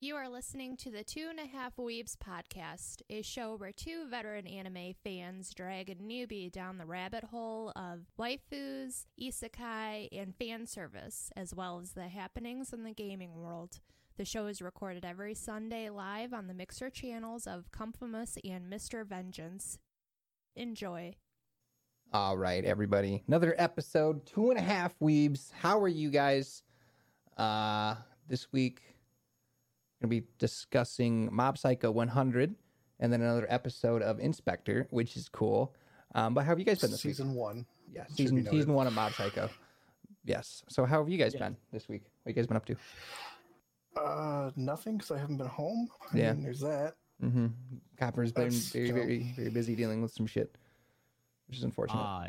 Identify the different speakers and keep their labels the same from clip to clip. Speaker 1: You are listening to the Two and a Half Weebs podcast, a show where two veteran anime fans drag a newbie down the rabbit hole of waifus, isekai, and fan service, as well as the happenings in the gaming world. The show is recorded every Sunday live on the mixer channels of Comfamus and Mr. Vengeance. Enjoy.
Speaker 2: All right, everybody. Another episode, two and a half weebs. How are you guys? Uh, this week, going to be discussing Mob Psycho 100 and then another episode of Inspector, which is cool. Um, but how have you guys been this
Speaker 3: season one.
Speaker 2: week? Yeah,
Speaker 3: should be
Speaker 2: season,
Speaker 3: noted.
Speaker 2: season one of Mob Psycho. Yes. So how have you guys been this week? What you guys been up to?
Speaker 3: Uh, nothing because I haven't been home. I
Speaker 2: Yeah.
Speaker 3: mean, there's that.
Speaker 2: Mm-hmm. Copper's been
Speaker 3: That's
Speaker 2: very,
Speaker 3: dope.
Speaker 2: very, very busy dealing with some shit, which is unfortunate.
Speaker 4: Uh,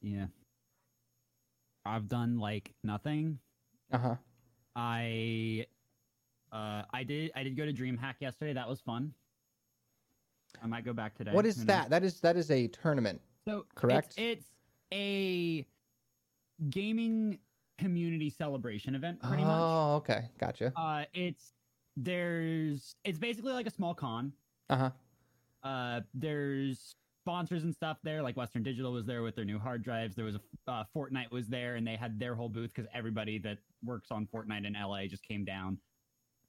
Speaker 4: yeah. I've done like nothing.
Speaker 2: Uh huh.
Speaker 4: I uh I did I did go to DreamHack yesterday. That was fun. I might go back today.
Speaker 2: What
Speaker 4: who
Speaker 2: is
Speaker 4: knows?
Speaker 2: that? That is that is a tournament.
Speaker 4: So it's-
Speaker 2: correct?
Speaker 4: It's, a gaming community celebration event pretty much.
Speaker 2: oh, okay. Gotcha.
Speaker 4: Uh it's there's it's basically like a small con.
Speaker 2: Uh huh.
Speaker 4: uh there's sponsors and stuff there like western digital was there with their new hard drives there was a uh, fortnite was there and they had their whole booth because everybody that works on fortnite in la just came down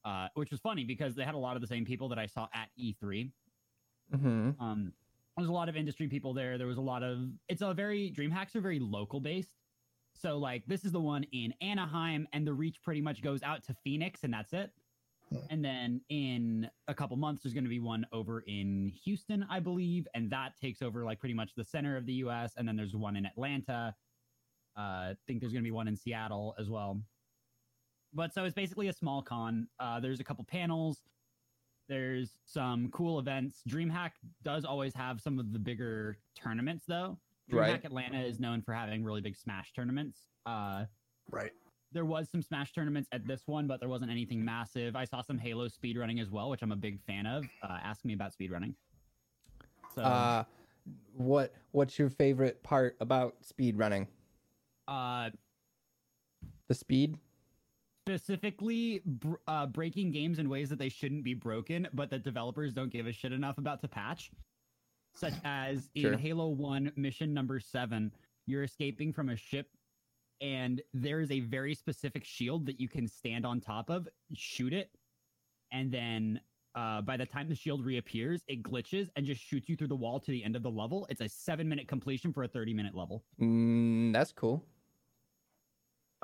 Speaker 4: uh which was funny because they had a lot of the same people that i saw at E e3
Speaker 2: Mm-hmm.
Speaker 4: um there's a lot of industry people there there was a lot of it's a very dreamhacks are very local based so like this is the one in anaheim and the reach pretty much goes out to phoenix and that's it
Speaker 3: Hmm.
Speaker 4: and then in a couple months there's going to be one over in houston i believe and that takes over like pretty much the center of the us and then there's one in atlanta uh, i think there's going to be one in seattle as well but so it's basically a small con uh, there's a couple panels there's some cool events. DreamHack does always have some of the bigger tournaments, though. DreamHack
Speaker 2: Right.
Speaker 4: Atlanta is known for having really big Smash tournaments. Uh,
Speaker 3: Right.
Speaker 4: there was some Smash tournaments at this one, but there wasn't anything massive. I saw some Halo speedrunning as well, which I'm a big fan of. Uh, ask me about speedrunning. So, uh,
Speaker 2: Uh, what what's your favorite part about speed running?
Speaker 4: uh,
Speaker 2: The speed?
Speaker 4: specifically br- uh, breaking games in ways that they shouldn't be broken, but that developers don't give a shit enough about to patch. Such as in
Speaker 2: Sure.
Speaker 4: Halo 1 mission number 7, you're escaping from a ship and there is a very specific shield that you can stand on top of, shoot it, and then uh, by the time the shield reappears, it glitches and just shoots you through the wall to the end of the level. It's a seven minute completion for a 30 minute level.
Speaker 2: Mm, that's cool.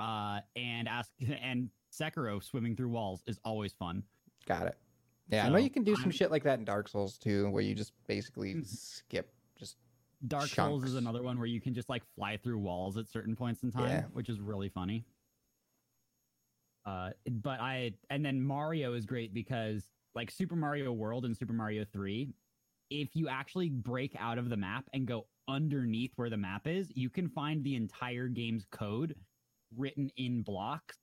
Speaker 4: Uh, and ask and Sekiro swimming through walls is always fun.
Speaker 2: Got it. Yeah, I know
Speaker 4: So,
Speaker 2: you can do some
Speaker 4: I'm-
Speaker 2: shit like that in Dark Souls too, where you just basically
Speaker 4: Mhm.
Speaker 2: skip. Just
Speaker 4: Dark Souls is
Speaker 2: Chunks.
Speaker 4: another one where you can just like fly through walls at certain points in time,
Speaker 2: Yeah.
Speaker 4: which is really funny. Uh, but I and then Mario is great because like Super Mario World and Super Mario 3, if you actually break out of the map and go underneath where the map is, you can find the entire game's code written in blocks.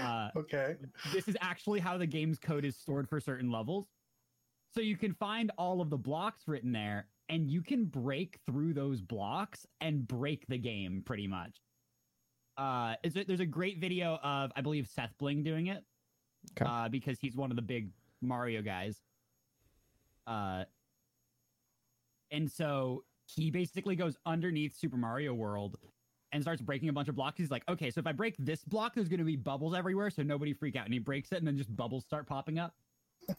Speaker 4: Uh,
Speaker 3: okay.
Speaker 4: this is actually how the game's code is stored for certain levels. So you can find all of the blocks written there, and you can break through those blocks and break the game pretty much. Uh, is it, there's a great video of I believe Seth Bling doing it,
Speaker 2: Okay.
Speaker 4: uh, because he's one of the big Mario guys. Uh, and so he basically goes underneath Super Mario World and starts breaking a bunch of blocks. He's like, okay, so if I break this block, there's going to be bubbles everywhere, so nobody freak out. And he breaks it, and then just bubbles start popping up. and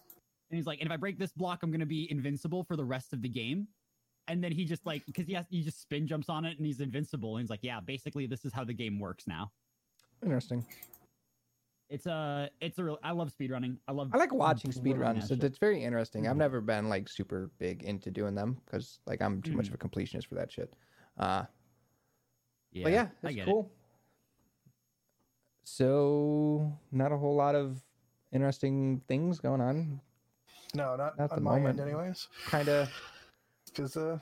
Speaker 4: he's like, and if I break this block, I'm going to be invincible for the rest of the game. And then he just like, because he has, he just spin jumps on it, and he's invincible. And he's like, yeah, basically, this is how the game works now.
Speaker 2: interesting.
Speaker 4: It's a, it's a real. I love speedrunning. I love.
Speaker 2: I like watching
Speaker 4: Really
Speaker 2: speedruns.
Speaker 4: nice.
Speaker 2: It, it's very interesting. I've
Speaker 4: Mhm.
Speaker 2: never been like super big into doing them because like I'm too much
Speaker 4: Hmm.
Speaker 2: of a completionist for that shit. Uh, but yeah,
Speaker 4: I
Speaker 2: it's
Speaker 4: get it.
Speaker 2: cool. So not a whole lot of interesting things going on.
Speaker 3: No, not,
Speaker 2: Not the
Speaker 3: on my
Speaker 2: moment.
Speaker 3: end, anyways.
Speaker 2: Kind of
Speaker 3: Because uh,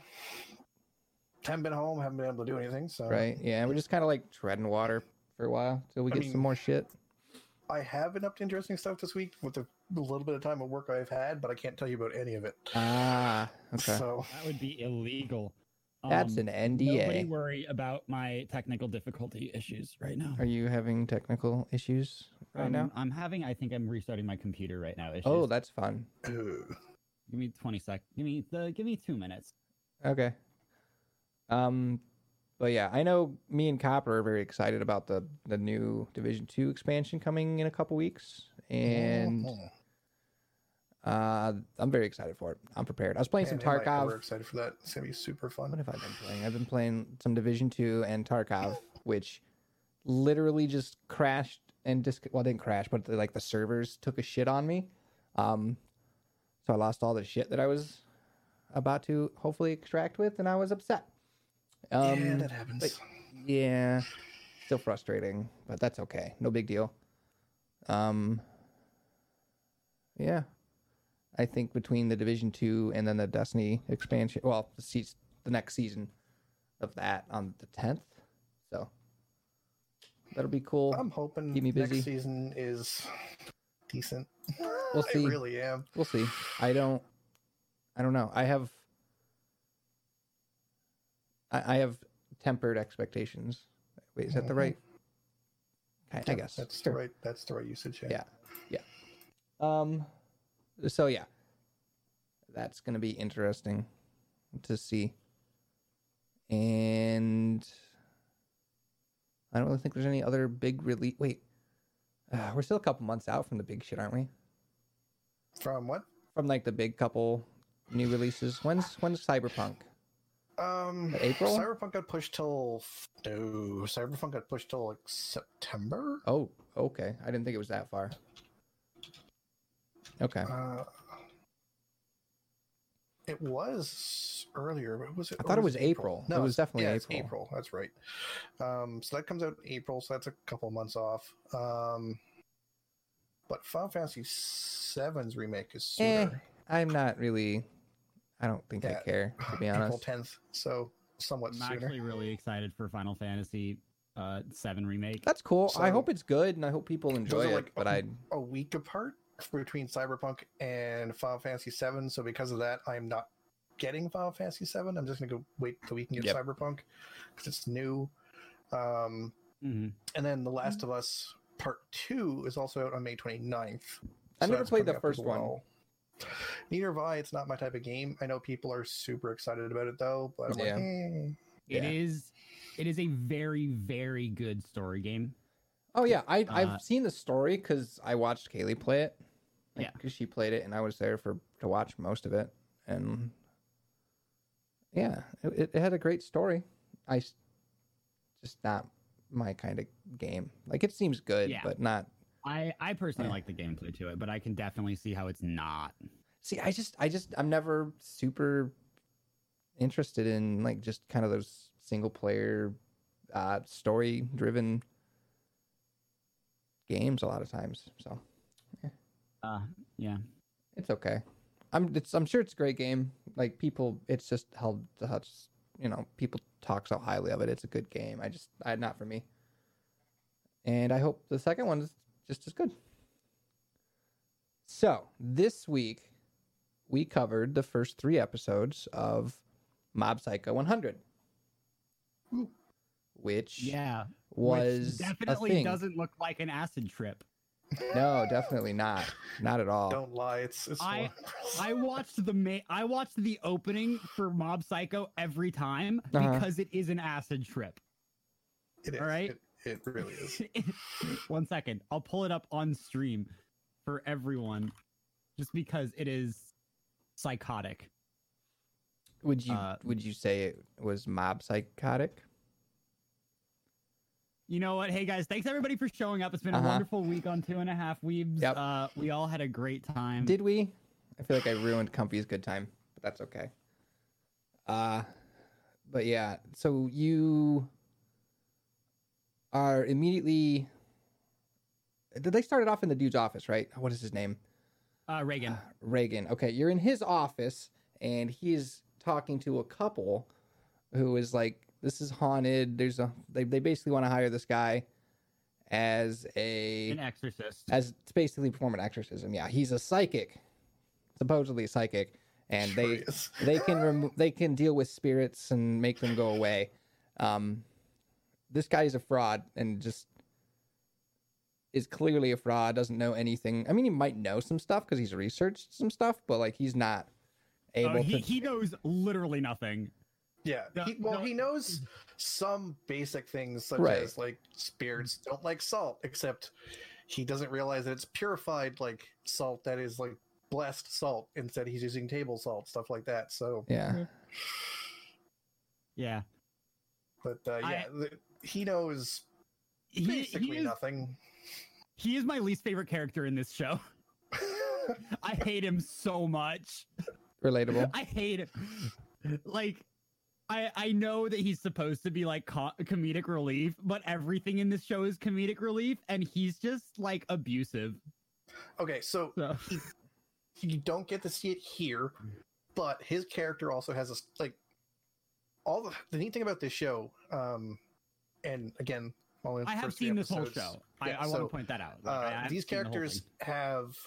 Speaker 3: haven't been home, haven't been able to do anything. So
Speaker 2: right. Yeah, we're just kind of like treading water for a while till we
Speaker 3: I
Speaker 2: get
Speaker 3: mean-
Speaker 2: some more shit.
Speaker 3: I have been up to interesting stuff this week with the little bit of time of work I've had, but I can't tell you about any of it.
Speaker 2: Ah, Uh, okay.
Speaker 3: So
Speaker 4: That would be illegal.
Speaker 2: That's
Speaker 5: Um,
Speaker 2: an
Speaker 5: Nobody
Speaker 2: NDA.
Speaker 5: worry about my technical difficulty issues right now.
Speaker 2: Are you having technical issues right
Speaker 4: um,
Speaker 2: now?
Speaker 4: I'm having. I think I'm restarting my computer right now. Issues.
Speaker 2: Oh, that's fun.
Speaker 4: give me 20 sec. Give me the. Give me two minutes.
Speaker 2: Okay. Um, but yeah, I know me and Copper are very excited about the the new Division Two expansion coming in a couple weeks, and
Speaker 3: Mm-hmm.
Speaker 2: uh, I'm very excited for it. I'm prepared. I was playing some
Speaker 3: We're
Speaker 2: Tarkov.
Speaker 3: excited for that. It's gonna be super
Speaker 2: What
Speaker 3: fun.
Speaker 2: have I been playing? I've been playing some Division Two and Tarkov, which literally just crashed and dis well, it didn't crash, but the, like the servers took a shit on me. Um, so I lost all the shit that I was about to hopefully extract with, and I was upset. Um,
Speaker 3: yeah, that happens.
Speaker 2: but- yeah. Still frustrating, but that's okay. No big deal. Um Yeah. I think between the Division 2 and then the Destiny expansion, well, the seas the next season of that on the 10th. So that'll be cool.
Speaker 3: I'm hoping
Speaker 2: keep me busy.
Speaker 3: next season is decent.
Speaker 2: We'll see.
Speaker 3: I really am.
Speaker 2: we'll see. I don't. I don't know. I have. I, I have tempered expectations. Wait, is that the
Speaker 3: Mhm.
Speaker 2: right? I, I
Speaker 3: Yeah,
Speaker 2: guess
Speaker 3: that's
Speaker 2: Sure.
Speaker 3: the right. That's the right usage.
Speaker 2: Yeah. Um. So yeah, that's gonna be interesting to see. And I don't really think there's any other big release. Wait, uh, we're still a couple months out from the big shit, aren't we?
Speaker 3: From what?
Speaker 2: from like the big couple new releases. When's when's Cyberpunk?
Speaker 3: Um,
Speaker 2: April?
Speaker 3: Cyberpunk got pushed till no. Cyberpunk got pushed till like September.
Speaker 2: Oh, okay. I didn't think it was that far. Okay.
Speaker 3: Uh, it was earlier. What was it?
Speaker 2: I
Speaker 3: or
Speaker 2: thought it was April.
Speaker 3: No,
Speaker 2: it was definitely
Speaker 3: yeah, it's
Speaker 2: April.
Speaker 3: April. That's right. Um, so that comes out in April. So that's a couple months off. Um, but Final Fantasy VII's remake is
Speaker 2: Eh,
Speaker 3: sooner,
Speaker 2: I'm not really I don't think
Speaker 3: Yeah.
Speaker 2: I care, to be
Speaker 3: April
Speaker 2: honest.
Speaker 3: tenth. So
Speaker 2: Oh,
Speaker 3: somewhat
Speaker 4: I'm
Speaker 3: sooner.
Speaker 4: actually really excited for Final Fantasy uh, Seven remake.
Speaker 2: That's cool. I
Speaker 3: So-
Speaker 2: hope it's good and I hope people enjoy
Speaker 3: are
Speaker 2: it.
Speaker 3: like-
Speaker 2: but
Speaker 4: oh,
Speaker 2: I
Speaker 3: a week apart between Cyberpunk and Final Fantasy VII. So because of that, I'm not getting Final Fantasy VII. I'm just gonna go wait till we can get
Speaker 2: Yep.
Speaker 3: Cyberpunk because it's new. Um,
Speaker 4: Mhm.
Speaker 3: and then The Last of Us Part Two is also out on May 29th.
Speaker 2: I
Speaker 3: So
Speaker 2: never
Speaker 3: that's
Speaker 2: played
Speaker 3: coming
Speaker 2: the
Speaker 3: up as
Speaker 2: first one.
Speaker 3: well. Neither have I. It's not my type of game. I know people are super excited about it though, but I'm
Speaker 2: Yeah.
Speaker 3: like, eh.
Speaker 4: It
Speaker 2: Yeah.
Speaker 4: is. It is a very, very good story game.
Speaker 2: Oh yeah, I
Speaker 4: Uh,
Speaker 2: I've seen the story because I watched Kaylee play it.
Speaker 4: Yeah.
Speaker 2: because she played it and I was there for to watch most of it, and yeah, it, it- it had a great story. I s- just not my kind of game. Like it seems good,
Speaker 4: Yeah.
Speaker 2: but not.
Speaker 4: I, I personally
Speaker 2: Yeah.
Speaker 4: like the gameplay to it, but I can definitely see how it's not.
Speaker 2: See, I just I just I'm never super interested in like just kind of those single player uh story driven games a lot of times. So
Speaker 4: Uh, yeah.
Speaker 2: It's okay. I'm it's, I'm sure it's a great game. Like people, it's just held such you know people talk so highly of it. It's a good game. I just I not for me. And I hope the second one is just as good. So this week, we covered the first three episodes of Mob Psycho 100,
Speaker 3: Ooh.
Speaker 2: which
Speaker 4: Yeah.
Speaker 2: was
Speaker 4: Which
Speaker 2: a
Speaker 4: definitely
Speaker 2: thing.
Speaker 4: doesn't look like an acid trip.
Speaker 2: No, definitely not. Not at all.
Speaker 3: "Eh." don't lie. It's it's.
Speaker 4: I-
Speaker 3: more-
Speaker 4: I watched the ma- I watched the opening for Mob Psycho every time
Speaker 2: Uh-huh.
Speaker 4: because it is an acid trip.
Speaker 3: It is.
Speaker 4: all right.
Speaker 3: It, it really is.
Speaker 4: One second, I'll pull it up on stream for everyone, just because it is psychotic.
Speaker 2: Would you
Speaker 4: Uh,
Speaker 2: would you say it was mob psychotic?
Speaker 4: You know what? Hey guys, thanks everybody for showing up. It's been
Speaker 2: Uh-huh.
Speaker 4: a wonderful week on Two and a Half Weebs.
Speaker 2: Yep.
Speaker 4: Uh, we all had a great time.
Speaker 2: Did we? I feel like I ruined Comfy's good time, but that's okay. Uh but yeah, so you are immediately did they start it off in the dude's office, right? What is his name?
Speaker 4: uh, Reagan?
Speaker 2: Reagan. Okay, you're in his office and he's talking to a couple who is like, "This is haunted." There's a they, they basically want to hire this guy as a
Speaker 4: an exorcist.
Speaker 2: as to basically perform an exorcism. Yeah, he's a psychic, supposedly psychic, and
Speaker 3: Sure
Speaker 2: they
Speaker 3: is.
Speaker 2: they can remo- they can deal with spirits and make them go away. Um, this guy is a fraud and just is clearly a fraud. Doesn't know anything. I mean, he might know some stuff because he's researched some stuff, but like he's not able
Speaker 4: Oh, he,
Speaker 2: to.
Speaker 4: he knows literally nothing.
Speaker 3: Yeah.
Speaker 4: No,
Speaker 3: he, well,
Speaker 4: no.
Speaker 3: he knows some basic things, such
Speaker 2: Right.
Speaker 3: as like spirits don't like salt, except he doesn't realize that it's purified like salt that is like blessed salt. Instead, he's using table salt, stuff like that. So,
Speaker 2: yeah,
Speaker 4: Yeah.
Speaker 3: but uh, yeah,
Speaker 4: I-
Speaker 3: th- he knows
Speaker 4: He, he
Speaker 3: basically
Speaker 4: is,
Speaker 3: nothing.
Speaker 4: he is my least favorite character in this show. I hate him so much.
Speaker 2: relatable.
Speaker 4: I hate him. Like, I I know that he's supposed to be like co- comedic relief, but everything in this show is comedic relief, and he's just like abusive.
Speaker 3: okay, so
Speaker 4: So
Speaker 3: you don't get to see it here, but his character also has a s- like all the, the neat thing about this show. Um, and again, only the
Speaker 4: I have
Speaker 3: first three
Speaker 4: seen this whole
Speaker 3: episodes,
Speaker 4: show. I,
Speaker 3: Yeah,
Speaker 4: I want
Speaker 3: so,
Speaker 4: to point that out. Like, I- I
Speaker 3: Uh,
Speaker 4: haven't
Speaker 3: these
Speaker 4: seen the whole
Speaker 3: characters
Speaker 4: thing.
Speaker 3: have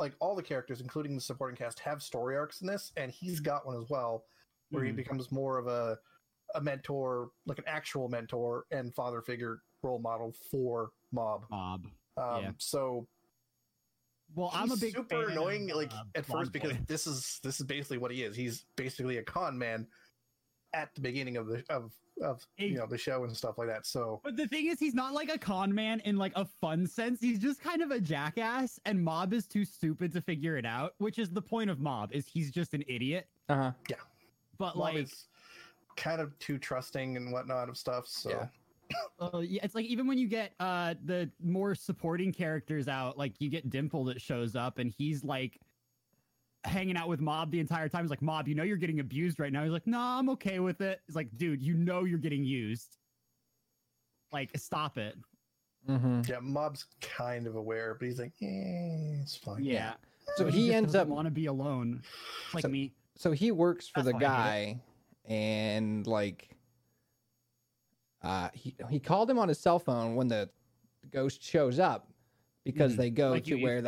Speaker 3: like all the characters, including the supporting cast, have story arcs in this, and
Speaker 4: Mm-hmm.
Speaker 3: he's got one as well, where he
Speaker 4: Mhm.
Speaker 3: becomes more of a a mentor, like an actual mentor and father figure role model for Mob.
Speaker 4: Bob.
Speaker 3: Um,
Speaker 4: Yeah.
Speaker 3: So
Speaker 4: Well, I'm a
Speaker 3: He's
Speaker 4: big
Speaker 3: super
Speaker 4: fan of,
Speaker 3: annoying like
Speaker 4: uh,
Speaker 3: at
Speaker 4: Blonde
Speaker 3: first because
Speaker 4: Boy.
Speaker 3: this is this is basically what he is. He's basically a con man at the beginning of the of of
Speaker 4: Ex-
Speaker 3: you know the show and stuff like that. So
Speaker 4: But the thing is, he's not like a con man in like a fun sense. He's just kind of a jackass, and Mob is too stupid to figure it out, which is the point of Mob. Is he's just an idiot,
Speaker 2: Uh huh.
Speaker 4: but
Speaker 3: Mom
Speaker 4: like,
Speaker 3: is kind of too trusting and whatnot of stuff. So
Speaker 2: Yeah.
Speaker 4: uh, yeah, it's like even when you get uh the more supporting characters out, like you get Dimple that shows up, and he's like hanging out with Mob the entire time. He's like, Mob, you know you're getting abused right now. He's like, Nah, I'm okay with it. It's like, dude, you know you're getting used. Like, stop it.
Speaker 2: Mm-hmm.
Speaker 3: yeah, Mob's kind of aware, but he's like, yeah, it's fine.
Speaker 4: Yeah.
Speaker 2: So he ends up
Speaker 4: want to be alone, like
Speaker 2: So-
Speaker 4: me.
Speaker 2: so he works for
Speaker 4: That's
Speaker 2: the
Speaker 4: why I
Speaker 2: guy and like uh he he called him on his cell phone when the ghost shows up because
Speaker 4: Mhm.
Speaker 2: they go
Speaker 4: Like you
Speaker 2: to where
Speaker 4: used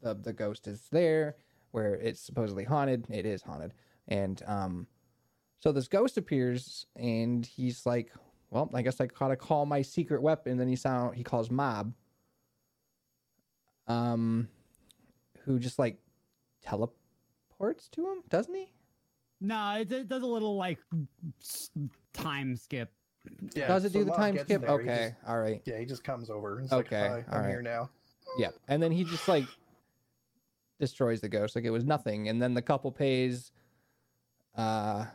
Speaker 2: the, the the ghost is there where it's supposedly haunted it is haunted and um so this ghost appears and he's like well i guess i gotta call my secret weapon then he sound he calls mob um who just like teleports to him doesn't he
Speaker 4: No, it, it does a little like s- time skip.
Speaker 3: yeah.
Speaker 2: Does it
Speaker 3: so
Speaker 2: do the
Speaker 3: Mob
Speaker 2: time
Speaker 3: gets
Speaker 2: skip?
Speaker 3: there, he
Speaker 2: Okay,
Speaker 3: just-
Speaker 2: all right.
Speaker 3: yeah, he just comes over. And it's
Speaker 2: Okay,
Speaker 3: like, Hi,
Speaker 2: all
Speaker 3: I'm
Speaker 2: right.
Speaker 3: here now.
Speaker 2: Yeah, and then he just like destroys the ghost like it was nothing, and then the couple pays. Uh,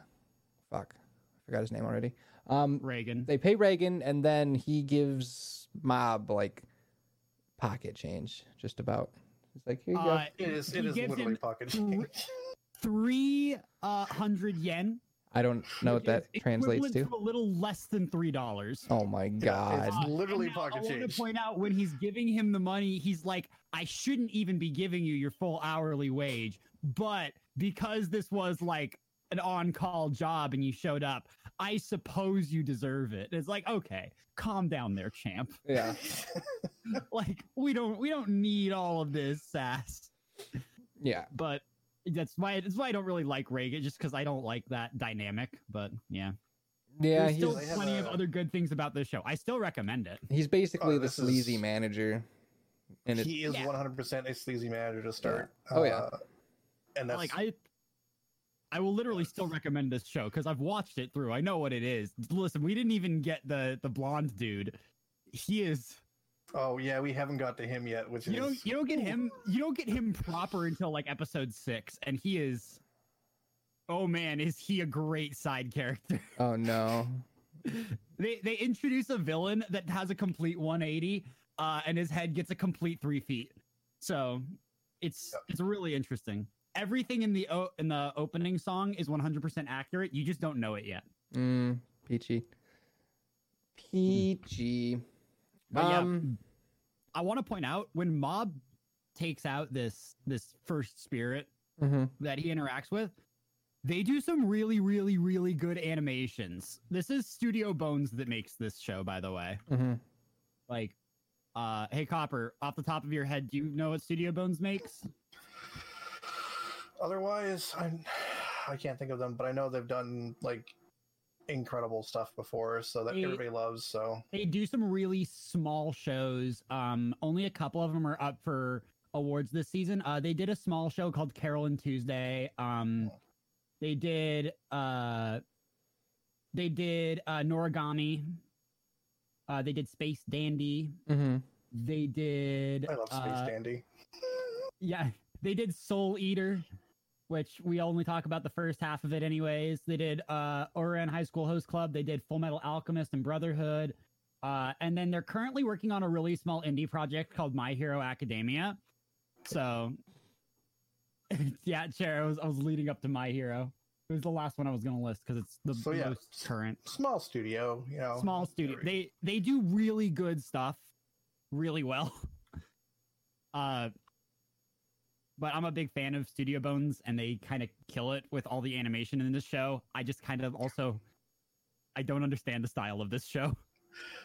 Speaker 2: fuck, I forgot his name already. Um,
Speaker 4: Reagan.
Speaker 2: they pay Reagan, and then he gives Mob like pocket change, just about. It's like here you
Speaker 4: Uh,
Speaker 2: go.
Speaker 3: It is it
Speaker 4: He
Speaker 3: is
Speaker 4: gives
Speaker 3: literally
Speaker 4: him
Speaker 3: pocket
Speaker 4: thr-
Speaker 3: change.
Speaker 4: three uh, hundred yen.
Speaker 2: I don't know what
Speaker 4: which
Speaker 2: that
Speaker 4: is
Speaker 2: translates
Speaker 4: equivalent
Speaker 2: to.
Speaker 4: A little less than three dollars.
Speaker 2: Oh my
Speaker 3: Yeah,
Speaker 2: god.
Speaker 3: it's literally
Speaker 4: I
Speaker 3: pocket
Speaker 4: want to
Speaker 3: change.
Speaker 4: point out when he's giving him the money, he's like, "I shouldn't even be giving you your full hourly wage, but because this was like an on-call job and you showed up, I suppose you deserve it." It's like, okay, calm down there, champ.
Speaker 2: Yeah,
Speaker 4: like we don't we don't need all of this sass
Speaker 2: yeah.
Speaker 4: but that's why that's why i don't really like reagan just because i don't like that dynamic but yeah,
Speaker 2: Yeah,
Speaker 4: there's
Speaker 2: he's,
Speaker 4: still
Speaker 3: They have
Speaker 4: plenty of
Speaker 3: a-
Speaker 4: other good things about this show i still recommend it
Speaker 2: he's basically the
Speaker 3: Oh, this is-
Speaker 2: sleazy manager. And it's
Speaker 3: he is
Speaker 4: Yeah.
Speaker 3: one hundred percent a sleazy manager to start.
Speaker 2: Oh, yeah.
Speaker 3: Uh, and that's
Speaker 4: like i i will literally still recommend this show because i've watched it through i know what it is listen we didn't even get the the blonde dude he is
Speaker 3: Oh yeah, we haven't got to him yet, which
Speaker 4: you
Speaker 3: is
Speaker 4: don't you don't get him you don't get him proper until like episode six and he is oh man is he a great side character
Speaker 2: oh no,
Speaker 4: they they introduce a villain that has a complete 180 uh and his head gets a complete three feet so it's
Speaker 3: Yep.
Speaker 4: it's really interesting everything in the o- in the opening song is 100% accurate you just don't know it yet
Speaker 2: Mm, peachy. Peachy.
Speaker 4: But yeah,
Speaker 2: Um,
Speaker 4: i want to point out when mob takes out this this first spirit
Speaker 2: mhm.
Speaker 4: that he interacts with they do some really really really good animations this is studio bones that makes this show by the way
Speaker 2: Mhm.
Speaker 4: like uh hey copper off the top of your head do you know what studio bones makes
Speaker 3: otherwise, I'm, I can't think of them, but I know they've done like incredible stuff before, so that
Speaker 4: They-
Speaker 3: everybody loves. So
Speaker 4: They do some really small shows. Um, only a couple of them are up for awards this season. Uh, they did a small show called Carol and Tuesday. Um, they did uh, they did uh, Noragami. Uh, they did Space Dandy.
Speaker 2: Mm-hmm.
Speaker 4: They did.
Speaker 3: I love Space
Speaker 4: uh,
Speaker 3: Dandy.
Speaker 4: Yeah, they did Soul Eater, which we only talk about the first half of it, anyways. They did uh, Oran High School Host Club. They did Full Metal Alchemist and Brotherhood, uh, and then they're currently working on a really small indie project called My Hero Academia. So, yeah, chair. I was I was leading up to My Hero. It was the last one I was going to list because it's the
Speaker 3: So, yeah.
Speaker 4: most current
Speaker 3: Small studio, you know.
Speaker 4: small studio.
Speaker 3: very-
Speaker 4: They they do really good stuff, really well. Uh, but I'm a big fan of Studio Bones, and they kind of kill it with all the animation in this show. I just kind of also, I don't understand the style of this show.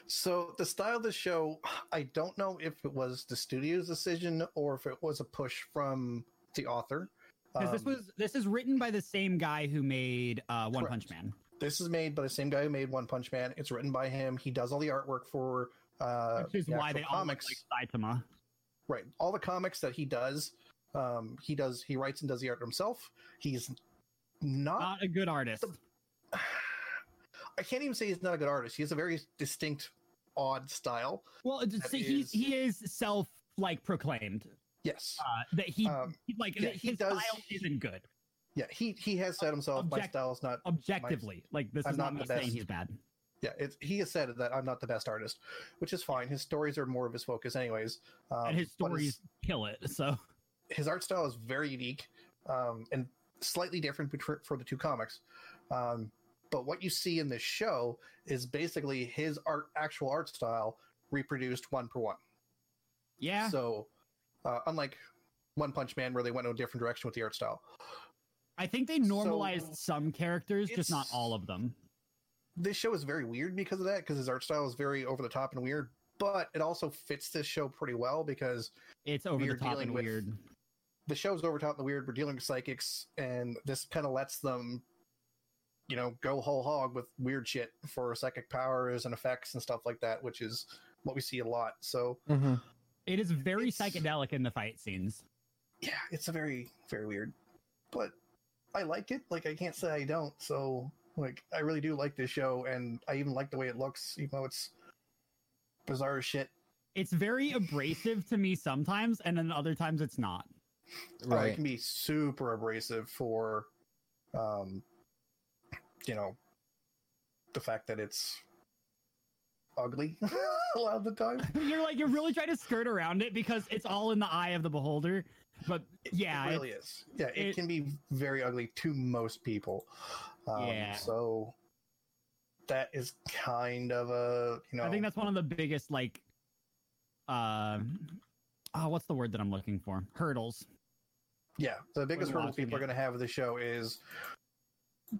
Speaker 3: So the style of the show, I don't know if it was the studio's decision or if it was a push from the author.
Speaker 4: 'Cause this
Speaker 3: Um,
Speaker 4: was this is written by the same guy who made uh, One Punch Man.
Speaker 3: this is made by the same guy who made One Punch Man. It's written by him. He does all the artwork for uh,
Speaker 4: Which is
Speaker 3: the
Speaker 4: why
Speaker 3: actual
Speaker 4: they
Speaker 3: comics.
Speaker 4: all look like Saitama.
Speaker 3: right all the comics that he does um he does he writes and does the art himself he's not
Speaker 4: Not a good artist.
Speaker 3: i can't even say he's not a good artist he has a very distinct odd style
Speaker 4: Well, it's-
Speaker 3: That
Speaker 4: he
Speaker 3: is-
Speaker 4: he is self like proclaimed
Speaker 3: yes
Speaker 4: uh, that he
Speaker 3: um
Speaker 4: like
Speaker 3: yeah,
Speaker 4: his
Speaker 3: he does-
Speaker 4: style isn't good.
Speaker 3: yeah he he has said himself my
Speaker 4: Object-
Speaker 3: style's not
Speaker 4: objectively. like this
Speaker 3: I'm
Speaker 4: is
Speaker 3: not
Speaker 4: not, me
Speaker 3: the
Speaker 4: saying
Speaker 3: best.
Speaker 4: he's bad.
Speaker 3: yeah it's he has said that i'm not the best artist which is fine his stories are more of his focus anyways um,
Speaker 4: and his
Speaker 3: but his-
Speaker 4: stories kill it. So
Speaker 3: his art style is very unique um, and slightly different betw- for the two comics. Um, but what you see in this show is basically his art, actual art style, reproduced one per one.
Speaker 4: yeah,
Speaker 3: So, uh, unlike One Punch Man, where they went in a different direction with the art style,
Speaker 4: I think they normalized
Speaker 3: so
Speaker 4: some characters, just not
Speaker 3: it's-
Speaker 4: all of them.
Speaker 3: this show is very weird because of that. Because his art style is very over the top and weird, but it also fits this show pretty well because
Speaker 4: It's over
Speaker 3: we
Speaker 4: the
Speaker 3: are
Speaker 4: top
Speaker 3: dealing
Speaker 4: and
Speaker 3: with-
Speaker 4: weird.
Speaker 3: the show's over top and weird. We're dealing with psychics, and this kind of lets them, you know, go whole hog with weird shit for psychic powers and effects and stuff like that, which is what we see a lot. So
Speaker 2: Mm-hmm.
Speaker 4: It is very
Speaker 3: it's-
Speaker 4: psychedelic in the fight scenes.
Speaker 3: yeah, it's a very very weird, but I like it. Like I can't say I don't. So like I really do like this show, and I even like the way it looks, even though it's bizarre as shit.
Speaker 4: It's very abrasive to me sometimes, and then other times it's not.
Speaker 3: Uh,
Speaker 2: Right.
Speaker 3: it can be super abrasive for, um, you know, the fact that it's ugly a lot of the time.
Speaker 4: you're like you're really trying to skirt around it because it's all in the eye of the beholder. But
Speaker 3: It-
Speaker 4: yeah,
Speaker 3: it
Speaker 4: it's-
Speaker 3: really is. Yeah, it,
Speaker 4: it-
Speaker 3: can be very ugly to most people. Um,
Speaker 4: Yeah.
Speaker 3: So that is kind of a you know.
Speaker 4: I think that's one of the biggest like uh, oh, what's the word that I'm looking for? Hurdles.
Speaker 3: Yeah, the biggest hurdle
Speaker 4: watching
Speaker 3: people are
Speaker 4: it.
Speaker 3: going to have with the show is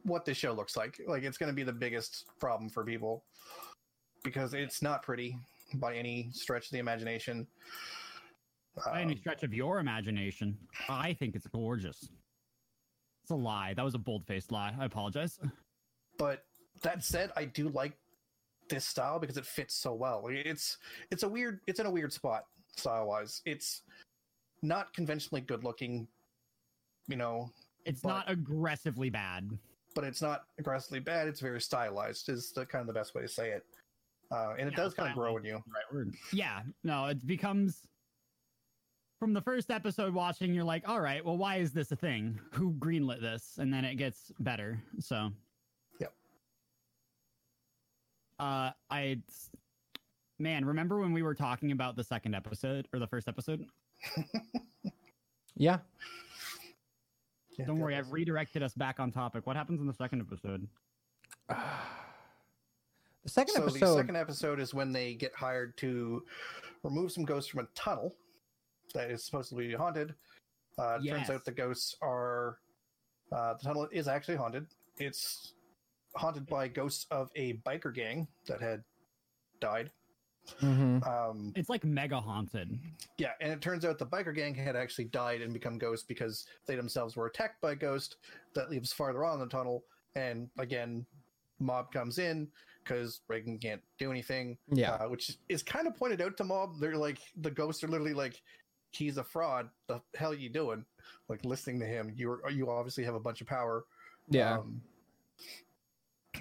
Speaker 3: what this show looks like. Like, it's going to be the biggest problem for people because it's not pretty by any stretch of the imagination.
Speaker 4: by any
Speaker 3: Um,
Speaker 4: stretch of your imagination. I think it's gorgeous. It's a lie. That was a bold faced lie. I apologize.
Speaker 3: but that said, I do like this style because it fits so well. Like, It's it's a weird it's in a weird spot style wise. It's not conventionally good looking, you know,
Speaker 4: It's
Speaker 3: But-
Speaker 4: not aggressively bad.
Speaker 3: but it's not aggressively bad. It's very stylized. Is the kind of the best way to say it. Uh, and it
Speaker 4: Yeah,
Speaker 3: does kind of grow in you.
Speaker 4: Right word. Yeah. No, it becomes from the first episode watching, you're like, all right, well, why is this a thing? Who greenlit this? And then it gets better. So
Speaker 3: Yep.
Speaker 4: Uh I man, remember when we were talking about the second episode or the first episode?
Speaker 2: Yeah.
Speaker 3: Yeah,
Speaker 4: Don't
Speaker 3: that
Speaker 4: worry, I've
Speaker 3: was-
Speaker 4: redirected us back on topic. What happens in the second episode?
Speaker 2: The second
Speaker 3: So
Speaker 2: episode.
Speaker 3: the second episode is when they get hired to remove some ghosts from a tunnel that is supposed to be haunted. Uh, it
Speaker 4: Yes.
Speaker 3: Turns out the ghosts are uh, the tunnel is actually haunted. It's haunted by ghosts of a biker gang that had died
Speaker 2: Mm-hmm.
Speaker 3: Um,
Speaker 4: It's like mega haunted.
Speaker 3: yeah, and it turns out the biker gang had actually died and become ghosts because they themselves were attacked by a ghost that leaves farther on in the tunnel. And again, mob comes in because Reagan can't do anything.
Speaker 2: Yeah.
Speaker 3: uh, which is kind of pointed out to mob they're like the ghosts are literally like he's a fraud the hell you doing like listening to him you're you obviously have a bunch of power
Speaker 2: Yeah.
Speaker 3: um,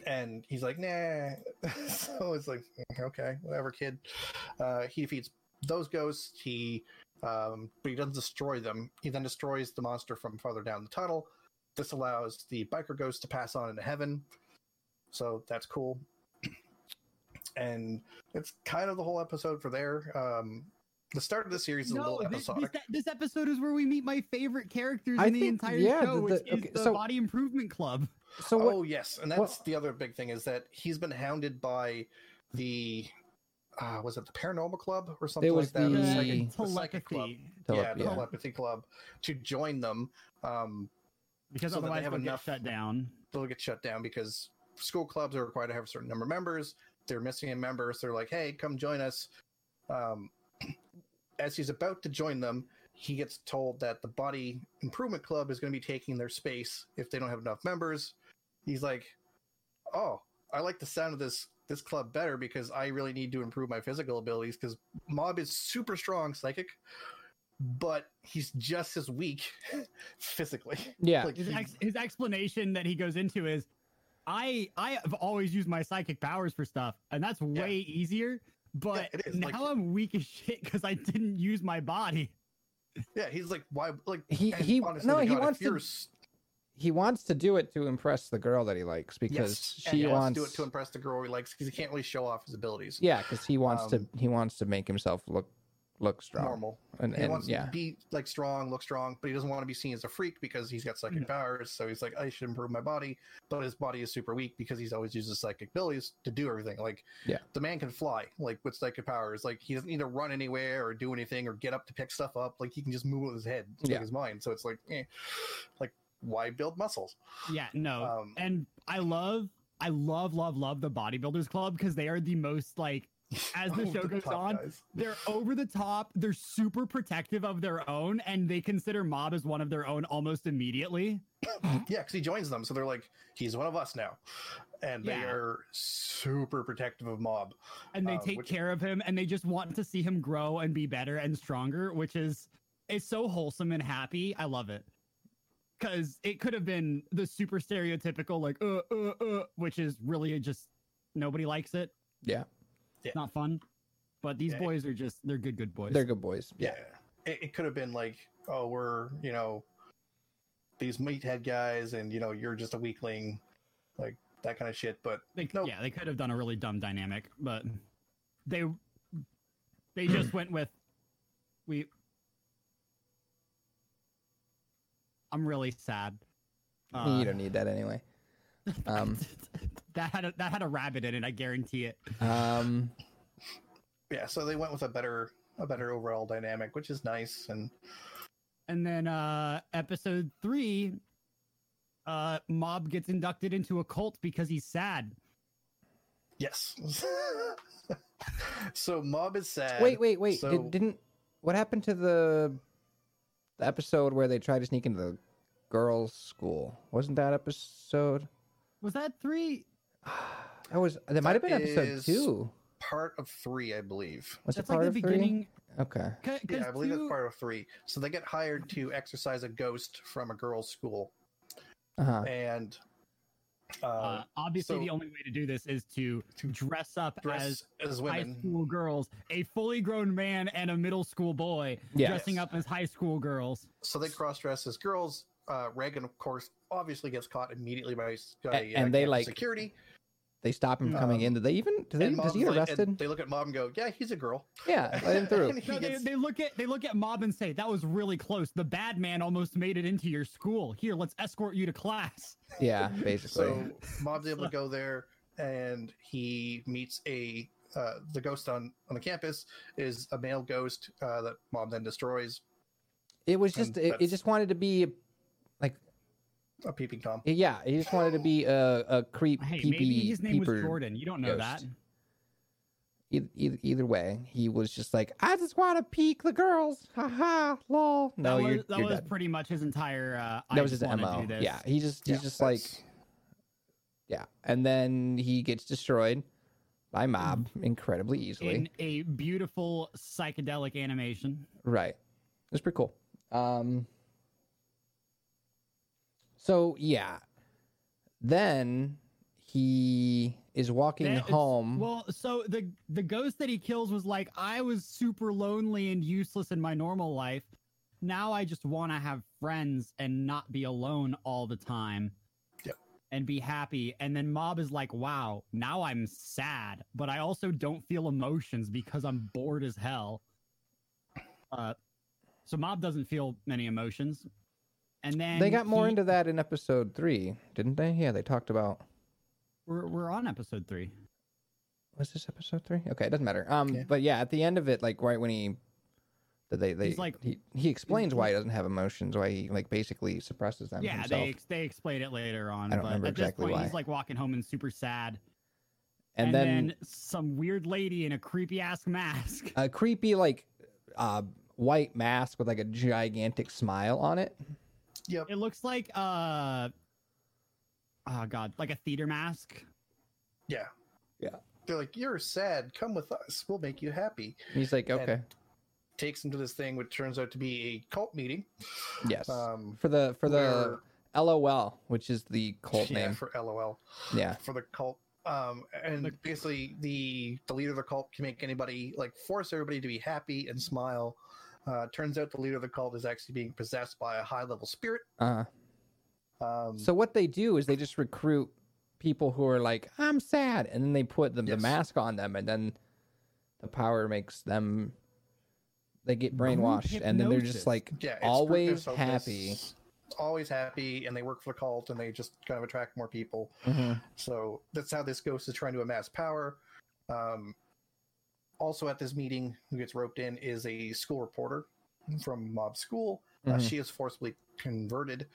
Speaker 3: and he's like nah so it's like "Mm, okay whatever kid uh he defeats those ghosts he um but he doesn't destroy them he then destroys the monster from farther down the tunnel this allows the biker ghost to pass on into heaven so that's cool and it's kind of the whole episode for there um the start of the series is a little
Speaker 4: this,
Speaker 3: episodic
Speaker 4: this, this episode is where we meet my favorite characters
Speaker 2: I
Speaker 4: in the
Speaker 2: think-
Speaker 4: entire
Speaker 2: yeah,
Speaker 4: show,
Speaker 2: the-
Speaker 4: which
Speaker 2: the- okay,
Speaker 4: is the
Speaker 2: so-
Speaker 4: Body Improvement Club.
Speaker 2: So what?
Speaker 3: oh yes, and that's the other big thing is that he's been hounded by the uh, was it the Paranormal Club or something
Speaker 2: was
Speaker 3: like that?
Speaker 2: the-
Speaker 3: or
Speaker 4: The
Speaker 2: Psychic-
Speaker 3: the Psychic Club.
Speaker 4: telepathy,
Speaker 3: yeah,
Speaker 2: Telep-
Speaker 3: the
Speaker 2: yeah.
Speaker 3: Telepathy Club to join them. Um,
Speaker 4: because
Speaker 3: So that they
Speaker 4: otherwise
Speaker 3: have
Speaker 4: they'll
Speaker 3: enough-
Speaker 4: get shut down.
Speaker 3: they'll get shut down because school clubs are required to have a certain number of members. They're missing a member, so they're like, "Hey, come join us." Um, as he's about to join them, he gets told that the Body Improvement Club is going to be taking their space if they don't have enough members. He's like, "Oh, I like the sound of this this club better because I really need to improve my physical abilities because Mob is super strong psychic." But he's just as weak physically.
Speaker 2: Yeah.
Speaker 3: Like,
Speaker 4: His,
Speaker 3: he-
Speaker 4: ex- his explanation that he goes into is, I I have always used my psychic powers for stuff, and that's way easier. But
Speaker 3: it is,
Speaker 4: now
Speaker 3: like-
Speaker 4: I'm weak as shit because I didn't use my body.
Speaker 3: Yeah, he's like, why? Like
Speaker 2: He-
Speaker 3: and
Speaker 2: he-
Speaker 3: honestly
Speaker 2: no,
Speaker 3: to
Speaker 2: he
Speaker 3: God, if
Speaker 2: wants to-
Speaker 3: you're s-
Speaker 2: He wants to do it to impress the girl that he likes because
Speaker 3: yes, and
Speaker 2: she
Speaker 3: he
Speaker 2: wants
Speaker 3: to do it to impress the girl he likes because he can't really show off his abilities.
Speaker 2: Yeah, because he wants
Speaker 3: Um,
Speaker 2: to he wants to make himself look look strong.
Speaker 3: normal.
Speaker 2: And,
Speaker 3: he
Speaker 2: and-
Speaker 3: wants
Speaker 2: yeah,
Speaker 3: to be like strong, look strong, but he doesn't want to be seen as a freak because he's got
Speaker 2: Mm-hmm.
Speaker 3: psychic
Speaker 4: No.
Speaker 3: powers. So he's like, I should improve my body, but his body is super weak because he's always uses psychic abilities to do everything. Like,
Speaker 2: Yeah.
Speaker 3: the man can fly, like with psychic powers. Like he doesn't need to run anywhere or do anything or get up to pick stuff up. Like he can just move with his head, with
Speaker 2: Yeah.
Speaker 3: his mind. So it's like, eh, like why build muscles?
Speaker 4: Yeah, no.
Speaker 3: Um,
Speaker 4: and I love, I love, love, love the Bodybuilders Club because they are the most like, as the show goes
Speaker 3: top
Speaker 4: on,
Speaker 3: guys.
Speaker 4: they're over the top. They're super protective of their own, and they consider Mob as one of their own almost immediately.
Speaker 3: Yeah, because he joins them, so they're like, he's one of us now, and they
Speaker 4: Yeah.
Speaker 3: are super protective of Mob.
Speaker 4: And they
Speaker 3: Uh,
Speaker 4: take
Speaker 3: which-
Speaker 4: care of him, and they just want to see him grow and be better and stronger, which is it's so wholesome and happy. I love it because it could have been the super stereotypical like uh uh uh, which is really just nobody likes it.
Speaker 2: yeah,
Speaker 3: Yeah.
Speaker 4: It's not fun. But these
Speaker 3: Yeah.
Speaker 4: boys are just they're good good boys.
Speaker 2: they're good boys.
Speaker 3: Yeah, it, it could have been like, oh, we're you know these meathead guys, and you know you're just a weakling, like that kind of shit. But
Speaker 4: They,
Speaker 3: No.
Speaker 4: Yeah, they could have done a really dumb dynamic, but they they just went with we. I'm really sad. Uh,
Speaker 2: you don't need that anyway. Uh, Um,
Speaker 4: that had a, that had a rabbit in it. I guarantee it.
Speaker 2: um,
Speaker 3: yeah, so they went with a better a better overall dynamic, which is nice. And
Speaker 4: And then uh episode three, uh Mob gets inducted into a cult because he's sad.
Speaker 3: yes, so Mob is sad.
Speaker 2: wait, wait, wait!
Speaker 3: so-
Speaker 2: Did, didn't what happened to the, the episode where they tried to sneak into the girls' school? Wasn't that episode?
Speaker 4: Was that three?
Speaker 2: That was that might have been
Speaker 3: That
Speaker 2: episode
Speaker 3: is-
Speaker 2: two.
Speaker 3: part of three, I believe.
Speaker 2: Was
Speaker 4: That's
Speaker 2: it part
Speaker 4: like the
Speaker 2: of three?
Speaker 4: beginning.
Speaker 2: Okay,
Speaker 4: Cause,
Speaker 3: Yeah, I believe
Speaker 4: two-
Speaker 3: it's part of three. So they get hired to exercise a ghost from a girl's school,
Speaker 2: uh-huh.
Speaker 3: and uh,
Speaker 4: Uh, obviously,
Speaker 3: so-
Speaker 4: the only way to do this is to dress up as
Speaker 3: dress as,
Speaker 4: high
Speaker 3: women.
Speaker 4: school girls, a fully grown man and a middle school boy
Speaker 2: Yeah.
Speaker 4: dressing
Speaker 3: Yes.
Speaker 4: up as high school girls.
Speaker 3: So they cross dress as girls. Uh, Reagan, of course, obviously gets caught immediately by, s- by
Speaker 2: A-
Speaker 3: uh,
Speaker 2: and they,
Speaker 3: campus
Speaker 2: like,
Speaker 3: security.
Speaker 2: They stop him from coming
Speaker 3: Um,
Speaker 2: in. Did they even? Did they?
Speaker 3: and
Speaker 2: Does
Speaker 3: Mob's
Speaker 2: he get
Speaker 3: like- and
Speaker 2: arrested?
Speaker 3: they look at Mob and go, "Yeah, he's a girl."
Speaker 2: Yeah, let him through.
Speaker 3: And he
Speaker 4: No, they,
Speaker 3: gets-
Speaker 4: they look at they look at Mob and say, "That was really close. The bad man almost made it into your school. Here, let's escort you to class."
Speaker 2: yeah, basically.
Speaker 3: So Mob's able to go there, and he meets a uh, the ghost on on the campus is a male ghost uh, that Mob then destroys.
Speaker 2: It was
Speaker 3: And
Speaker 2: just it, it
Speaker 3: um, that's-
Speaker 2: just wanted to be like
Speaker 3: A peeping tom.
Speaker 2: yeah, it just wanted to be a, a creep
Speaker 4: Hey,
Speaker 2: peepy
Speaker 4: maybe his name was
Speaker 2: peeper.
Speaker 4: Jordan. You don't know
Speaker 2: ghost.
Speaker 4: that.
Speaker 2: Either, either, e-, either way, he was just like, I just want to peek the girls. Ha ha, lol. No,
Speaker 4: that was,
Speaker 2: you're,
Speaker 4: that
Speaker 2: you're
Speaker 4: was
Speaker 2: dead.
Speaker 4: pretty much his entire. Uh,
Speaker 2: that
Speaker 4: I
Speaker 2: was his
Speaker 4: just wanna
Speaker 2: MO.
Speaker 4: Do this.
Speaker 2: Yeah, he just he's
Speaker 3: Yeah,
Speaker 2: just like
Speaker 3: that's-
Speaker 2: yeah, and then he gets destroyed by mob incredibly easily.
Speaker 4: Mm-hmm. in a beautiful psychedelic animation.
Speaker 2: Right. It's pretty cool. Um So yeah. Then he is walking
Speaker 4: That- it's-
Speaker 2: home.
Speaker 4: Well, so the the ghost that he kills was like, I was super lonely and useless in my normal life. Now I just want to have friends and not be alone all the time.
Speaker 3: Yep.
Speaker 4: And be happy. And then Mob is like, wow, now I'm sad, but I also don't feel emotions because I'm bored as hell. Uh, so Mob doesn't feel many emotions. And then
Speaker 2: they got more
Speaker 4: he-
Speaker 2: into that in episode three, didn't they? Yeah, they talked about
Speaker 4: We're, we're on episode three.
Speaker 2: was this episode three? Okay, it doesn't matter. Um
Speaker 3: Yeah.
Speaker 2: but yeah, at the end of it, like right when he that they they
Speaker 4: He's like-
Speaker 2: he, he explains why he doesn't have emotions, why he like basically suppresses them
Speaker 4: yeah,
Speaker 2: himself.
Speaker 4: they ex- they explain it later on.
Speaker 2: I don't
Speaker 4: but
Speaker 2: remember
Speaker 4: at this
Speaker 2: exactly
Speaker 4: point,
Speaker 2: why.
Speaker 4: he's like walking home and super sad.
Speaker 2: and, then,
Speaker 4: some weird lady in a creepy ass mask.
Speaker 2: a creepy like uh white mask with like a gigantic smile on it.
Speaker 3: Yep.
Speaker 4: It looks like uh oh god, like a theater mask.
Speaker 3: Yeah.
Speaker 2: Yeah.
Speaker 3: They're like, you're sad. Come with us. We'll make you happy.
Speaker 2: And he's like,
Speaker 3: And-
Speaker 2: okay,
Speaker 3: Takes him to this thing, which turns out to be a cult meeting.
Speaker 2: yes,
Speaker 3: Um,
Speaker 2: for the for the
Speaker 3: where-
Speaker 2: LOL, which is the cult
Speaker 3: yeah,
Speaker 2: name.
Speaker 3: for LOL.
Speaker 2: yeah,
Speaker 3: for the cult. Um, and
Speaker 4: Like-
Speaker 3: basically, the the leader of the cult can make anybody like force everybody to be happy and smile. Uh, turns out the leader of the cult is actually being possessed by a high level spirit.
Speaker 2: uh,
Speaker 3: Um,
Speaker 2: so what they do is they just recruit people who are like, I'm sad, and then they put the, the
Speaker 3: Yes.
Speaker 2: mask on them, and then the power makes them. They get brainwashed, and then they're just
Speaker 4: hypnosis.
Speaker 2: like
Speaker 3: yeah, it's
Speaker 2: always
Speaker 3: group
Speaker 2: happy.
Speaker 3: focus, always happy, and they work for the cult, and they just kind of attract more people.
Speaker 2: Mhm.
Speaker 3: So that's how this ghost is trying to amass power. Um, also, at this meeting, who gets roped in is a school reporter from Mob School. Uh,
Speaker 2: Mhm.
Speaker 3: she is forcibly converted.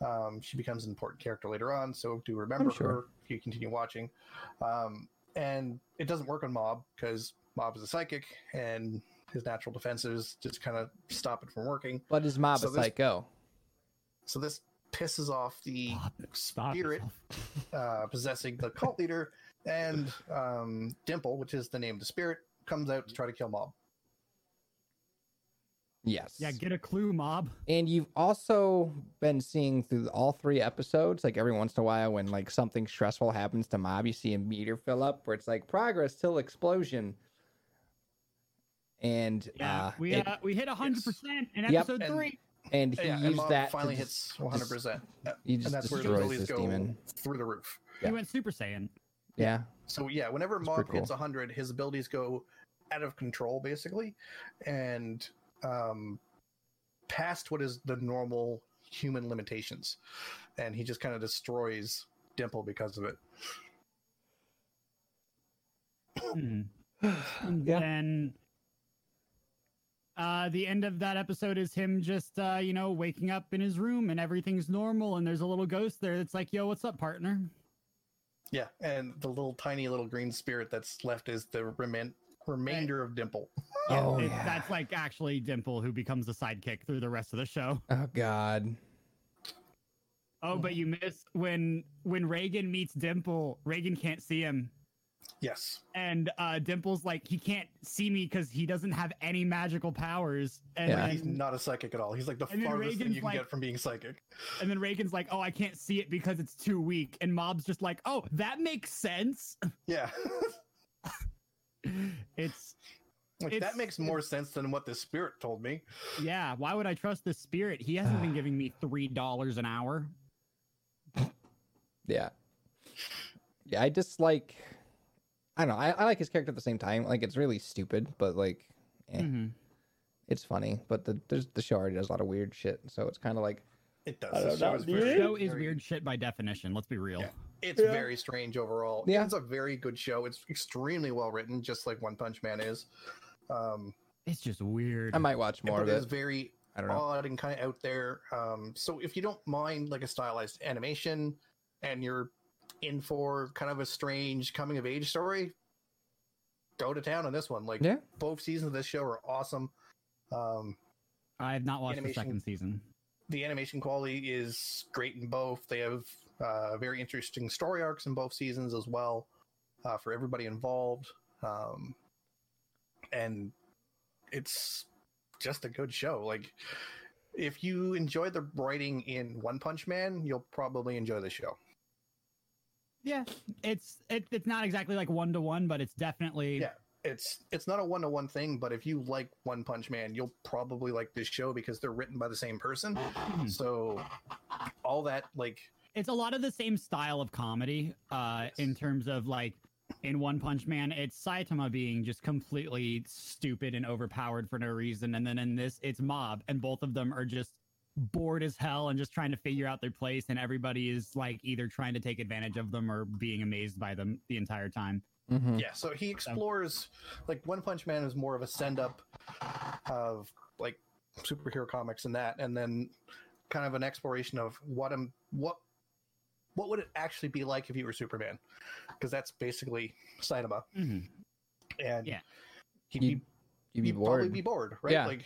Speaker 3: Um, she becomes an important character later on, so do remember
Speaker 2: sure.
Speaker 3: her if you continue watching. Um, and it doesn't work on Mob because Mob is a psychic, and his natural defenses just kind of stop it from working.
Speaker 2: But his mob
Speaker 3: So
Speaker 2: is
Speaker 3: this-
Speaker 2: psycho.
Speaker 3: So this pisses off the
Speaker 4: Stop
Speaker 3: spirit
Speaker 4: yourself.
Speaker 3: uh, possessing the cult leader, and um, Dimple, which is the name of the spirit, comes out to try to kill Mob.
Speaker 2: Yes.
Speaker 4: Yeah, get a clue, mob.
Speaker 2: And you've also been seeing through all three episodes, like every once in a while, when like something stressful happens to Mob, you see a meter fill up where it's like progress till explosion. And
Speaker 4: Yeah,
Speaker 2: uh,
Speaker 4: we
Speaker 2: it-
Speaker 4: uh, we hit hundred percent in
Speaker 2: Yep.
Speaker 4: episode
Speaker 3: And-
Speaker 4: three.
Speaker 2: and he
Speaker 3: yeah,
Speaker 2: used
Speaker 3: and Mob
Speaker 2: that to
Speaker 3: finally
Speaker 2: just-
Speaker 3: hits 100. percent
Speaker 2: He
Speaker 3: and
Speaker 2: just
Speaker 3: that's where the
Speaker 2: destroys
Speaker 3: abilities
Speaker 2: this
Speaker 3: go
Speaker 2: demon.
Speaker 3: through the roof.
Speaker 2: Yeah.
Speaker 4: He went Super Saiyan.
Speaker 2: Yeah,
Speaker 3: So yeah, whenever
Speaker 2: That's
Speaker 3: Mob
Speaker 2: pretty cool.
Speaker 3: hits 100, his abilities go out of control basically, and um, past what is the normal human limitations, and he just kind of destroys Dimple because of it.
Speaker 4: Mhm. And
Speaker 2: yeah.
Speaker 4: Then uh, the end of that episode is him just uh, you know waking up in his room and everything's normal and there's a little ghost there that's like, yo, what's up, partner?
Speaker 3: Yeah, and the little tiny little green spirit that's left is the reman- remainder of Dimple.
Speaker 4: Yeah,
Speaker 2: Oh,
Speaker 4: it-
Speaker 2: yeah.
Speaker 4: that's like actually Dimple who becomes the sidekick through the rest of the show.
Speaker 2: Oh God.
Speaker 4: Oh, but you miss when when Reagan meets Dimple, Reagan can't see him.
Speaker 3: Yes,
Speaker 4: And uh Dimple's like, he can't see me because he doesn't have any magical powers. And,
Speaker 2: Yeah.
Speaker 3: he's
Speaker 4: then,
Speaker 3: not a psychic at all. He's like the
Speaker 4: And then
Speaker 3: farthest thing
Speaker 4: Reagan's
Speaker 3: you can
Speaker 4: like-
Speaker 3: get from being psychic.
Speaker 4: and then Reagan's like, Oh, I can't see it because it's too weak. And Mob's just like, Oh, that makes sense.
Speaker 3: Yeah,
Speaker 4: it's
Speaker 3: like,
Speaker 4: It's-
Speaker 3: that makes more sense than what this spirit told me.
Speaker 4: yeah, why would I trust this spirit? He hasn't been giving me three dollars an hour.
Speaker 2: Yeah. Yeah, I dislike. I don't know. I, I like his character at the same time. Like it's really stupid, but like, eh,
Speaker 3: Mm-hmm.
Speaker 4: Mhm.
Speaker 2: it's funny. But the there's, the show already does a lot of weird shit, so it's kind of like
Speaker 3: It
Speaker 2: I
Speaker 3: does. The
Speaker 2: don't
Speaker 3: show
Speaker 2: know,
Speaker 3: is
Speaker 2: dude.
Speaker 3: very,
Speaker 4: Show is
Speaker 3: very-
Speaker 4: weird shit by definition, let's be real.
Speaker 3: Yeah. It's
Speaker 2: Yeah.
Speaker 3: very strange overall.
Speaker 2: Yeah.
Speaker 3: It's a very good show. It's extremely well written, just like One Punch Man is. Um,
Speaker 4: It's just weird.
Speaker 2: I might watch more
Speaker 3: but
Speaker 2: of
Speaker 3: it is
Speaker 2: it.
Speaker 3: very
Speaker 2: I don't know.
Speaker 3: odd and kind of out there. Um, so if you don't mind like a stylized animation, and you're in for kind of a strange coming of age story, go to town on this one. Like
Speaker 2: Yeah.
Speaker 3: both seasons of this show are awesome. Um,
Speaker 4: I have not watched
Speaker 3: Animation.
Speaker 4: the second season.
Speaker 3: the animation quality is great in both. They have uh, very interesting story arcs in both seasons as well uh, for everybody involved, um, and it's just a good show. Like if you enjoy the writing in One Punch Man, you'll probably enjoy the show.
Speaker 4: Yeah, it's it, it's not exactly like one to one, but it's definitely
Speaker 3: Yeah. It's it's not a one to one thing, but if you like One Punch Man, you'll probably like this show because they're written by the same person.
Speaker 4: hmm, Mm.
Speaker 3: So all that like
Speaker 4: it's a lot of the same style of comedy uh
Speaker 3: Yes.
Speaker 4: in terms of like in one punch man it's saitama being just completely stupid and overpowered for no reason and then in this it's mob and both of them are just bored as hell and just trying to figure out their place and everybody is like either trying to take advantage of them or being amazed by them the entire time
Speaker 2: Mhm.
Speaker 3: Yeah, so he explores like One Punch Man is more of a send up of like superhero comics and that, and then kind of an exploration of what am what what would it actually be like if you were Superman? Because that's basically Saitama, and
Speaker 4: Yeah.
Speaker 3: he'd,
Speaker 2: You'd
Speaker 3: be,
Speaker 2: You'd be
Speaker 3: he'd probably
Speaker 2: bored.
Speaker 3: be bored, right?
Speaker 2: Yeah.
Speaker 3: Like,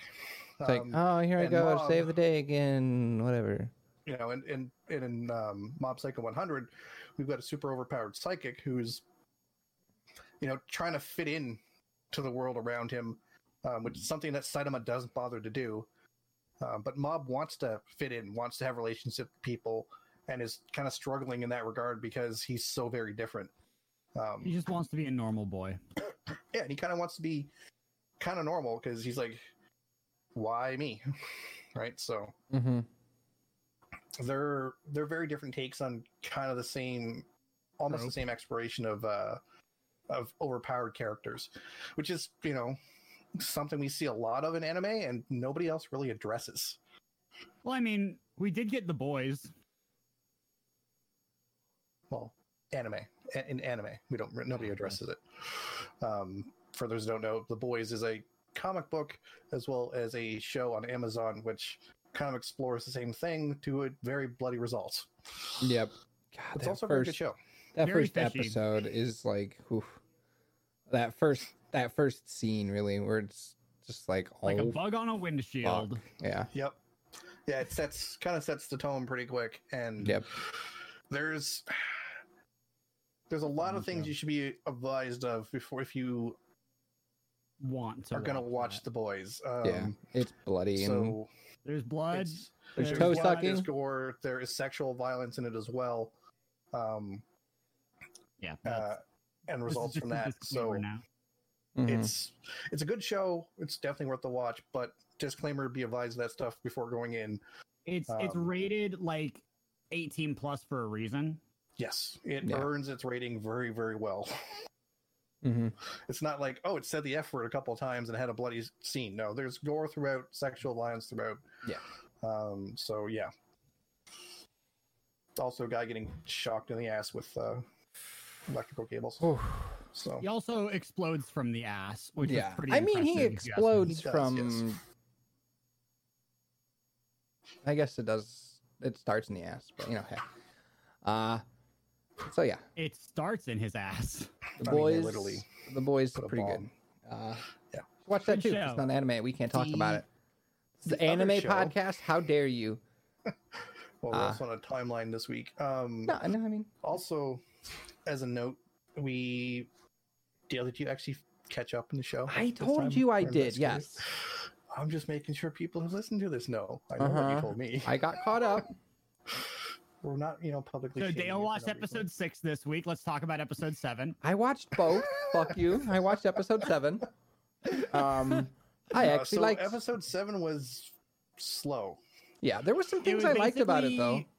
Speaker 2: It's like,
Speaker 3: um,
Speaker 2: oh, here I
Speaker 3: and
Speaker 2: go,
Speaker 3: Mob-
Speaker 2: save the day again, whatever.
Speaker 3: you know, and and and in um, Mob Psycho 100, we've got a super overpowered psychic who's, you know, trying to fit in to the world around him, um, which is something that Saitama doesn't bother to do. Um, but Mob wants to fit in, wants to have relationship with people, and is kind of struggling in that regard because he's so very different. Um,
Speaker 4: he just wants to be a normal boy
Speaker 3: yeah, and he kind of wants to be kind of normal because he's like, why me? right? So.
Speaker 2: Mm-hmm.
Speaker 3: they're they're very different takes on kind of the same almost the
Speaker 2: Trope.
Speaker 3: same exploration of uh of overpowered characters which is you know something we see a lot of in anime and nobody else really addresses
Speaker 4: well i mean we did get the boys
Speaker 3: well anime A- in anime we don't nobody addresses it um for those who don't know the boys is a comic book as well as a show on amazon which kind of explores the same thing to a very bloody result
Speaker 2: Yep. God,
Speaker 3: it's
Speaker 2: that
Speaker 3: also a very
Speaker 2: first,
Speaker 3: good show
Speaker 2: That
Speaker 4: Very
Speaker 2: first
Speaker 4: fishy.
Speaker 2: episode is like, oof. that first that first scene really, where it's just like, oh,
Speaker 4: like a bug on a windshield
Speaker 2: yeah,
Speaker 3: Yep. Yeah, it sets kind of sets the tone pretty quick, and
Speaker 2: yep,
Speaker 3: there's there's a lot of
Speaker 4: Okay.
Speaker 3: things you should be advised of before if you
Speaker 4: want to
Speaker 3: are going to watch
Speaker 4: that.
Speaker 3: the boys. Um,
Speaker 2: yeah. It's bloody and
Speaker 3: So
Speaker 4: there's blood
Speaker 3: it's-
Speaker 2: there's
Speaker 4: there's
Speaker 2: toe
Speaker 4: blood,
Speaker 3: blood,
Speaker 2: sucking.
Speaker 3: there's gore. There is sexual violence in it as well, um,
Speaker 4: yeah that's-
Speaker 3: uh, and
Speaker 4: this is
Speaker 3: results
Speaker 4: just
Speaker 3: from
Speaker 4: a
Speaker 3: that. So
Speaker 4: disclaimer now.
Speaker 2: Mhm.
Speaker 3: it's it's a good show. It's definitely worth the watch, but disclaimer: be advised of that stuff before going in.
Speaker 4: It's it's
Speaker 3: Um,
Speaker 4: rated like 18 plus for a reason.
Speaker 3: Yes, it
Speaker 2: Yeah.
Speaker 3: earns its rating very, very well.
Speaker 2: Mhm.
Speaker 3: It's not like, oh, it said the F word a couple of times and had a bloody scene. No, there's gore throughout, sexual violence throughout.
Speaker 2: Yeah.
Speaker 3: Um, so, yeah. Also, a guy getting shocked in the ass with uh, electrical cables.
Speaker 2: Oof.
Speaker 3: So,
Speaker 4: He also explodes from the ass, which
Speaker 2: yeah.
Speaker 4: is pretty.
Speaker 2: I mean, he
Speaker 4: impressive, if you ask me.
Speaker 2: explodes
Speaker 3: He does,
Speaker 2: from.
Speaker 3: yes.
Speaker 2: I guess it does. It starts in the ass, but you know, hey. Uh, so yeah,
Speaker 4: It starts in his ass.
Speaker 2: the
Speaker 3: I mean, they
Speaker 2: boys.
Speaker 3: literally
Speaker 2: the boys
Speaker 3: put a
Speaker 2: pretty good.
Speaker 3: bomb.
Speaker 2: Uh,
Speaker 3: Yeah.
Speaker 2: watch that too.
Speaker 4: Good show.
Speaker 2: It's not anime. We can't talk about
Speaker 3: The-
Speaker 2: it. It's the
Speaker 3: the other
Speaker 2: anime
Speaker 3: show-
Speaker 2: podcast. How dare you?
Speaker 3: well, we're
Speaker 2: Ah.
Speaker 3: also on a timeline this week. Um,
Speaker 2: No, no. I mean,
Speaker 3: Also, as a note, we. Dale, did you actually catch up in the show?
Speaker 2: I
Speaker 3: this time?
Speaker 2: told you I
Speaker 3: Or
Speaker 2: did.
Speaker 3: investigated?
Speaker 2: Yes,
Speaker 3: I'm just making sure people who listen to this know. I know what
Speaker 2: Uh-huh.
Speaker 3: you told me.
Speaker 2: I got caught up.
Speaker 3: We're not, you know, publicly.
Speaker 4: So
Speaker 3: shaming you
Speaker 4: Dale
Speaker 3: for
Speaker 4: watched
Speaker 3: no reason.
Speaker 4: episode six this week. Let's talk about episode seven.
Speaker 2: I watched both. Fuck you. I watched episode seven. Um, I
Speaker 3: Uh,
Speaker 2: actually
Speaker 3: so
Speaker 2: liked.
Speaker 3: episode seven was slow.
Speaker 2: Yeah, there were some
Speaker 4: It
Speaker 2: things
Speaker 4: was
Speaker 2: I liked about it though.
Speaker 4: basically-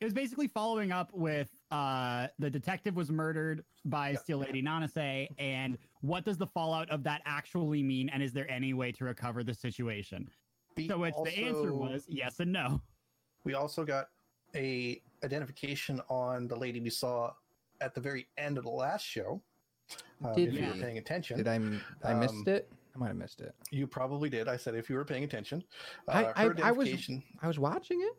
Speaker 4: It was basically following up with uh, the detective was murdered by Steel Lady Nanase, and what does the fallout of that actually mean? And is there any way to recover the situation?
Speaker 3: We
Speaker 4: So it's the answer
Speaker 3: also-
Speaker 4: was yes and no.
Speaker 3: we also got a identification on the lady we saw at the very end of the last show. Um,
Speaker 2: Did
Speaker 3: if you were
Speaker 4: we?
Speaker 3: paying attention,
Speaker 2: Did I? m- I missed
Speaker 3: Um,
Speaker 2: it. I might have missed it.
Speaker 3: you probably did. I said if you were paying attention, uh,
Speaker 2: I- I-
Speaker 3: her
Speaker 2: I was-
Speaker 3: identification.
Speaker 2: I was watching it.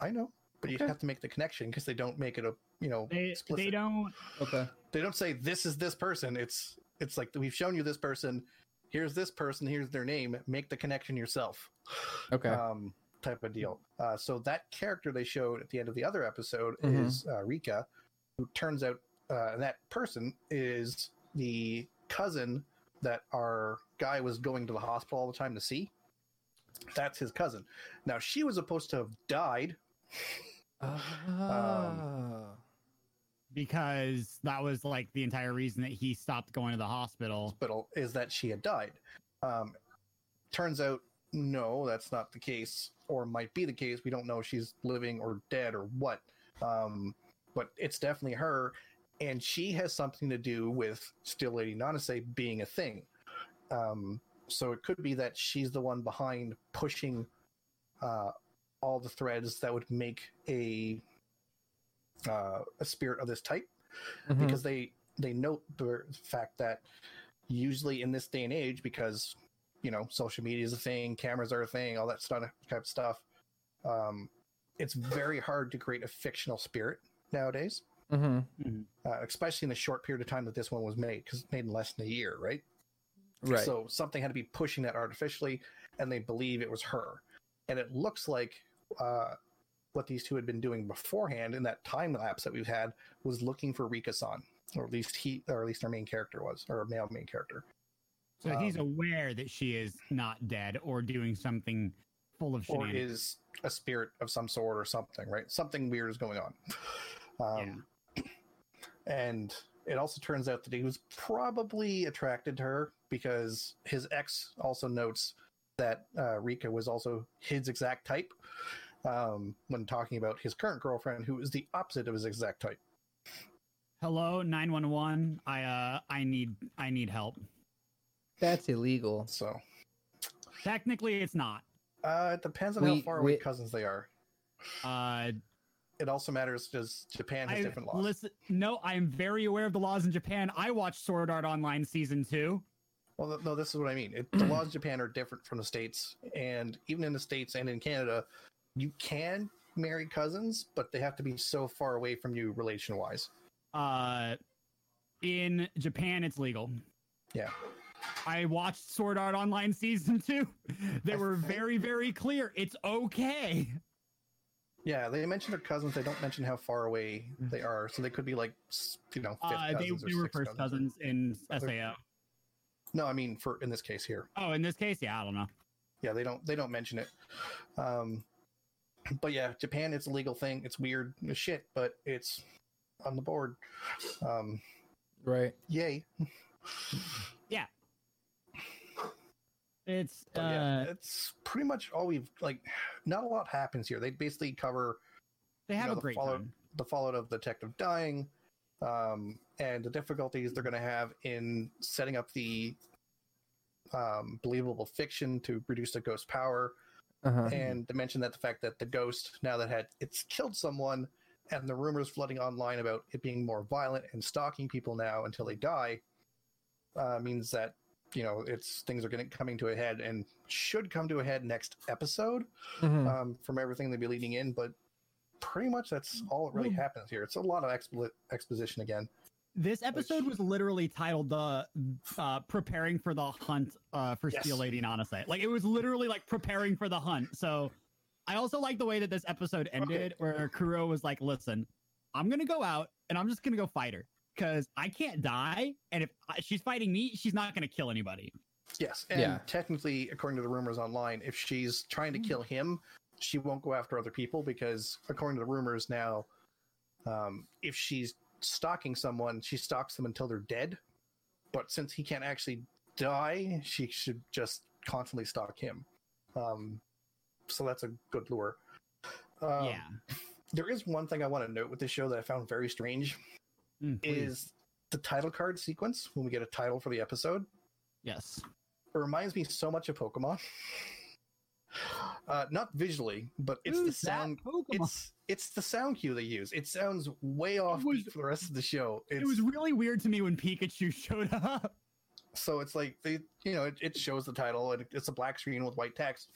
Speaker 3: I, know, but
Speaker 2: Okay.
Speaker 3: you have to make the connection because they don't make it a you know
Speaker 4: They
Speaker 3: explicit.
Speaker 4: they don't
Speaker 2: Okay.
Speaker 3: They don't say this is this person. It's It's like we've shown you this person, here's this person, here's their name. Make the connection yourself.
Speaker 2: Okay.
Speaker 3: um, type of deal. Uh, so that character they showed at the end of the other episode
Speaker 2: Mhm.
Speaker 3: is uh, Rika, who turns out uh, that person is the cousin that our guy was going to the hospital all the time to see. That's his cousin. Now she was supposed to have died.
Speaker 2: Ah.
Speaker 4: because that was like the entire reason that he stopped going to the hospital.
Speaker 3: Hospital is that she had died. Um, turns out no, that's not the case, or might be the case. We don't know if she's living or dead or what. Um, but it's definitely her, and she has something to do with Still Lady Nanase being a thing. Um, so it could be that she's the one behind pushing uh, all the threads that would make a uh, a spirit of this type
Speaker 2: Mhm.
Speaker 3: because they they note the fact that usually in this day and age because you know social media is a thing cameras are a thing all that stuff type of stuff um, it's very hard to create a fictional spirit nowadays
Speaker 2: Mhm.
Speaker 3: uh, especially in the short period of time that this one was made because it's made in less than a year right
Speaker 2: Right.
Speaker 3: so something had to be pushing that artificially, and they believe it was her. And it looks like uh, what these two had been doing beforehand in that time lapse that we've had was looking for Rika-san, or at least he, or at least our main character was, or our male main character.
Speaker 4: So he's
Speaker 3: Um,
Speaker 4: aware that she is not dead or doing something full of
Speaker 3: or
Speaker 4: shenanigans.
Speaker 3: is a spirit of some sort or something, right? Something weird is going on. Um, And it also turns out that he was probably attracted to her because his ex also notes that uh, Rika was also his exact type um, when talking about his current girlfriend, who is the opposite of his exact type.
Speaker 4: Hello, nine one one. I uh, I need I need help.
Speaker 2: That's illegal.
Speaker 3: So
Speaker 4: Technically, it's not.
Speaker 3: uh, it depends on how
Speaker 2: We-
Speaker 3: far away
Speaker 2: we-
Speaker 3: cousins they are.
Speaker 4: Uh,
Speaker 3: It also matters because Japan has
Speaker 4: I-
Speaker 3: different laws.
Speaker 4: Listen, no, I am very aware of the laws in Japan. I watched Sword Art Online season two.
Speaker 3: Well, th- no, this is what I mean. It, the laws in Japan are different from the states, and even in the states and in Canada, you can marry cousins, but they have to be so far away from you relation wise.
Speaker 4: Uh, in Japan, it's legal.
Speaker 3: Yeah.
Speaker 4: I watched Sword Art Online season two. They
Speaker 3: I
Speaker 4: were
Speaker 3: think-
Speaker 4: very, very clear. It's okay.
Speaker 3: Yeah, they mention their cousins. They don't mention how far away they are, so they could be like, s- you know, fifth
Speaker 4: Mm-hmm. Uh, they,
Speaker 3: cousins or
Speaker 4: they were
Speaker 3: sixth
Speaker 4: first cousins in SAO.
Speaker 3: No, I mean for in this case here.
Speaker 4: Oh, in this case, yeah, I don't know.
Speaker 3: yeah they don't they don't mention it um but yeah japan it's a legal thing it's weird as shit but it's on the board um
Speaker 2: Right.
Speaker 3: yay
Speaker 4: It's uh,
Speaker 3: but Oh, yeah that's pretty much all we've like not a lot happens here they basically cover
Speaker 4: they have
Speaker 3: know,
Speaker 4: a
Speaker 3: the
Speaker 4: great
Speaker 3: follow-
Speaker 4: time.
Speaker 3: the fallout of the detective dying um and the difficulties they're going to have in setting up the um believable fiction to reduce the ghost power
Speaker 2: Uh-huh.
Speaker 3: and to mention that the fact that the ghost now that had it's killed someone and the rumors flooding online about it being more violent and stalking people now until they die uh, means that you know it's things are getting coming to a head and should come to a head next episode
Speaker 2: Mhm.
Speaker 3: um, from everything they'll be leading in but pretty much that's all that really
Speaker 4: Well-
Speaker 3: happens here it's a lot of expo- exposition again
Speaker 4: This episode was literally titled "The uh, Preparing for the Hunt uh, for Steel
Speaker 3: Yes.
Speaker 4: Lady Nanase." Like it was literally like preparing for the hunt. So, I also like the way that this episode ended, where Kuro was like, "Listen, I'm gonna go out and I'm just gonna go fight her because I can't die, and if I, she's fighting me, she's not gonna kill anybody."
Speaker 3: yes and
Speaker 2: Yeah.
Speaker 3: technically according to the rumors online if she's trying
Speaker 4: Hmm.
Speaker 3: to kill him she won't go after other people because according to the rumors now um, if she's stalking someone she stalks them until they're dead but since he can't actually die she should just constantly stalk him um, so that's a good lure um,
Speaker 4: yeah.
Speaker 3: there is one thing i want to note with this show that i found very strange
Speaker 4: Mm, please.
Speaker 3: is the title card sequence when we get a title for the episode
Speaker 4: yes.
Speaker 3: it reminds me so much of Pokemon. Uh, not visually, but it's the
Speaker 4: Who's that
Speaker 3: sound.
Speaker 4: Pokemon?
Speaker 3: It's it's the sound cue they use. It sounds way off
Speaker 4: was-
Speaker 3: beat for the rest of the show. It's,
Speaker 4: it was really weird to me when Pikachu showed up.
Speaker 3: so it's like they you know it, it shows the title and it's a black screen with white text,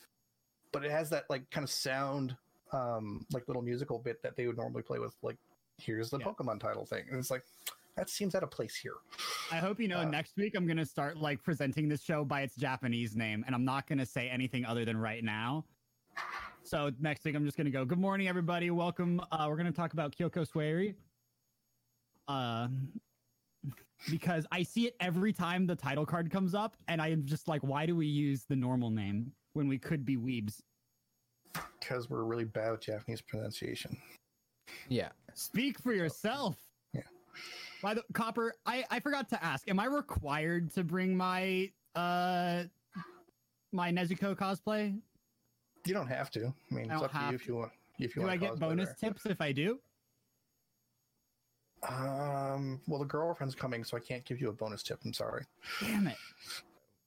Speaker 3: but it has that like kind of sound um like little musical bit that they would normally play with like here's the
Speaker 4: Yeah.
Speaker 3: Pokemon title thing and it's like that seems out of place here.
Speaker 4: I hope you know
Speaker 3: Uh,
Speaker 4: next week I'm gonna start like presenting this show by its Japanese name, and I'm not gonna say anything other than right now. So next week I'm just gonna go. Good morning, everybody. Welcome. Uh, we're gonna talk about Kyoko Swery. Uh, because I see it every time the title card comes up, and I am just like, why do we use the normal name when we could be weebs?
Speaker 3: Because we're really bad at Japanese pronunciation.
Speaker 2: Yeah.
Speaker 4: Speak for yourself.
Speaker 3: Yeah.
Speaker 4: By the copper, I I forgot to ask. Am I required to bring my uh my Nezuko cosplay?
Speaker 3: You don't have to. I mean, it's
Speaker 4: I don't
Speaker 3: up to
Speaker 4: have
Speaker 3: you if you want. If you
Speaker 4: Do
Speaker 3: want
Speaker 4: I
Speaker 3: to
Speaker 4: get
Speaker 3: cosplay
Speaker 4: bonus
Speaker 3: there.
Speaker 4: tips if I do?
Speaker 3: Um, well, the girlfriend's coming, so I can't give you a bonus tip. I'm sorry.
Speaker 4: Damn it!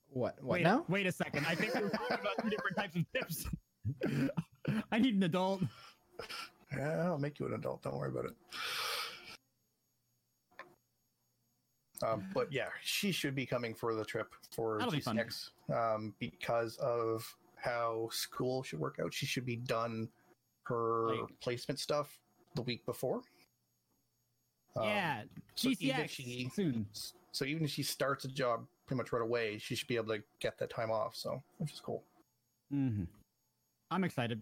Speaker 2: What? What
Speaker 4: wait,
Speaker 2: now?
Speaker 4: Wait a second. I think we we're talking about two different types of tips. I need an adult.
Speaker 3: Yeah, I'll make you an adult. Don't worry about it. Um, but yeah, she should be coming for the trip for
Speaker 4: That'll be fun.
Speaker 3: GCX um, because of how school should work out. She should be done her
Speaker 4: Like-
Speaker 3: placement stuff the week before. Um,
Speaker 4: yeah,
Speaker 3: so even
Speaker 4: GCX
Speaker 3: she-
Speaker 4: soon.
Speaker 3: s- So even if she starts a job pretty much right away, she should be able to get that time off. So which is cool.
Speaker 4: hmm I'm excited.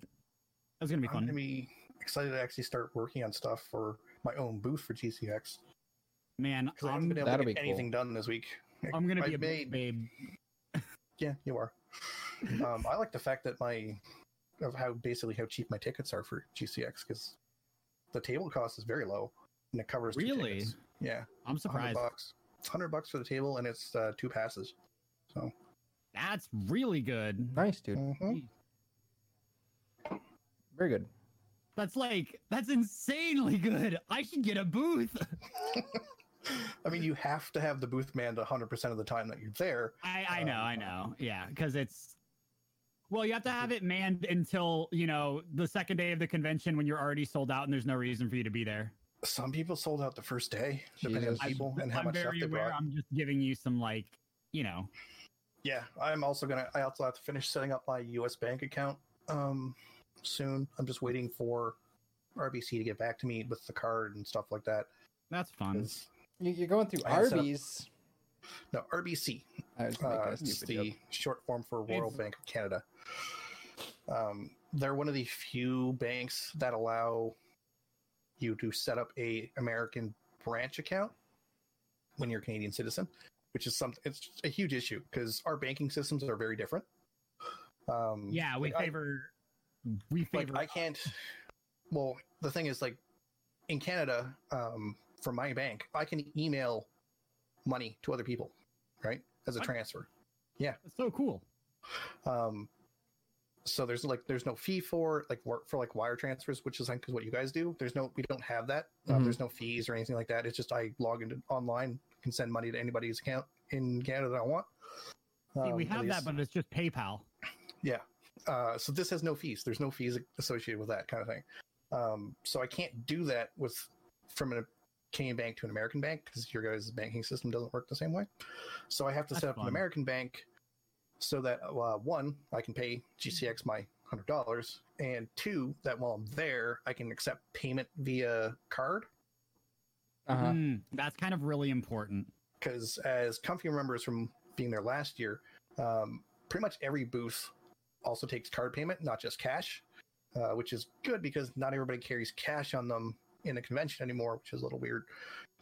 Speaker 4: That's gonna be
Speaker 3: I'm
Speaker 4: fun.
Speaker 3: gonna be excited to actually start working on stuff for my own booth for GCX.
Speaker 4: Man,
Speaker 3: Because I haven't
Speaker 4: I'm,
Speaker 3: been able to
Speaker 2: That'll
Speaker 3: get
Speaker 2: be cool.
Speaker 3: anything done this week.
Speaker 4: I'm gonna
Speaker 3: I
Speaker 4: be a
Speaker 3: made-
Speaker 4: babe.
Speaker 3: Yeah, you are. um, I like the fact that my of how basically how cheap my tickets are for GCX because the table cost is very low and it covers two
Speaker 4: Really?
Speaker 3: tickets. Yeah,
Speaker 4: I'm
Speaker 3: hundred
Speaker 4: surprised.
Speaker 3: bucks. Hundred bucks for the table and it's uh, two passes.
Speaker 4: That's really good.
Speaker 2: Nice, dude.
Speaker 3: Mhm.
Speaker 2: Very good.
Speaker 4: That's like that's insanely good. I should get a booth.
Speaker 3: I mean, you have to have the booth manned hundred percent of the time that you're there.
Speaker 4: I I know,
Speaker 3: Um,
Speaker 4: I know. Yeah, because it's well, you have to have it manned until you know the second day of the convention when you're already sold out and there's no reason for you to be there.
Speaker 3: Some people sold out the first day, depending
Speaker 2: Jesus.
Speaker 3: on people and how
Speaker 4: I'm
Speaker 3: much stuff
Speaker 4: very
Speaker 3: they
Speaker 4: aware.
Speaker 3: brought.
Speaker 4: I'm just giving you some like you know.
Speaker 3: Yeah, I'm also gonna. I also have to finish setting up my U.S. bank account um soon. I'm just waiting for RBC to get back to me with the card and stuff like that.
Speaker 4: That's fun.
Speaker 3: 'Cause-
Speaker 2: You- You're going through
Speaker 3: I have set up-
Speaker 2: Arby's.
Speaker 3: No, RBC.
Speaker 2: I was making
Speaker 3: Uh,
Speaker 2: a
Speaker 3: it's
Speaker 2: stupid
Speaker 3: the
Speaker 2: joke.
Speaker 3: short form for Royal
Speaker 4: It's-
Speaker 3: Bank of Canada. Um, they're one of the few banks that allow you to set up a American branch account when you're a Canadian citizen, which is something. It's a huge issue because our banking systems are very different. Um,
Speaker 4: Yeah, we
Speaker 3: like, I-
Speaker 4: favor. we
Speaker 3: like
Speaker 4: favor.
Speaker 3: I can't. Well, the thing is, like in Canada, um, for my bank, I can email money to other people, right, as a
Speaker 4: What?
Speaker 3: transfer.
Speaker 4: That's so cool.
Speaker 3: Um, so there's like there's no fee for like work for like wire transfers, which is like what you guys do. There's no we don't have that. Um,
Speaker 2: Mhm.
Speaker 3: there's no fees or anything like that. It's just I log into online, can send money to anybody's account in Canada that I want.
Speaker 4: See, we
Speaker 3: Um, at
Speaker 4: have that,
Speaker 3: least-
Speaker 4: but it's just PayPal.
Speaker 3: uh, so this has no fees. There's no fees associated with that kind of thing. Um, so I can't do that with from a Canadian bank to an American bank because your guys' banking system doesn't work the same way. So I have to
Speaker 4: That's
Speaker 3: set up
Speaker 4: fun.
Speaker 3: an American bank so that uh, one, I can pay GCX my hundred dollars, and two, that while I'm there, I can accept payment via card.
Speaker 2: Uh-huh.
Speaker 4: Mm, that's kind of really important.
Speaker 3: because as Comfy remembers from being there last year, um, pretty much every booth also takes card payment, not just cash, uh, which is good because not everybody carries cash on them in a convention anymore, which is a little weird.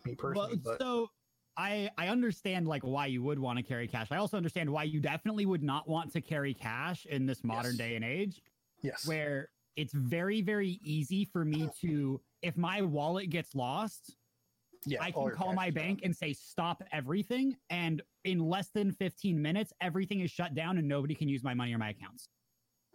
Speaker 3: Me personally,
Speaker 4: well,
Speaker 3: but
Speaker 4: so I I understand like why you would want to carry cash. I also understand why you definitely would not want to carry cash in this modern
Speaker 3: Yes.
Speaker 4: day and age
Speaker 3: yes,
Speaker 4: where it's very very easy for me to if my wallet gets lost,
Speaker 3: yeah,
Speaker 4: I
Speaker 3: all
Speaker 4: can
Speaker 3: your
Speaker 4: call
Speaker 3: cash
Speaker 4: my
Speaker 3: is gone.
Speaker 4: bank and say stop everything and in less than 15 minutes everything is shut down and nobody can use my money or my accounts.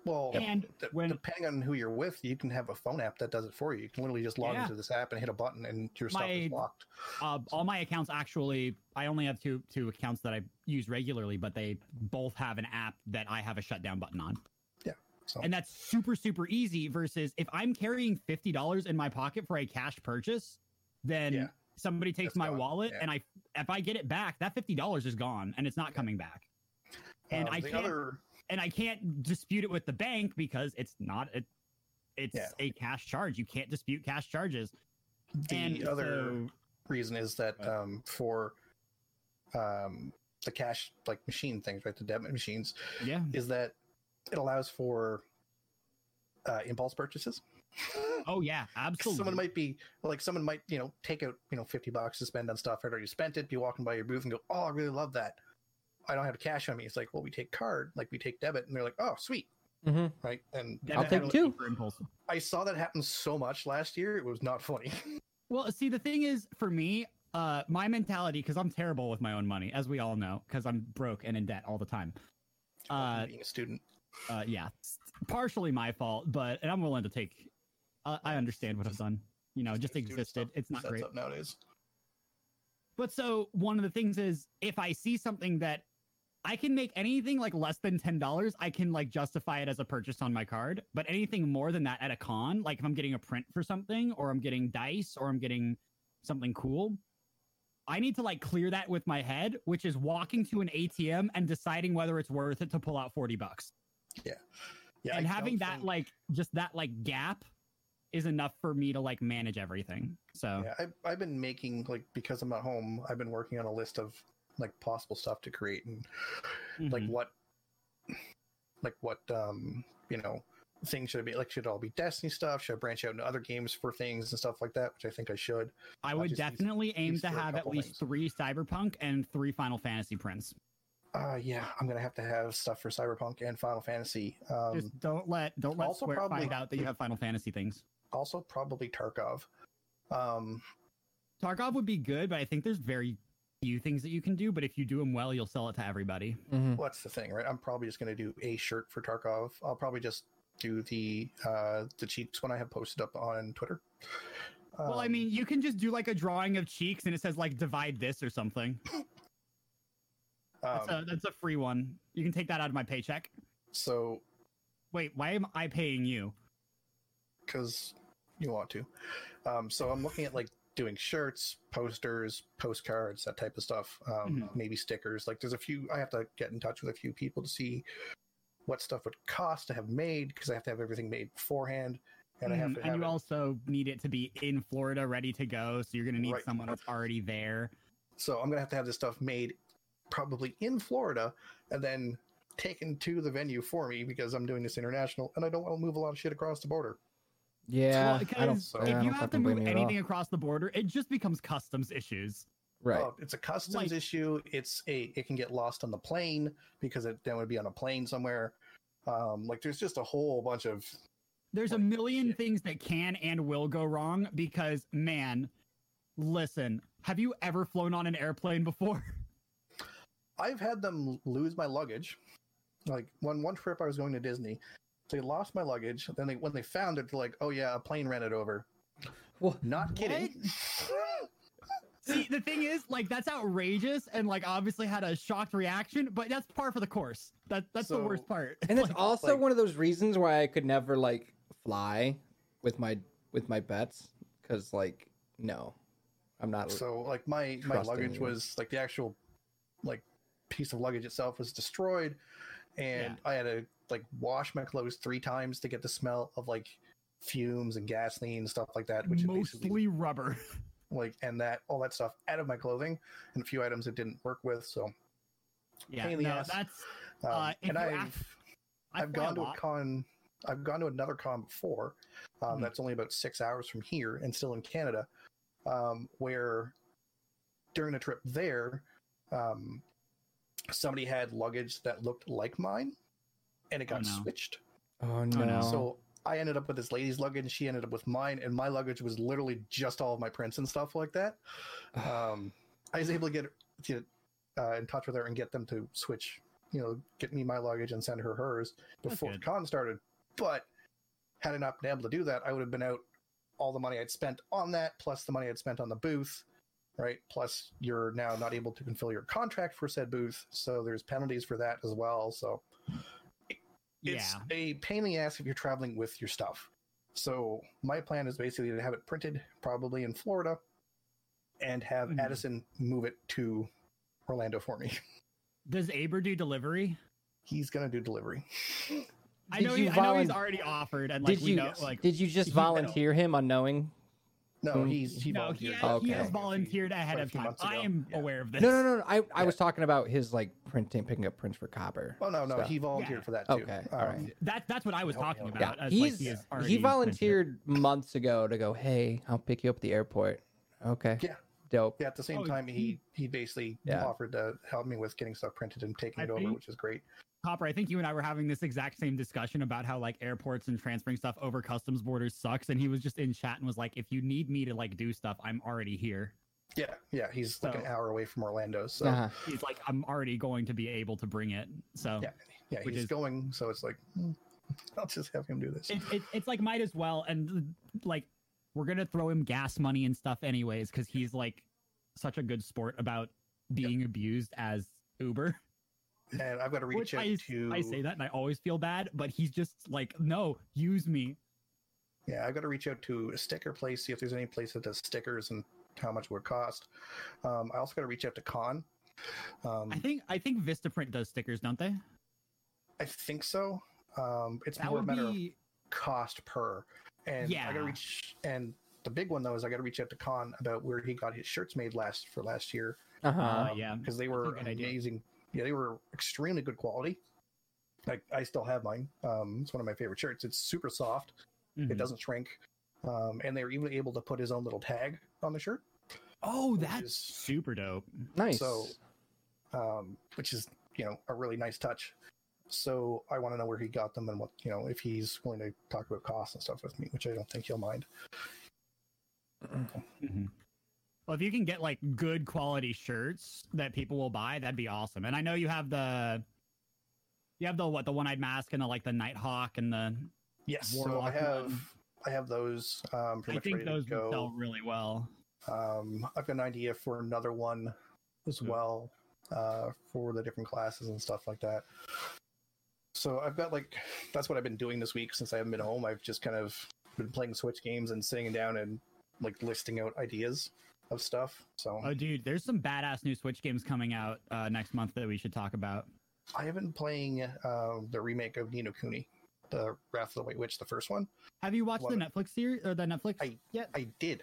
Speaker 3: Well,
Speaker 4: And
Speaker 3: de-
Speaker 4: when-
Speaker 3: depending on who you're with, you can have a phone app that does it for you. You can literally just log
Speaker 4: Yeah.
Speaker 3: into this app and hit a button, and your stuff
Speaker 4: My-
Speaker 3: is locked.
Speaker 4: Uh, all my accounts actually I only have two two accounts that I use regularly but they both have an app that I have a shutdown button on.
Speaker 3: So
Speaker 4: and that's super super easy versus if i'm carrying $50 in my pocket for a cash purchase then
Speaker 3: Yeah.
Speaker 4: somebody takes
Speaker 3: That's
Speaker 4: my
Speaker 3: gone,
Speaker 4: wallet
Speaker 3: yeah.
Speaker 4: and i if i get it back that $50 is gone and it's not coming back and
Speaker 3: um,
Speaker 4: I
Speaker 3: the
Speaker 4: can't-
Speaker 3: other
Speaker 4: and i can't dispute it with the bank because it's not it, it's
Speaker 3: Yeah.
Speaker 4: a cash charge you can't dispute cash charges
Speaker 3: the
Speaker 4: and
Speaker 3: other
Speaker 4: so
Speaker 3: reason is that
Speaker 5: Right.
Speaker 3: um, for um, the cash like machine things, right? The debit machines
Speaker 4: Yeah.
Speaker 3: is that it allows for uh, impulse purchases.
Speaker 4: Oh yeah, absolutely.
Speaker 3: Someone might be like, someone might you know take out you know fifty bucks to spend on stuff. I'd already spent it. Be walking by your booth and go, "Oh, I really love that." I don't have cash on me. It's like, well, we take card, like we take debit, and they're like, "Oh, sweet,
Speaker 2: Mm-hmm.
Speaker 3: right?" And
Speaker 4: Debit
Speaker 2: I'll take
Speaker 4: card
Speaker 2: two.
Speaker 4: for impulse.
Speaker 3: I saw that happen so much last year. It was not funny.
Speaker 4: Well, see, the thing is, for me, uh, my mentality, because I'm terrible with my own money, as we all know, because I'm broke and in debt all the time. Uh,
Speaker 3: being a student,
Speaker 4: uh, yeah, it's partially my fault, but and I'm willing to take. Uh, I understand what I've done. You know, just
Speaker 3: Student
Speaker 4: existed.
Speaker 3: stuff
Speaker 4: It's not
Speaker 3: sets
Speaker 4: great.
Speaker 3: up nowadays.
Speaker 4: But so one of the things is if I see something that I can make anything like less than ten dollars, I can like justify it as a purchase on my card. But anything more than that at a con, like if I'm getting a print for something, or I'm getting dice, or I'm getting something cool, I need to like clear that with my head, which is walking to an ATM and deciding whether it's worth it to pull out forty bucks.
Speaker 3: Yeah,
Speaker 4: and
Speaker 3: I
Speaker 4: having
Speaker 3: don't
Speaker 4: that
Speaker 3: think-
Speaker 4: like just that like gap is enough for me to like manage everything. So
Speaker 3: yeah, I, I've been making like because I'm at home. I've been working on a list of like possible stuff to create and like
Speaker 4: mhm.
Speaker 3: what, like what um you know things should it be like should it all be Destiny stuff? Should I branch out into other games for things and stuff like that? Which I think I should.
Speaker 4: I
Speaker 3: I'll
Speaker 4: would
Speaker 3: just use-
Speaker 4: definitely aim
Speaker 3: use
Speaker 4: to
Speaker 3: for a
Speaker 4: have at
Speaker 3: couple
Speaker 4: least
Speaker 3: things.
Speaker 4: three Cyberpunk and three Final Fantasy prints.
Speaker 3: Uh yeah, I'm gonna have to have stuff for Cyberpunk and Final Fantasy. Um,
Speaker 4: Just don't let don't let
Speaker 3: also
Speaker 4: Square
Speaker 3: probably-
Speaker 4: find out that you have Final Fantasy things.
Speaker 3: also probably Tarkov. Um,
Speaker 4: Tarkov would be good, but I think there's very few things that you can do. But if you do them well, you'll sell it to everybody.
Speaker 2: Mm-hmm.
Speaker 3: Well, that's the thing, right? I'm probably just going to do a shirt for Tarkov. I'll probably just do the uh, the cheats one I have posted up on Twitter.
Speaker 4: well, I
Speaker 3: Um,
Speaker 4: mean, you can just do like a drawing of cheeks and it says like divide this or something. That's,
Speaker 3: um,
Speaker 4: a, that's a free one. You can take that out of my paycheck.
Speaker 3: so
Speaker 4: Wait, why am I paying you?
Speaker 3: because you want to. Um, so I'm looking at like doing shirts, posters, postcards, that type of stuff. Um,
Speaker 4: Mhm.
Speaker 3: Maybe stickers. Like there's a few. I have to get in touch with a few people to see what stuff would cost to have made because I have to have everything made beforehand, and I have
Speaker 4: Mhm,
Speaker 3: to
Speaker 4: and
Speaker 3: have
Speaker 4: you
Speaker 3: it-
Speaker 4: also need it to be in Florida, ready to go. So you're gonna need
Speaker 3: Right.
Speaker 4: someone that's already there.
Speaker 3: So I'm gonna have to have this stuff made probably in Florida and then taken to the venue for me because I'm doing this international and I don't want to move a lot of shit across the border.
Speaker 2: Oh, Yeah,
Speaker 4: Well,
Speaker 2: I don't.
Speaker 4: because
Speaker 2: I
Speaker 3: if
Speaker 2: don't
Speaker 4: if you have to
Speaker 2: fucking
Speaker 4: move
Speaker 2: blame you at all.
Speaker 4: anything across the border, it just becomes customs issues.
Speaker 2: Right.
Speaker 3: Uh, it's a customs
Speaker 4: Like-
Speaker 3: issue. It's a it can get lost on the plane because it then would be on a plane somewhere. Um, like there's just a whole bunch of
Speaker 4: There's a
Speaker 3: Holy
Speaker 4: million
Speaker 3: shit.
Speaker 4: things that can and will go wrong because, man, listen, have you ever flown on an airplane before?
Speaker 3: I've had them lose my luggage. Like one one trip I was going to Disney. They lost my luggage. Then they when they found it, they're like, Oh yeah, a plane ran it over.
Speaker 2: Wha-
Speaker 3: Not kidding.
Speaker 4: See, the thing is, like, that's outrageous and, like, obviously had a shocked reaction, but that's par for the course. That, that's the worst
Speaker 3: So-
Speaker 4: part.
Speaker 2: and that's
Speaker 4: Like,
Speaker 2: also
Speaker 3: like-
Speaker 2: one of those reasons why I could never like fly with my with my bets because like no, I'm not.
Speaker 3: so like my my
Speaker 2: Trust
Speaker 3: luggage
Speaker 2: anyone.
Speaker 3: was like the actual like piece of luggage itself was destroyed and i had to like wash my clothes three times to get the smell of like fumes and gasoline and stuff like that which is basically
Speaker 4: mostly rubber.
Speaker 3: like and that all that stuff out of my clothing and a few items it didn't work with so um,
Speaker 4: Yeah,
Speaker 3: Pain in the
Speaker 4: no,
Speaker 3: ass.
Speaker 4: that's. Uh, if
Speaker 3: and
Speaker 4: you
Speaker 3: i've
Speaker 4: ask- I
Speaker 3: i've
Speaker 4: fly
Speaker 3: gone to a
Speaker 4: lot.
Speaker 3: con i've gone to another con before um,
Speaker 4: Hmm.
Speaker 3: that's only about six hours from here and still in canada um, where during a trip there, um, somebody had luggage that looked like mine, and it got
Speaker 4: Oh, no.
Speaker 3: switched.
Speaker 2: oh no.
Speaker 4: no.
Speaker 3: So I ended up with this lady's luggage, she ended up with mine, and my luggage was literally just all of my prints and stuff like that. Um, I was able to get to, uh, in touch with her and get them to switch, you know, get me my luggage and send her hers
Speaker 4: That's
Speaker 3: before the
Speaker 4: good.
Speaker 3: con started. But had I not been able to do that, I would have been out all the money I'd spent on that, plus the money I'd spent on the booth, right? Plus, you're now not able to fulfill your contract for said booth, so there's penalties for that as well. So it's
Speaker 4: Yeah.
Speaker 3: a pain in the ass if you're traveling with your stuff. So my plan is basically to have it printed probably in Florida and have
Speaker 4: Mhm.
Speaker 3: Addison move it to Orlando for me.
Speaker 4: Does Aber do delivery?
Speaker 3: He's gonna do delivery.
Speaker 4: I
Speaker 2: Did
Speaker 4: know,
Speaker 2: you
Speaker 4: he, I know he's
Speaker 2: volun-
Speaker 4: already offered, and like
Speaker 2: did
Speaker 4: we
Speaker 2: you
Speaker 4: know, like
Speaker 2: did you just
Speaker 4: you know.
Speaker 2: volunteer him unknowing?
Speaker 3: No,
Speaker 2: Hmm.
Speaker 3: he's he
Speaker 4: no, he,
Speaker 3: volunteered.
Speaker 4: has-
Speaker 2: Okay.
Speaker 4: he has volunteered ahead
Speaker 3: quite a
Speaker 4: of
Speaker 3: few
Speaker 4: time.
Speaker 3: months
Speaker 4: I
Speaker 3: ago.
Speaker 4: am
Speaker 3: Yeah.
Speaker 4: aware of this.
Speaker 2: No, no, no. no, I, I
Speaker 3: Yeah.
Speaker 2: was talking about his like printing, picking up prints for copper.
Speaker 3: Oh no, no,
Speaker 2: stuff.
Speaker 3: he volunteered
Speaker 4: Yeah.
Speaker 3: for that too. Um,
Speaker 2: Okay, all right.
Speaker 4: That, that's what I was
Speaker 3: Help me
Speaker 4: talking
Speaker 3: out.
Speaker 4: about.
Speaker 2: Yeah,
Speaker 4: as, like,
Speaker 2: he's-
Speaker 4: he, has already
Speaker 2: he
Speaker 4: mentioned it.
Speaker 2: volunteered months ago to go. Hey, I'll pick you up at the airport. Okay.
Speaker 3: Yeah.
Speaker 2: Dope.
Speaker 3: Yeah, at the same
Speaker 4: Oh,
Speaker 3: time, he he basically
Speaker 2: Yeah.
Speaker 3: offered to help me with getting stuff printed and taking
Speaker 4: I
Speaker 3: it over,
Speaker 4: think-
Speaker 3: which is great.
Speaker 4: Copper, I think you and I were having this exact same discussion about how like airports and transferring stuff over customs borders sucks. And he was just in chat and was like, if you need me to like do stuff, I'm already here.
Speaker 3: Yeah, yeah, he's like an
Speaker 4: So-
Speaker 3: hour away from Orlando, so
Speaker 2: Uh-huh.
Speaker 4: He's like, I'm already going to be able to bring it. So
Speaker 3: yeah, yeah,
Speaker 4: Which
Speaker 3: he's
Speaker 4: is-
Speaker 3: going. So it's like, "Hmm, I'll just have him do this.
Speaker 4: it, it, it's like might as well. And like we're gonna throw him gas money and stuff anyways, because he's like such a good sport about being abused as Uber.
Speaker 3: And I've got to reach
Speaker 4: Which
Speaker 3: out
Speaker 4: I,
Speaker 3: to.
Speaker 4: I say that and I always feel bad, but he's just like, no, use me.
Speaker 3: Yeah, I've got to reach out to a sticker place, see if there's any place that does stickers and how much it would cost. Um, I also got to reach out to Con. Um,
Speaker 4: I think I think Vistaprint does stickers, don't they?
Speaker 3: I think so. Um, it's
Speaker 4: That
Speaker 3: more a
Speaker 4: would
Speaker 3: matter of
Speaker 4: be
Speaker 3: cost per. And I gotta
Speaker 4: Yeah.
Speaker 3: reach and the big one though is I gotta reach out to Khan about where he got his shirts made last for last year.
Speaker 2: Uh-huh.
Speaker 3: um,
Speaker 4: Uh, yeah.
Speaker 3: Because they were
Speaker 4: good idea.
Speaker 3: amazing. Yeah, they were extremely good quality. Like I still have mine. Um, it's one of my favorite shirts. It's super soft. It
Speaker 4: mhm.
Speaker 3: doesn't shrink. Um, and they were even able to put his own little tag on the shirt.
Speaker 4: Oh,
Speaker 3: which
Speaker 4: that's
Speaker 3: is-
Speaker 4: super dope.
Speaker 2: Nice.
Speaker 3: So, um, which is you know a really nice touch. So I want to know where he got them and what you know if he's willing to talk about costs and stuff with me, which I don't think he'll mind.
Speaker 4: Well, if you can get like good quality shirts that people will buy, that'd be awesome. And I know you have the you have the what the one-eyed mask and the like the Nighthawk and the
Speaker 3: Yes,
Speaker 4: Warlock
Speaker 3: so I have
Speaker 4: one.
Speaker 3: I have those um, pretty
Speaker 4: I
Speaker 3: much
Speaker 4: think
Speaker 3: ready
Speaker 4: those
Speaker 3: to
Speaker 4: would sell
Speaker 3: go.
Speaker 4: really well.
Speaker 3: Um, I've got an idea for another one as
Speaker 4: Cool.
Speaker 3: well uh, for the different classes and stuff like that. So I've got like that's what I've been doing this week since I haven't been home. I've just kind of been playing Switch games and sitting down and like listing out ideas of stuff. So
Speaker 4: Oh dude, there's some badass new Switch games coming out uh, next month that we should talk about.
Speaker 3: I have been playing uh, the remake of Nino Cooney, the Wrath of the White Witch, the first one.
Speaker 4: Have you watched
Speaker 3: Love
Speaker 4: the Netflix series or the Netflix?
Speaker 3: I- I did.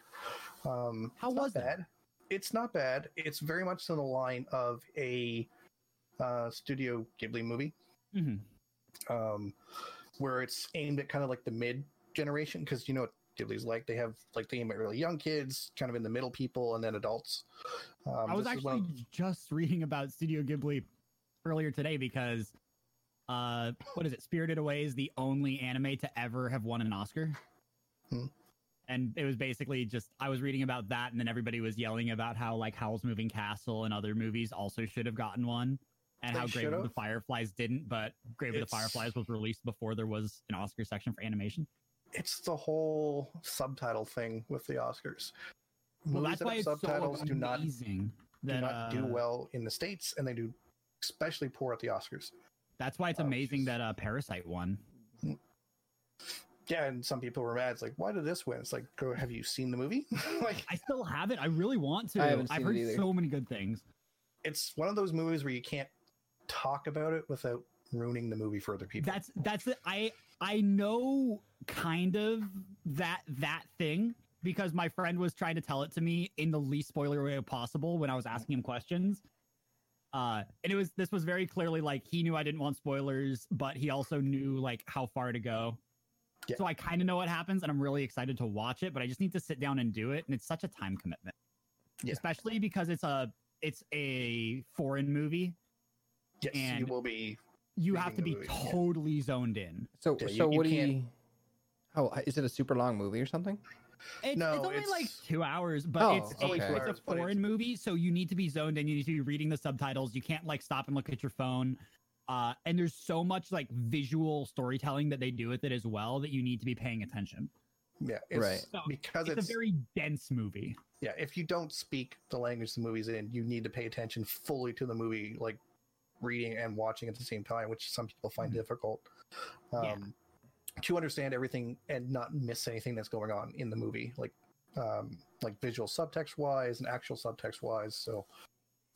Speaker 3: Um,
Speaker 4: How
Speaker 3: it's not
Speaker 4: was that?
Speaker 3: bad. It's not bad. It's very much in the line of a uh, Studio Ghibli movie,
Speaker 4: Mhm.
Speaker 3: um, where it's aimed at kind of like the mid generation, because you know what Ghibli's like. They have like they aim at really young kids, kind of in the middle people, and then adults. Um,
Speaker 4: I was
Speaker 3: this is one
Speaker 4: actually
Speaker 3: of-
Speaker 4: just reading about Studio Ghibli earlier today because uh what is it? Spirited Away is the only anime to ever have won an Oscar.
Speaker 3: Hmm.
Speaker 4: And it was basically just I was reading about that and then everybody was yelling about how like Howl's Moving Castle and other movies also should have gotten one and
Speaker 3: They
Speaker 4: how Grave of the
Speaker 3: should've.
Speaker 4: Fireflies didn't, but Grave of the
Speaker 3: It's-
Speaker 4: Fireflies was released before there was an Oscar section for animation.
Speaker 3: it's the whole subtitle thing with the Oscars.
Speaker 4: Well,
Speaker 3: Movies
Speaker 4: that's
Speaker 3: that
Speaker 4: why
Speaker 3: have
Speaker 4: it's
Speaker 3: subtitles
Speaker 4: so
Speaker 3: do not
Speaker 4: amazing
Speaker 3: do
Speaker 4: that,
Speaker 3: not do
Speaker 4: uh,
Speaker 3: well in the states, and they do especially poor at the Oscars.
Speaker 4: That's why it's
Speaker 3: Oh,
Speaker 4: amazing
Speaker 3: jeez.
Speaker 4: that uh, Parasite won.
Speaker 3: Yeah, and some people were mad. It's like, why did this win? It's like, go, have you seen the movie? like,
Speaker 4: I still have it. I really want to.
Speaker 2: I haven't
Speaker 4: have
Speaker 2: seen it
Speaker 4: heard
Speaker 2: either.
Speaker 4: so many good things.
Speaker 3: it's one of those movies where you can't talk about it without ruining the movie for other people.
Speaker 4: That's that's it. I I know kind of that that thing because my friend was trying to tell it to me in the least spoiler way possible when I was asking him questions. Uh, and it was this was very clearly like he knew I didn't want spoilers, but he also knew like how far to go.
Speaker 3: Yeah.
Speaker 4: So I kind of know what happens, and I'm really excited to watch it. But I just need to sit down and do it, and it's such a time commitment,
Speaker 3: Yeah.
Speaker 4: especially because it's a it's a foreign movie.
Speaker 3: yes, you
Speaker 4: and-
Speaker 3: will be.
Speaker 4: you
Speaker 3: reading
Speaker 4: have to
Speaker 3: the
Speaker 4: be
Speaker 3: movie, yeah.
Speaker 4: totally zoned in.
Speaker 2: so
Speaker 3: yeah, you-
Speaker 2: so
Speaker 3: you
Speaker 2: what do
Speaker 3: can't-
Speaker 2: you? Oh, is it a super long movie or something?
Speaker 4: It's,
Speaker 3: No,
Speaker 4: it's only like
Speaker 3: it's-
Speaker 4: two hours, but
Speaker 2: Oh,
Speaker 4: it's,
Speaker 2: okay.
Speaker 4: a,
Speaker 2: Two
Speaker 4: it's
Speaker 3: hours,
Speaker 4: a
Speaker 3: but it's-
Speaker 4: foreign movie, so you need to be zoned in. You need to be reading the subtitles. You can't like stop and look at your phone. Uh, and there's so much like visual storytelling that they do with it as well that you need to be paying attention.
Speaker 3: Yeah, it's,
Speaker 2: Right.
Speaker 4: So,
Speaker 3: Because
Speaker 4: It's,
Speaker 3: it's,
Speaker 4: a very dense movie.
Speaker 3: yeah. If you don't speak the language the movie's in, you need to pay attention fully to the movie, like reading and watching at the same time, which some people find
Speaker 4: Mhm.
Speaker 3: difficult. Um,
Speaker 4: Yeah.
Speaker 3: To understand everything and not miss anything that's going on in the movie, like um, like visual subtext wise and actual subtext wise. So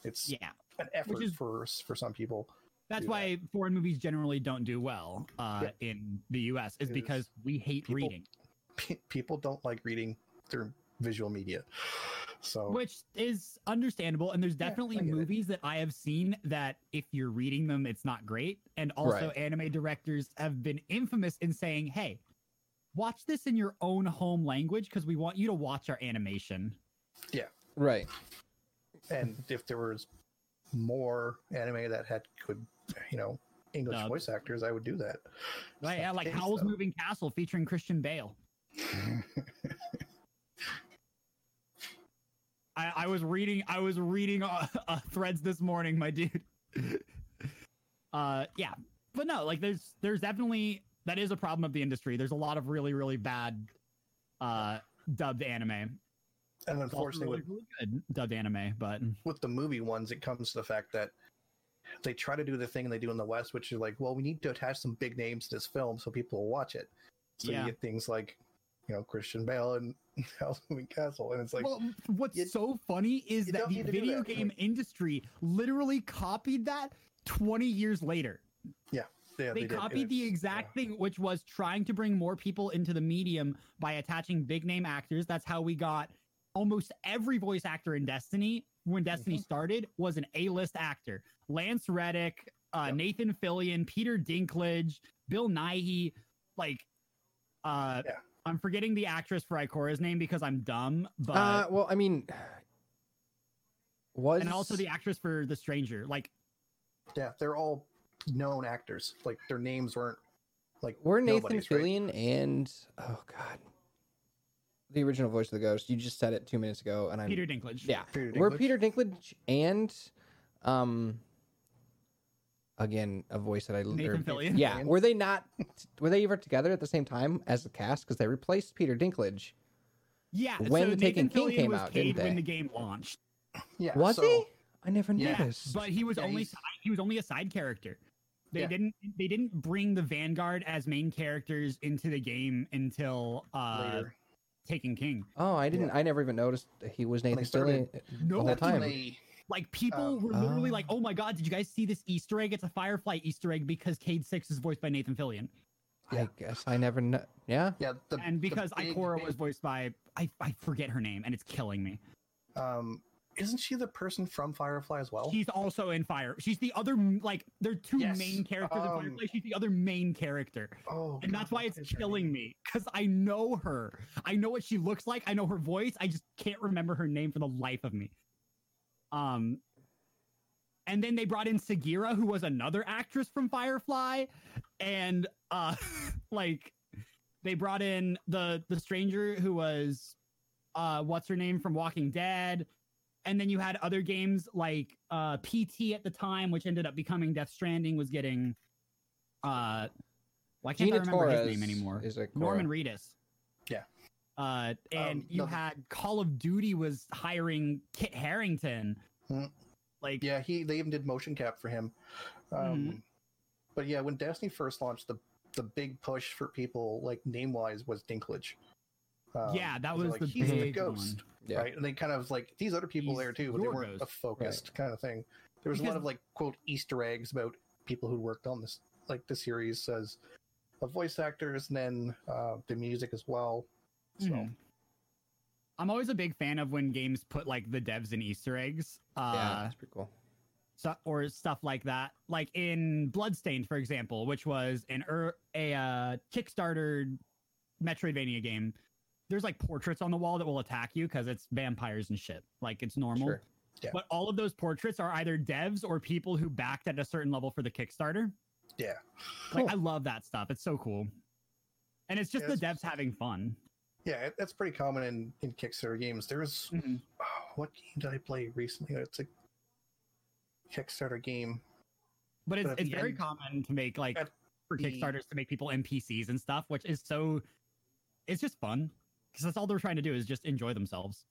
Speaker 3: it's
Speaker 4: Yeah,
Speaker 3: an effort
Speaker 4: is-
Speaker 3: for for some people.
Speaker 4: that's
Speaker 3: Yeah.
Speaker 4: why foreign movies generally don't do well uh, in the U.S. is
Speaker 3: Is
Speaker 4: because we hate
Speaker 3: people-
Speaker 4: reading.
Speaker 3: Pe- people don't like reading; they're visual media. So
Speaker 4: which is understandable. And there's
Speaker 3: Yeah,
Speaker 4: definitely
Speaker 3: I get it.
Speaker 4: movies that I have seen that if you're reading them, it's not great. And also,
Speaker 2: Right.
Speaker 4: anime directors have been infamous in saying, "Hey, watch this in your own home language because we want you to watch our animation."
Speaker 2: Right.
Speaker 3: and if there was more anime that had good, you know, English
Speaker 4: Dubs.
Speaker 3: voice actors, I would do that.
Speaker 4: Right? Yeah, like Howl's
Speaker 3: movie.
Speaker 4: Moving Castle featuring Christian Bale. I, I was reading I was reading uh, uh, threads this morning, my dude. uh, yeah, but no, like there's there's definitely that is a problem of the industry. There's a lot of really really bad uh, dubbed anime.
Speaker 3: And
Speaker 4: There's also
Speaker 3: unfortunately,
Speaker 4: really, really good dubbed anime, but
Speaker 3: with the movie ones, it comes to the fact that they try to do the thing they do in the West, which is like, well, we need to attach some big names to this film so people will watch it. So
Speaker 4: Yeah.
Speaker 3: you get things like, you know, Christian Bale and Hell's Moving Castle, and it's like,
Speaker 4: well, what's
Speaker 3: you-
Speaker 4: so funny is
Speaker 3: you
Speaker 4: that
Speaker 3: don't
Speaker 4: the
Speaker 3: need to do
Speaker 4: video
Speaker 3: that.
Speaker 4: game industry literally copied that 20 years later.
Speaker 3: yeah,
Speaker 4: they,
Speaker 3: did, and
Speaker 4: copied the
Speaker 3: it's-
Speaker 4: exact thing, which was trying to bring more people into the medium by attaching big name actors. That's how we got almost every voice actor in Destiny when
Speaker 2: Mm-hmm.
Speaker 4: Destiny started was an A list actor. Lance Reddick, uh,
Speaker 3: Yep.
Speaker 4: Nathan Fillion, Peter Dinklage, Bill Nighy, like. Uh,
Speaker 3: Yeah.
Speaker 4: I'm forgetting the actress for Ikora's name because I'm dumb, but
Speaker 2: uh, well, I mean, was
Speaker 4: and also the actress for The Stranger, like
Speaker 3: Yeah, they're all known actors. Like their names weren't like
Speaker 2: were Nathan
Speaker 3: nobody's, right?
Speaker 2: Fillion and oh god, the original voice of the ghost. You just said it two minutes ago, and I'm
Speaker 4: Peter Dinklage.
Speaker 2: yeah.
Speaker 3: Peter
Speaker 2: Were
Speaker 3: Dinklage?
Speaker 2: Peter Dinklage and um again a voice that I or-
Speaker 4: Nathan Fillion.
Speaker 2: Yeah,
Speaker 3: Fillion.
Speaker 2: were they not? Were they ever together at the same time as the cast? Because they replaced Peter Dinklage.
Speaker 4: yeah.
Speaker 2: When
Speaker 4: so
Speaker 2: The Taken
Speaker 4: Nathan
Speaker 2: King
Speaker 4: Fillion
Speaker 2: came
Speaker 4: was
Speaker 2: out,
Speaker 4: paid
Speaker 2: didn't
Speaker 4: when
Speaker 2: they?
Speaker 4: the game launched.
Speaker 3: Yeah,
Speaker 2: Was
Speaker 3: so-
Speaker 2: he? I never
Speaker 3: Yeah,
Speaker 2: noticed.
Speaker 4: but he was
Speaker 3: Yeah,
Speaker 4: only
Speaker 3: he's-
Speaker 4: side, he was only a side character. They
Speaker 3: Yeah.
Speaker 4: didn't they didn't bring the Vanguard as main characters into the game until uh
Speaker 3: Later.
Speaker 4: Taken King.
Speaker 2: oh, I didn't. I never even noticed that he was Nathan
Speaker 3: they started-
Speaker 2: Fillion.
Speaker 4: No
Speaker 2: whole
Speaker 4: one-
Speaker 3: That's when
Speaker 2: time.
Speaker 3: they-
Speaker 4: like people
Speaker 3: Oh.
Speaker 4: were literally
Speaker 2: Oh.
Speaker 4: like, "Oh my god, did you guys see this Easter egg? It's a Firefly Easter egg because Cade Six is voiced by Nathan Fillion,
Speaker 2: I guess I never. Kn- yeah.
Speaker 3: yeah, the,
Speaker 4: and
Speaker 3: the
Speaker 4: because
Speaker 3: big
Speaker 4: Ikora
Speaker 3: name-
Speaker 4: was voiced by I I forget her name, and it's killing me.
Speaker 3: um, isn't she the person from Firefly as well?
Speaker 4: She's also in Fire. She's the other m- like there are two
Speaker 3: Oh. Yes,
Speaker 4: main characters in
Speaker 3: um,
Speaker 4: Firefly. She's the other main character.
Speaker 3: oh,
Speaker 4: And
Speaker 3: God,
Speaker 4: that's why
Speaker 3: what
Speaker 4: it's
Speaker 3: is her
Speaker 4: killing
Speaker 3: name?
Speaker 4: me because I know her. I know what she looks like. I know her voice. I just can't remember her name for the life of me. Um, and then they brought in Sagira, who was another actress from Firefly, and uh, like they brought in the the stranger who was uh, what's her name from Walking Dead. And then you had other games like uh, PT at the time, which ended up becoming Death Stranding, was getting. Uh, why can't I
Speaker 2: Gina
Speaker 4: remember
Speaker 2: Torres
Speaker 4: his name anymore?
Speaker 2: is a
Speaker 4: Norman Reedus.
Speaker 3: Yeah.
Speaker 4: Uh, and
Speaker 3: Um,
Speaker 4: you
Speaker 3: no, the-
Speaker 4: had Call of Duty was hiring Kit Harrington.
Speaker 3: Hmm.
Speaker 4: Like,
Speaker 3: Yeah, he they even did motion cap for him. Um,
Speaker 4: Mm-hmm.
Speaker 3: But yeah, when Destiny first launched, the the big push for people like name wise was Dinklage. Um,
Speaker 4: Yeah, that
Speaker 3: because they're
Speaker 4: was
Speaker 3: like,
Speaker 4: the
Speaker 3: he's the
Speaker 4: big
Speaker 3: ghost,
Speaker 2: Yeah.
Speaker 3: right? And they kind of like these other people
Speaker 4: He's
Speaker 3: there too, but they
Speaker 4: your
Speaker 3: weren't a
Speaker 4: ghost.
Speaker 3: focused kind of thing. There was a lot
Speaker 4: Because-
Speaker 3: of like quote Easter eggs about people who worked on this like the series as the voice actors and then uh, the music as well. So
Speaker 4: Mhm. I'm always a big fan of when games put like the devs in Easter eggs. Uh,
Speaker 2: yeah, that's pretty cool.
Speaker 4: so, or stuff like that. Like in Bloodstained, for example, which was an er, a uh, Kickstarter Metroidvania game. There's like portraits on the wall that will attack you because it's vampires and shit. Like it's normal.
Speaker 2: Sure.
Speaker 3: Yeah.
Speaker 4: But all of those portraits are either devs or people who backed at a certain level for the Kickstarter.
Speaker 3: Yeah.
Speaker 4: Like I love that stuff. It's so cool. And it's just
Speaker 3: Yeah,
Speaker 4: the
Speaker 3: it's-
Speaker 4: devs having fun.
Speaker 3: yeah, it- that's pretty common in in Kickstarter games. There's oh, what game did I play recently? It's a Kickstarter game.
Speaker 4: But it's,
Speaker 3: But at
Speaker 4: it's
Speaker 3: the
Speaker 4: very
Speaker 3: end-
Speaker 4: common to make like
Speaker 3: at
Speaker 4: for
Speaker 3: the-
Speaker 4: Kickstarters to make people NPCs and stuff, which is so it's just fun because that's all they're trying to do is just enjoy themselves.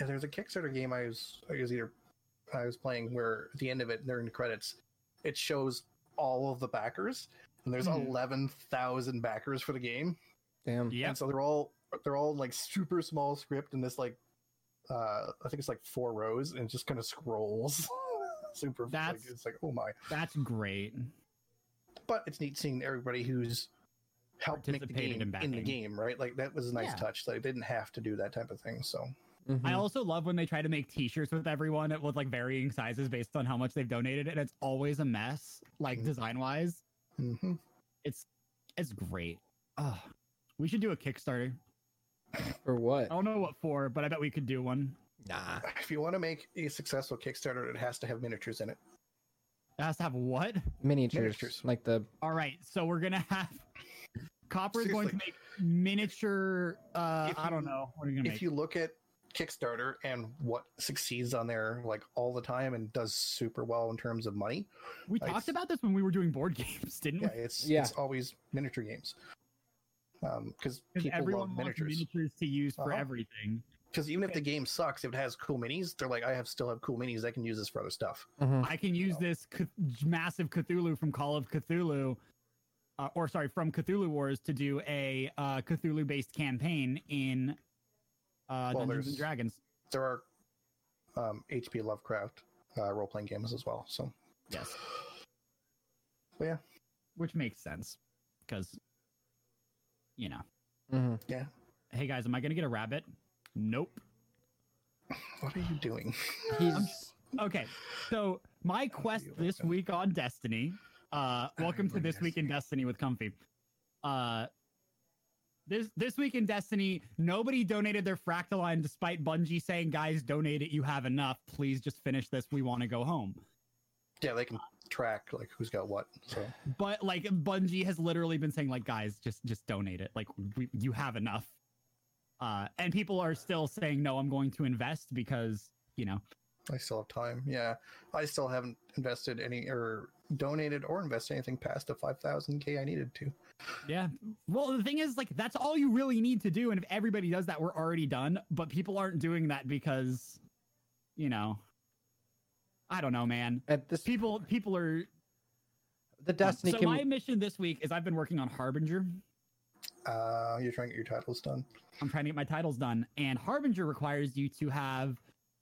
Speaker 3: Yeah, there's a Kickstarter game I was I was either I was playing where at the end of it during the credits, it shows all of the backers, and there's
Speaker 4: Mhm.
Speaker 3: eleven thousand backers for the game.
Speaker 2: Damn.
Speaker 4: Yeah,
Speaker 3: And so they're all they're all like super small script and this like uh I think it's like four rows and it just kind of scrolls. super like,
Speaker 4: That's-
Speaker 3: it's like oh my.
Speaker 4: that's great.
Speaker 3: But it's neat seeing everybody who's helped make the
Speaker 4: participated
Speaker 3: game
Speaker 4: in
Speaker 3: in, the
Speaker 4: backing.
Speaker 3: game, right? Like that was a nice
Speaker 4: Yeah.
Speaker 3: touch. They didn't have to do that type of thing. So
Speaker 2: Mm-hmm.
Speaker 4: I also love when they try to make T-shirts with everyone with like varying sizes based on how much they've donated, and it's always a mess, like
Speaker 3: Mhm.
Speaker 4: design wise.
Speaker 3: hmm
Speaker 4: It's great. Oh, we should do a Kickstarter.
Speaker 2: For what?
Speaker 4: I don't know what for, but I bet we could do one.
Speaker 2: Nah.
Speaker 3: if you want to make a successful Kickstarter, it has to have miniatures in it.
Speaker 4: It has to have what?
Speaker 2: Miniatures.
Speaker 3: Miniatures.
Speaker 2: Like the.
Speaker 4: All right, so we're gonna have Copper's going to
Speaker 3: Seriously.
Speaker 4: make miniature. Uh,
Speaker 3: If
Speaker 4: I don't
Speaker 3: you-
Speaker 4: know. What are you gonna
Speaker 3: If
Speaker 4: make?
Speaker 3: you look at Kickstarter and what succeeds on there like all the time and does super well in terms of money,
Speaker 4: we
Speaker 3: like-
Speaker 4: talked about this when we were doing board games, didn't
Speaker 3: yeah,
Speaker 4: we?
Speaker 3: it's
Speaker 2: Yeah.
Speaker 3: it's always miniature games. Um, because
Speaker 4: Because
Speaker 3: people
Speaker 4: everyone
Speaker 3: love
Speaker 4: wants
Speaker 3: miniatures.
Speaker 4: miniatures to use for
Speaker 3: Uh-huh.
Speaker 4: everything.
Speaker 3: Because even if the game sucks, if it has cool minis, they're like, I have still have cool minis. I can use this for other stuff.
Speaker 2: mm-hmm,
Speaker 4: I can use
Speaker 3: know.
Speaker 4: this c- massive Cthulhu from Call of Cthulhu, uh, or sorry, from Cthulhu Wars to do a uh, Cthulhu based campaign in uh,
Speaker 3: Well,
Speaker 4: Dungeons
Speaker 3: there's-
Speaker 4: and Dragons.
Speaker 3: There are um, H.P. Lovecraft uh, role playing games as well. So
Speaker 4: Yes.
Speaker 3: Yeah.
Speaker 4: Which makes sense because, you know,
Speaker 2: Mm-hmm.
Speaker 4: hey guys, am I going to get a rabbit? Nope.
Speaker 3: what are you doing?
Speaker 2: He's.
Speaker 4: Okay. So, my quest
Speaker 3: you,
Speaker 4: this
Speaker 3: okay.
Speaker 4: week on Destiny. Uh,
Speaker 3: I
Speaker 4: welcome to
Speaker 3: love
Speaker 4: this week in
Speaker 3: Destiny.
Speaker 4: Destiny with Comfy. Uh, this this week in Destiny, nobody donated their fractaline despite Bungie saying, "Guys, donate it. You have enough. Please just finish this. We want to go home."
Speaker 3: Yeah, they can track like who's got what. So
Speaker 4: But like Bungie has literally been saying, like, guys, just just donate it. Like we, you have enough. Uh, and people are still saying, no, I'm going to invest because you know.
Speaker 3: I still have time. Yeah, I still haven't invested any or donated or invested anything past the five thousand k I needed to.
Speaker 4: Yeah. Well, the thing is, like, that's all you really need to do. And if everybody does that, we're already done. But people aren't doing that because, you know, I don't know, man.
Speaker 2: At this.
Speaker 4: People, people are.
Speaker 2: The Destiny
Speaker 4: so
Speaker 2: can.
Speaker 4: my mission this week is I've been working on Harbinger.
Speaker 3: Uh, you're trying to get your titles done.
Speaker 4: I'm trying to get my titles done. And Harbinger requires you to have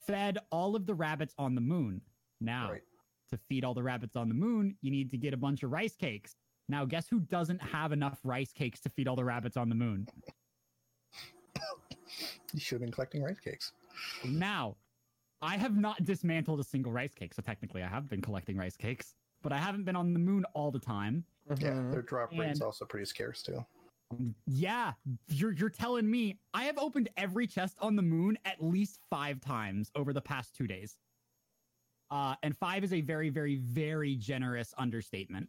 Speaker 4: fed all of the rabbits on the moon. Now,
Speaker 3: Right.
Speaker 4: to feed all the rabbits on the moon, you need to get a bunch of rice cakes. Now, guess who doesn't have enough rice cakes to feed all the rabbits on the moon?
Speaker 3: You should have been collecting rice cakes.
Speaker 4: Now, I have not dismantled a single rice cake, so technically I have been collecting rice cakes, but I haven't been on the moon all the time.
Speaker 3: Yeah, their drop rate's
Speaker 4: Mm-hmm. And-
Speaker 3: also pretty scarce too.
Speaker 4: Yeah, you're you're telling me I have opened every chest on the moon at least 5 times over the past 2 days. Uh and 5 is a very very very generous understatement.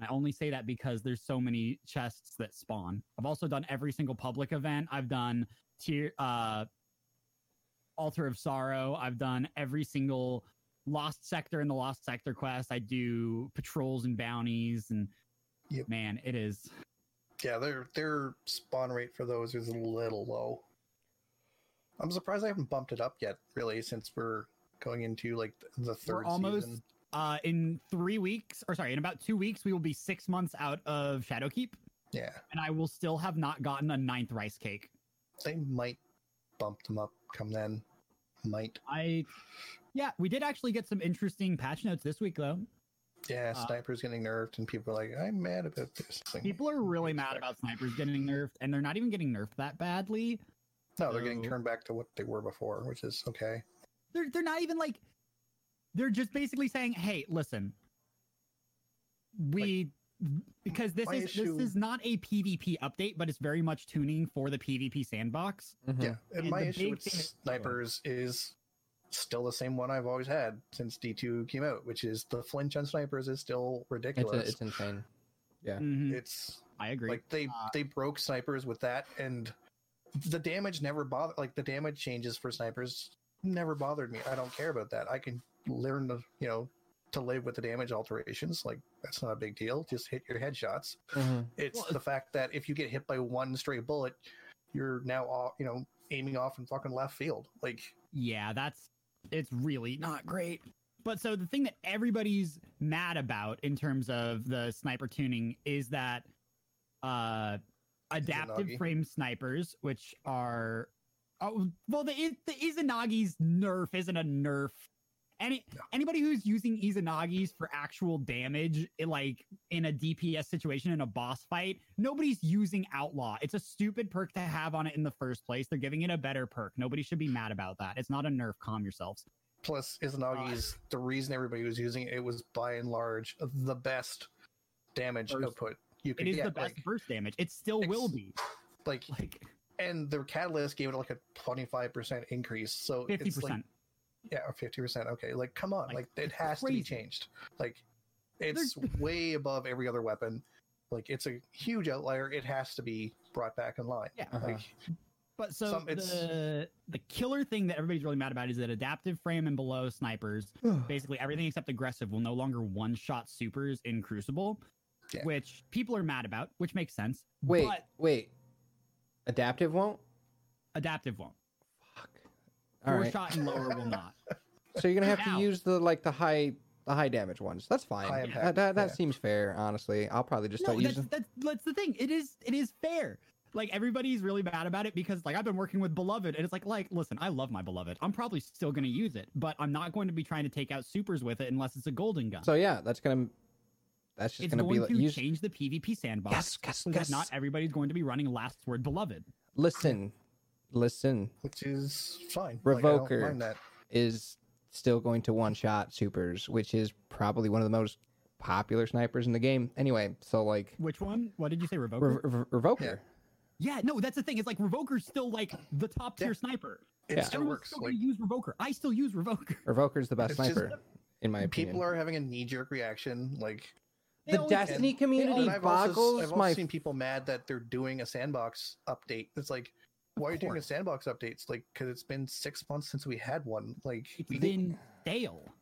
Speaker 4: I only say that because there's so many chests that spawn. I've also done every single public event. I've done tier uh Altar of Sorrow. I've done every single Lost Sector in the Lost Sector quest. I do patrols and bounties and
Speaker 3: Yep.
Speaker 4: man, it is
Speaker 3: Yeah, their their spawn rate for those is a little low. I'm surprised I haven't bumped it up yet, really, since we're going into like th- the 3rd
Speaker 4: almost-
Speaker 3: season.
Speaker 4: uh, in three weeks, or sorry, in about two weeks, we will be six months out of Shadowkeep,
Speaker 3: Yeah,
Speaker 4: and I will still have not gotten a ninth rice cake.
Speaker 3: they might bump them up come then. Might.
Speaker 4: I, yeah, we did actually get some interesting patch notes this week, though.
Speaker 3: Yeah,
Speaker 4: Uh,
Speaker 3: snipers getting nerfed, and people are like, "I'm mad about this." Thing.
Speaker 4: People are really mad about snipers getting nerfed, and they're not even getting nerfed that badly.
Speaker 3: No, they're getting
Speaker 4: so-
Speaker 3: turned back to what they were before, which is okay.
Speaker 4: They're they're not even like, they're just basically saying, "Hey, listen, we." because this
Speaker 3: my
Speaker 4: is
Speaker 3: issue-
Speaker 4: this is not a PvP update, but it's very much tuning for the PvP sandbox.
Speaker 2: Hmm.
Speaker 3: Yeah, and
Speaker 4: And
Speaker 3: my
Speaker 4: the
Speaker 3: issue
Speaker 4: big
Speaker 3: with
Speaker 4: thing is-
Speaker 3: snipers is still the same one I've always had since D2 came out, which is the flinch on snipers is still
Speaker 2: It's,
Speaker 3: ridiculous.
Speaker 2: a,
Speaker 3: It's,
Speaker 2: it's insane.
Speaker 4: Mhm, I agree.
Speaker 3: like they
Speaker 4: Uh,
Speaker 3: they broke snipers with that, and the damage never bothered. Like the damage changes for snipers never bothered me. I don't care about that. I can learn to you know to live with the damage alterations. Like that's not a big deal. Just hit your headshots.
Speaker 4: Mm-hmm.
Speaker 3: It's
Speaker 4: Well,
Speaker 3: the fact that if you get hit by one stray bullet, you're now off, you know, aiming off in fucking left field. Like,
Speaker 4: yeah, that's it's really not great. But so the thing that everybody's mad about in terms of the sniper tuning is that uh adaptive
Speaker 3: Izanagi.
Speaker 4: frame snipers, which are oh well the I- the Izanagi's nerf isn't a nerf. Any anybody who's using Izanagi's for actual damage, i- like in a DPS situation in a boss fight, nobody's using Outlaw. It's a stupid perk to have on it in the first place. They're giving it a better perk. Nobody should be mad about that. It's not a nerf. Calm yourselves.
Speaker 3: Plus, Izanagi's the reason everybody was using it, was by and large the best damage
Speaker 4: First-
Speaker 3: output you could
Speaker 4: It is
Speaker 3: get.
Speaker 4: the best
Speaker 3: like-
Speaker 4: burst damage. It still will
Speaker 3: Ex-
Speaker 4: be.
Speaker 3: Like,
Speaker 4: Like
Speaker 3: and the catalyst gave it like a twenty five percent increase. So
Speaker 4: fifty
Speaker 3: it's like
Speaker 4: percent.
Speaker 3: yeah, fifty percent. Okay, like come on,
Speaker 4: Like,
Speaker 3: like, it has to
Speaker 4: crazy.
Speaker 3: be changed. Like it's way above every other weapon. Like it's a huge outlier. It has to be brought back in line.
Speaker 4: Yeah.
Speaker 2: Uh-huh.
Speaker 3: Like
Speaker 4: But so
Speaker 3: Some- it's-
Speaker 4: the the killer thing that everybody's really mad about is that adaptive frame and below snipers, basically everything except aggressive, will no longer one shot supers in Crucible,
Speaker 3: Yeah.
Speaker 4: which people are mad about, which makes sense.
Speaker 2: Wait,
Speaker 4: but
Speaker 2: wait. Adaptive won't.
Speaker 4: adaptive won't.
Speaker 2: Fuck. All
Speaker 4: Four
Speaker 2: right.
Speaker 4: shot and lower will not.
Speaker 2: So you're gonna have
Speaker 4: Ow.
Speaker 2: to use the like the high the high damage ones. That's fine.
Speaker 3: High
Speaker 2: That-
Speaker 3: impact,
Speaker 2: that that
Speaker 3: yeah.
Speaker 2: seems fair. Honestly, I'll probably just
Speaker 4: no,
Speaker 2: start
Speaker 4: that's,
Speaker 2: using.
Speaker 4: that's that's the thing. It is it is fair. Like everybody's really mad about it because like I've been working with Beloved and it's like like listen, I love my Beloved. I'm probably still going to use it, but I'm not going to be trying to take out supers with it unless it's a golden gun.
Speaker 2: So yeah, that's gonna. That's just
Speaker 4: it's
Speaker 2: gonna
Speaker 4: going
Speaker 2: be like
Speaker 4: to
Speaker 2: use.
Speaker 4: change the PvP sandbox.
Speaker 2: Yes, yes,
Speaker 4: so that
Speaker 2: yes.
Speaker 4: not everybody's going to be running last word beloved.
Speaker 2: Listen, listen.
Speaker 3: which is fine. Like, I
Speaker 2: Revoker.
Speaker 3: don't mind that.
Speaker 2: Is still going to one shot supers, which is probably one of the most popular snipers in the game. Anyway, so like
Speaker 4: Which one? What did you say, Revoker?
Speaker 2: Re- Re- Revoker.
Speaker 3: Yeah.
Speaker 4: yeah, no, that's the thing. It's like Revoker's still like the top tier
Speaker 3: Yeah.
Speaker 4: sniper.
Speaker 3: It
Speaker 2: Yeah.
Speaker 3: still
Speaker 4: Everyone's
Speaker 3: works.
Speaker 4: Still
Speaker 3: Like
Speaker 4: gonna use Revoker. I still use Revoker.
Speaker 2: Revoker's the best
Speaker 3: It's just-
Speaker 2: sniper, in my opinion.
Speaker 3: people are having a knee jerk reaction. Like
Speaker 4: They
Speaker 2: the
Speaker 4: always-
Speaker 2: Destiny community
Speaker 3: and I've also,
Speaker 2: boggles
Speaker 3: I've also
Speaker 2: my
Speaker 3: seen people mad that they're doing a sandbox update. It's like why are you doing a
Speaker 4: course.
Speaker 3: sandbox update? It's like because it's been six months since we had one. Like
Speaker 4: It's
Speaker 3: we need-
Speaker 4: been stale.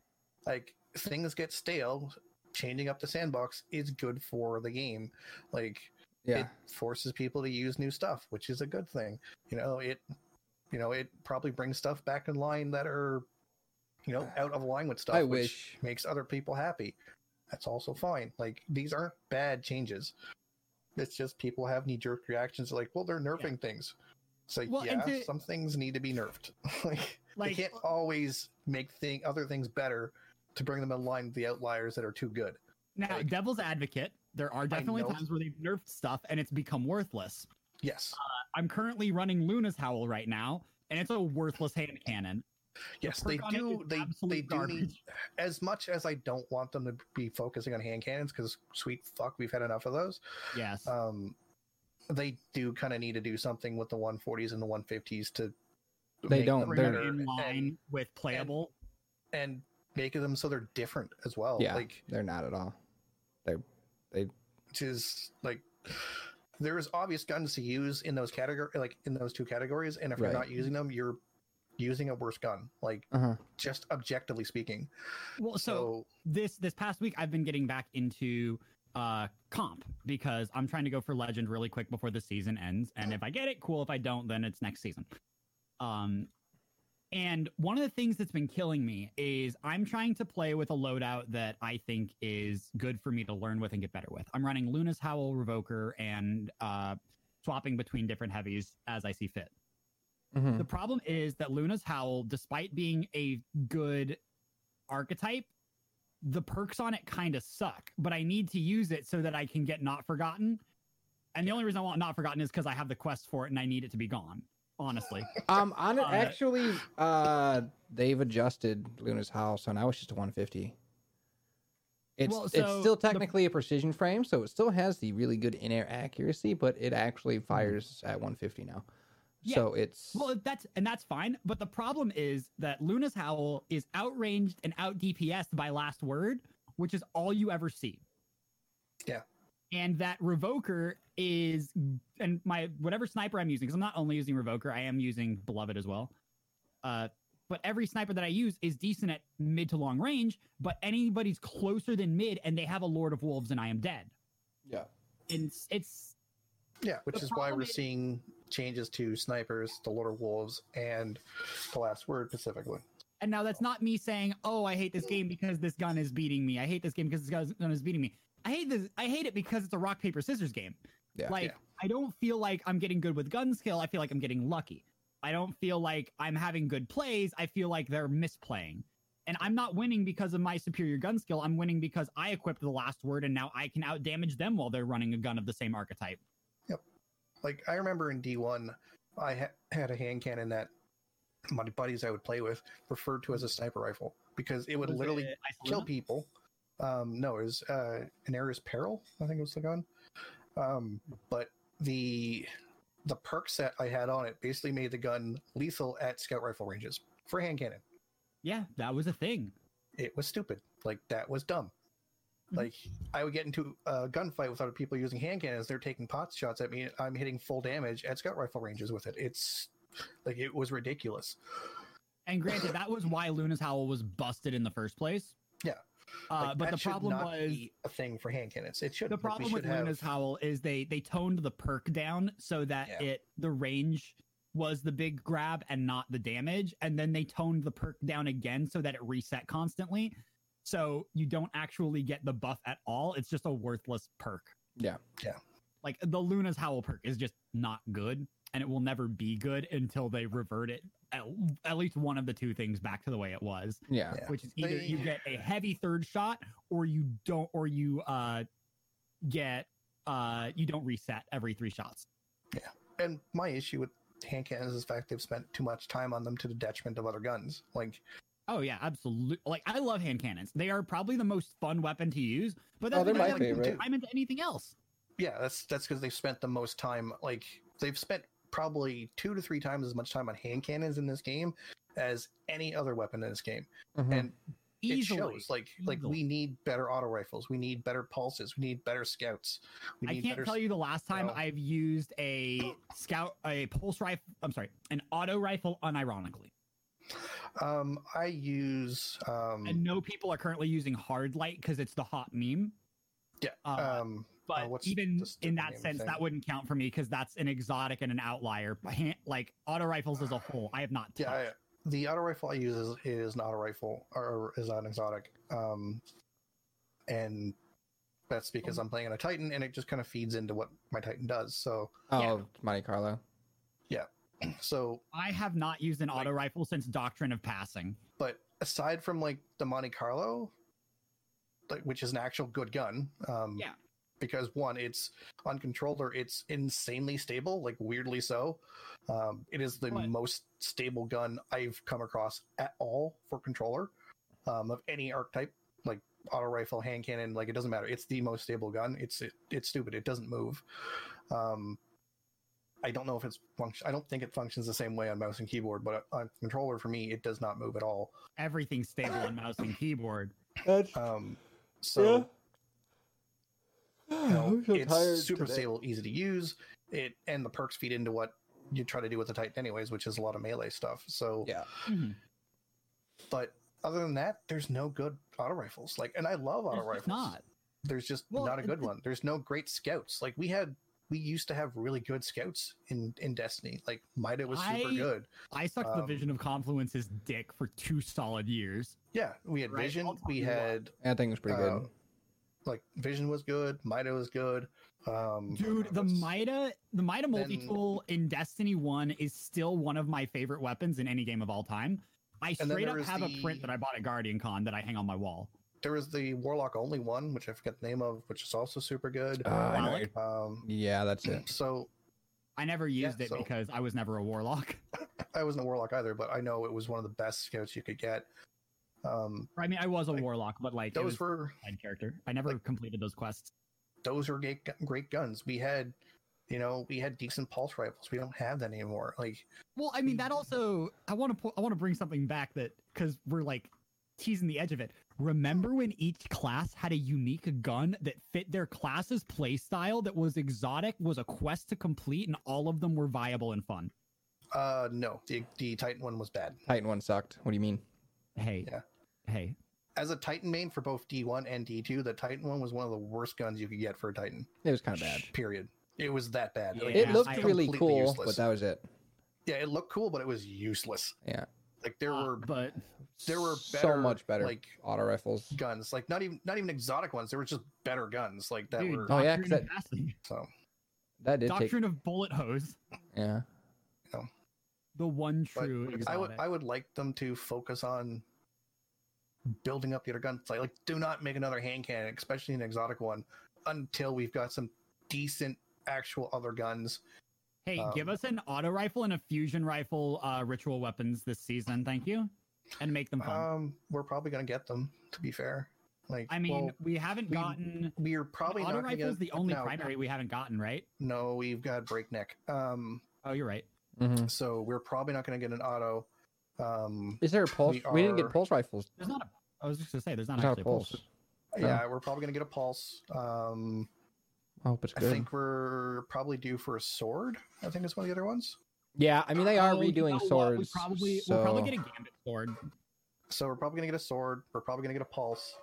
Speaker 3: like things get stale changing up the sandbox is good for the game like
Speaker 2: yeah.
Speaker 3: it forces people to use new stuff which is a good thing you know it you know it probably brings stuff back in line that are you know out of line with stuff
Speaker 2: I
Speaker 3: which
Speaker 2: wish.
Speaker 3: makes other people happy that's also fine like these aren't bad changes it's just people have knee-jerk reactions like well they're nerfing things it's like
Speaker 4: Well, and
Speaker 3: yeah
Speaker 4: to-
Speaker 3: some things need to be nerfed like
Speaker 4: Like
Speaker 3: they
Speaker 4: uh,
Speaker 3: can't always make thing other things better to bring them in line with the outliers that are too good.
Speaker 4: now,
Speaker 3: like-
Speaker 4: devil's advocate. There are definitely
Speaker 3: know.
Speaker 4: times where they've nerfed stuff and it's become worthless.
Speaker 3: Yes,
Speaker 4: I'm currently running Luna's Howl right now, and it's a worthless hand cannon.
Speaker 3: yes, they
Speaker 4: perk on it
Speaker 3: do.
Speaker 4: is
Speaker 3: They
Speaker 4: absolute
Speaker 3: they do need
Speaker 4: garbage.
Speaker 3: as much as I don't want them to be focusing on hand cannons because sweet fuck, we've had enough of those.
Speaker 4: Yes.
Speaker 3: Um, they do kind of need to do something with the 140s and the 150s to.
Speaker 2: They
Speaker 3: make
Speaker 2: don't,
Speaker 3: them
Speaker 4: bring them
Speaker 2: they're-
Speaker 3: better
Speaker 4: in line
Speaker 3: and,
Speaker 4: with playable.
Speaker 3: and make them so they're different as well.
Speaker 2: Yeah.
Speaker 3: like
Speaker 2: They're not at all.
Speaker 3: which is like there is obvious guns to use in those category like in those two categories and if
Speaker 2: Right.
Speaker 3: you're not using them you're using a worse gun like
Speaker 2: Uh huh.
Speaker 3: just objectively speaking
Speaker 4: well, so
Speaker 3: so
Speaker 4: this this past week I've been getting back into uh comp because I'm trying to go for legend really quick before the season ends and if I get it cool if I don't then it's next season. Um and one of the things that's been killing me is I'm trying to play with a loadout that I think is good for me to learn with and get better with. I'm running Luna's Howl Revoker and uh swapping between different heavies as I see fit.
Speaker 2: hmm
Speaker 4: The problem is that Luna's Howl, despite being a good archetype, the perks on it kind of suck, but I need to use it so that I can get Not Forgotten. And the only reason I want Not Forgotten is because I have the quest for it and I need it to be gone, honestly.
Speaker 2: Um, on it,
Speaker 4: Uh,
Speaker 2: actually, uh, they've adjusted Luna's house, so now it's just a 150. It's
Speaker 4: Well,
Speaker 2: it's
Speaker 4: so
Speaker 2: still
Speaker 4: the-
Speaker 2: technically a precision frame, so it still has the really good in-air accuracy, but it actually fires at 150 now.
Speaker 4: Yeah.
Speaker 2: So it's
Speaker 4: Well, that's and that's fine, but the problem is that Luna's Howl is outranged and out DPS'd by Last Word, which is all you ever see.
Speaker 3: Yeah.
Speaker 4: And that Revoker is and my whatever sniper I'm using because I'm not only using Revoker, I am using Beloved as well. Uh, but every sniper that I use is decent at mid to long range, but anybody's closer than mid and they have a Lord of Wolves and I am dead.
Speaker 2: yeah.
Speaker 4: And it's, it's
Speaker 3: yeah which
Speaker 4: The
Speaker 3: is why
Speaker 4: problem
Speaker 3: we're
Speaker 4: is-
Speaker 3: seeing changes to snipers the lord of wolves and the last word specifically
Speaker 4: And now that's not me saying, "Oh, I hate this game because this gun is beating me. I hate this game because this gun gun is beating me. I hate this. I hate it because it's a rock paper scissors game.
Speaker 2: Yeah.
Speaker 4: like
Speaker 3: Yeah.
Speaker 4: I don't feel like I'm getting good with gun skill. I feel like I'm getting lucky. I don't feel like I'm having good plays. I feel like they're misplaying. And I'm not winning because of my superior gun skill. I'm winning because I equipped the last word and now I can outdamage them while they're running a gun of the same archetype.
Speaker 3: Like I remember in D one, I ha- had a hand cannon that my buddies I would play with referred to as a sniper rifle because it would
Speaker 4: Was
Speaker 3: literally
Speaker 4: it Isolina?
Speaker 3: kill people. Um, no, it was uh, an Ares Peril, I think it was the gun. Um, but the the perk set I had on it basically made the gun lethal at scout rifle ranges for hand cannon.
Speaker 4: Yeah, that was a thing.
Speaker 3: It was stupid. Like that was dumb.
Speaker 4: Mhm.
Speaker 3: Like I would get into a gunfight with other people using hand cannons. They're taking pot shots at me. I'm hitting full damage at scout rifle ranges with it. It's like it was ridiculous.
Speaker 4: And granted, that was why Luna's Howl was busted in the first place.
Speaker 3: Yeah.
Speaker 4: Uh,
Speaker 3: Like,
Speaker 4: but
Speaker 3: that
Speaker 4: the
Speaker 3: should
Speaker 4: problem
Speaker 3: not
Speaker 4: was
Speaker 3: be a thing for hand cannons. It should.
Speaker 4: the problem with Luna's Howl is they they toned the perk down so that
Speaker 3: Yeah.
Speaker 4: it the range was the big grab and not the damage, and then they toned the perk down again so that it reset constantly. So you don't actually get the buff at all. It's just a worthless perk.
Speaker 2: Yeah.
Speaker 3: Yeah.
Speaker 4: Like the Luna's Howl perk is just not good, and it will never be good until they revert it at, at least one of the two things back to the way it was
Speaker 2: Yeah.
Speaker 3: Yeah.
Speaker 4: which is either
Speaker 3: They-
Speaker 4: you get a heavy third shot or you don't or you uh get uh you don't reset every three shots
Speaker 3: and my issue with hand cannons is the fact they've spent too much time on them to the detriment of other guns. Like,
Speaker 4: oh yeah absolutely like i love hand cannons they are probably the most fun weapon to use but that's
Speaker 2: Oh, they're
Speaker 4: because
Speaker 2: my
Speaker 4: I wouldn't put
Speaker 2: favorite.
Speaker 4: time into anything else
Speaker 3: yeah, that's that's because they've spent the most time. Like, they've spent probably two to three times as much time on hand cannons in this game as any other weapon in this game.
Speaker 2: Mm-hmm.
Speaker 3: And
Speaker 4: easily
Speaker 3: it shows. Like, like we
Speaker 4: Easily.
Speaker 3: need better auto rifles. We need better pulses. We need better scouts. We
Speaker 4: i
Speaker 3: need
Speaker 4: can't
Speaker 3: better
Speaker 4: tell you the last time
Speaker 3: No.
Speaker 4: i've used a scout a pulse rifle i'm sorry an auto rifle unironically
Speaker 3: Um, I use um,
Speaker 4: i know people are currently using hard light because it's the hot meme
Speaker 3: yeah,
Speaker 4: uh,
Speaker 3: um,
Speaker 4: but
Speaker 3: Uh, what's
Speaker 4: even
Speaker 3: the stupid
Speaker 4: in
Speaker 3: name
Speaker 4: that sense,
Speaker 3: thing?
Speaker 4: that wouldn't count for me because that's an exotic and an outlier. But hand- Like auto rifles as a whole, I have not touched.
Speaker 3: Yeah, I, the auto rifle I use is, is an auto rifle or is an exotic, um, and that's because I'm playing on a Titan, and it just kind of feeds into what my Titan does. So,
Speaker 2: Oh,
Speaker 4: Yeah.
Speaker 2: Monte Carlo.
Speaker 3: so,
Speaker 4: I have not used an
Speaker 3: Like-
Speaker 4: auto rifle since Doctrine of Passing.
Speaker 3: but aside from like the Monte Carlo, like which is an actual good gun, um,
Speaker 4: Yeah.
Speaker 3: because one, it's on controller, it's insanely stable, like weirdly so. Um, it is the
Speaker 4: But-
Speaker 3: most stable gun I've come across at all for controller um, of any archetype, like auto rifle, hand cannon. Like it doesn't matter. It's the most stable gun. It's it, it's stupid. It doesn't move. Um, I don't know if it's function. I don't think it functions the same way on mouse and keyboard, but on controller for me, it does not move at all.
Speaker 4: Everything's stable on mouse and keyboard.
Speaker 2: That's
Speaker 3: Um, so you know,
Speaker 2: I'm so
Speaker 3: it's
Speaker 2: tired
Speaker 3: super
Speaker 2: today.
Speaker 3: stable, easy to use. It and the perks feed into what you try to do with the Titan, anyways, which is a lot of melee stuff. So,
Speaker 2: Yeah.
Speaker 4: Mhm.
Speaker 3: but other than that, there's no good auto rifles. Like, and I love auto
Speaker 4: There's
Speaker 3: rifles.
Speaker 4: just not.
Speaker 3: There's just
Speaker 4: Well,
Speaker 3: not a good
Speaker 4: the-
Speaker 3: one. There's no great scouts. Like we had, we used to have really good scouts in in Destiny. Like Mida was super
Speaker 4: I-
Speaker 3: good.
Speaker 4: I sucked the
Speaker 3: Um,
Speaker 4: Vision of Confluence's dick for two solid years.
Speaker 3: Yeah, we had
Speaker 4: Right,
Speaker 3: Vision.
Speaker 4: I'll tell
Speaker 3: We
Speaker 4: you what.
Speaker 3: had
Speaker 2: That thing was pretty good.
Speaker 3: um, like Vision was good. Mida was good. Um,
Speaker 4: Dude, the
Speaker 3: was-
Speaker 4: Mida, the Mida multi tool in Destiny One is still one of my favorite weapons in any game of all time. I
Speaker 3: then
Speaker 4: straight
Speaker 3: there
Speaker 4: up
Speaker 3: is
Speaker 4: have a print
Speaker 3: the-
Speaker 4: that I bought at Guardian Con that I hang on my wall.
Speaker 3: There was the Warlock only one, which I forget the name of, which is also super good.
Speaker 2: Uh, I know
Speaker 4: Alec?
Speaker 2: you're-
Speaker 3: Um,
Speaker 2: yeah, that's it.
Speaker 3: so
Speaker 4: I never
Speaker 3: Yeah,
Speaker 4: used it
Speaker 3: so-
Speaker 4: because I was never a warlock.
Speaker 3: I wasn't a warlock either, but I know it was one of the best scouts you could get. Um,
Speaker 4: Or, I mean, I was a
Speaker 3: Like,
Speaker 4: warlock, but like it
Speaker 3: those
Speaker 4: was a
Speaker 3: were
Speaker 4: side character. I never
Speaker 3: like-
Speaker 4: completed those quests.
Speaker 3: those were great, great guns. We had, you know, we had decent pulse rifles. We don't have that anymore. Like,
Speaker 4: Well, I mean, that
Speaker 3: Mm.
Speaker 4: also I want to po- I want to bring something back that because we're like teasing the edge of it. Remember when each class had a unique gun that fit their class's playstyle that was exotic, was a quest to complete, and all of them were viable and fun.
Speaker 3: uh, no, the the Titan one was bad.
Speaker 2: Titan one sucked. What do you mean?
Speaker 4: Hey,
Speaker 3: Yeah.
Speaker 4: hey,
Speaker 3: As a Titan main for both D one and D two, the Titan one was one of the worst guns you could get for a Titan.
Speaker 2: It was kind of bad.
Speaker 3: Period. It was that bad. Like,
Speaker 2: It
Speaker 4: Yeah,
Speaker 2: looked
Speaker 4: I-
Speaker 2: really
Speaker 3: completely
Speaker 2: cool,
Speaker 3: useless.
Speaker 2: but that was it.
Speaker 3: yeah, it looked cool, but it was useless.
Speaker 2: Yeah. Ah,
Speaker 3: Like there
Speaker 4: Uh,
Speaker 3: were
Speaker 4: but
Speaker 3: there were
Speaker 2: so
Speaker 3: better,
Speaker 2: much better
Speaker 3: like
Speaker 2: auto rifles.
Speaker 3: guns like not even not even exotic ones there were just better guns like that
Speaker 4: dude,
Speaker 3: were
Speaker 2: Oh, yeah,
Speaker 4: Doctrine
Speaker 2: 'cause
Speaker 4: of Passing-
Speaker 3: so
Speaker 2: That did take.
Speaker 4: doctrine of bullet hose,
Speaker 2: Yeah.
Speaker 4: the one
Speaker 3: but
Speaker 4: true.
Speaker 3: i would
Speaker 4: exotic.
Speaker 3: i would like them to focus on building up the other gunfight. Like, do not make another hand cannon, especially an exotic one, until we've got some decent actual other guns.
Speaker 4: Hey, give
Speaker 3: Um,
Speaker 4: us an auto rifle and a fusion rifle uh, ritual weapons this season, thank you, and make them fun.
Speaker 3: Um, we're probably gonna get them. To be fair, like
Speaker 4: I mean,
Speaker 3: well,
Speaker 4: we haven't
Speaker 3: we-
Speaker 4: gotten
Speaker 3: we are probably
Speaker 4: auto
Speaker 3: not gonna
Speaker 4: rifle is
Speaker 3: get-
Speaker 4: the only
Speaker 3: no,
Speaker 4: primary we haven't gotten, right?
Speaker 3: No, we've got breakneck. Um,
Speaker 4: Oh, you're right.
Speaker 2: Mhm.
Speaker 3: so we're probably not gonna get an auto. Um,
Speaker 2: Is there a pulse?
Speaker 3: We
Speaker 2: We, didn't
Speaker 3: are-
Speaker 2: get pulse rifles.
Speaker 4: There's not. A, I was just gonna say there's not
Speaker 2: There's not
Speaker 4: actually
Speaker 2: a
Speaker 4: a pulse.
Speaker 2: pulse. No.
Speaker 3: yeah, we're probably gonna get a pulse. Um,
Speaker 2: I hope it's
Speaker 3: I
Speaker 2: good.
Speaker 3: think we're probably due for a sword. I think it's one of the other ones.
Speaker 2: yeah, I mean they are
Speaker 4: Oh, you know
Speaker 2: redoing
Speaker 4: what?
Speaker 2: swords.
Speaker 4: We probably
Speaker 2: so...
Speaker 4: we'll probably get a gambit sword.
Speaker 3: So we're probably gonna get a sword. We're probably gonna get a pulse,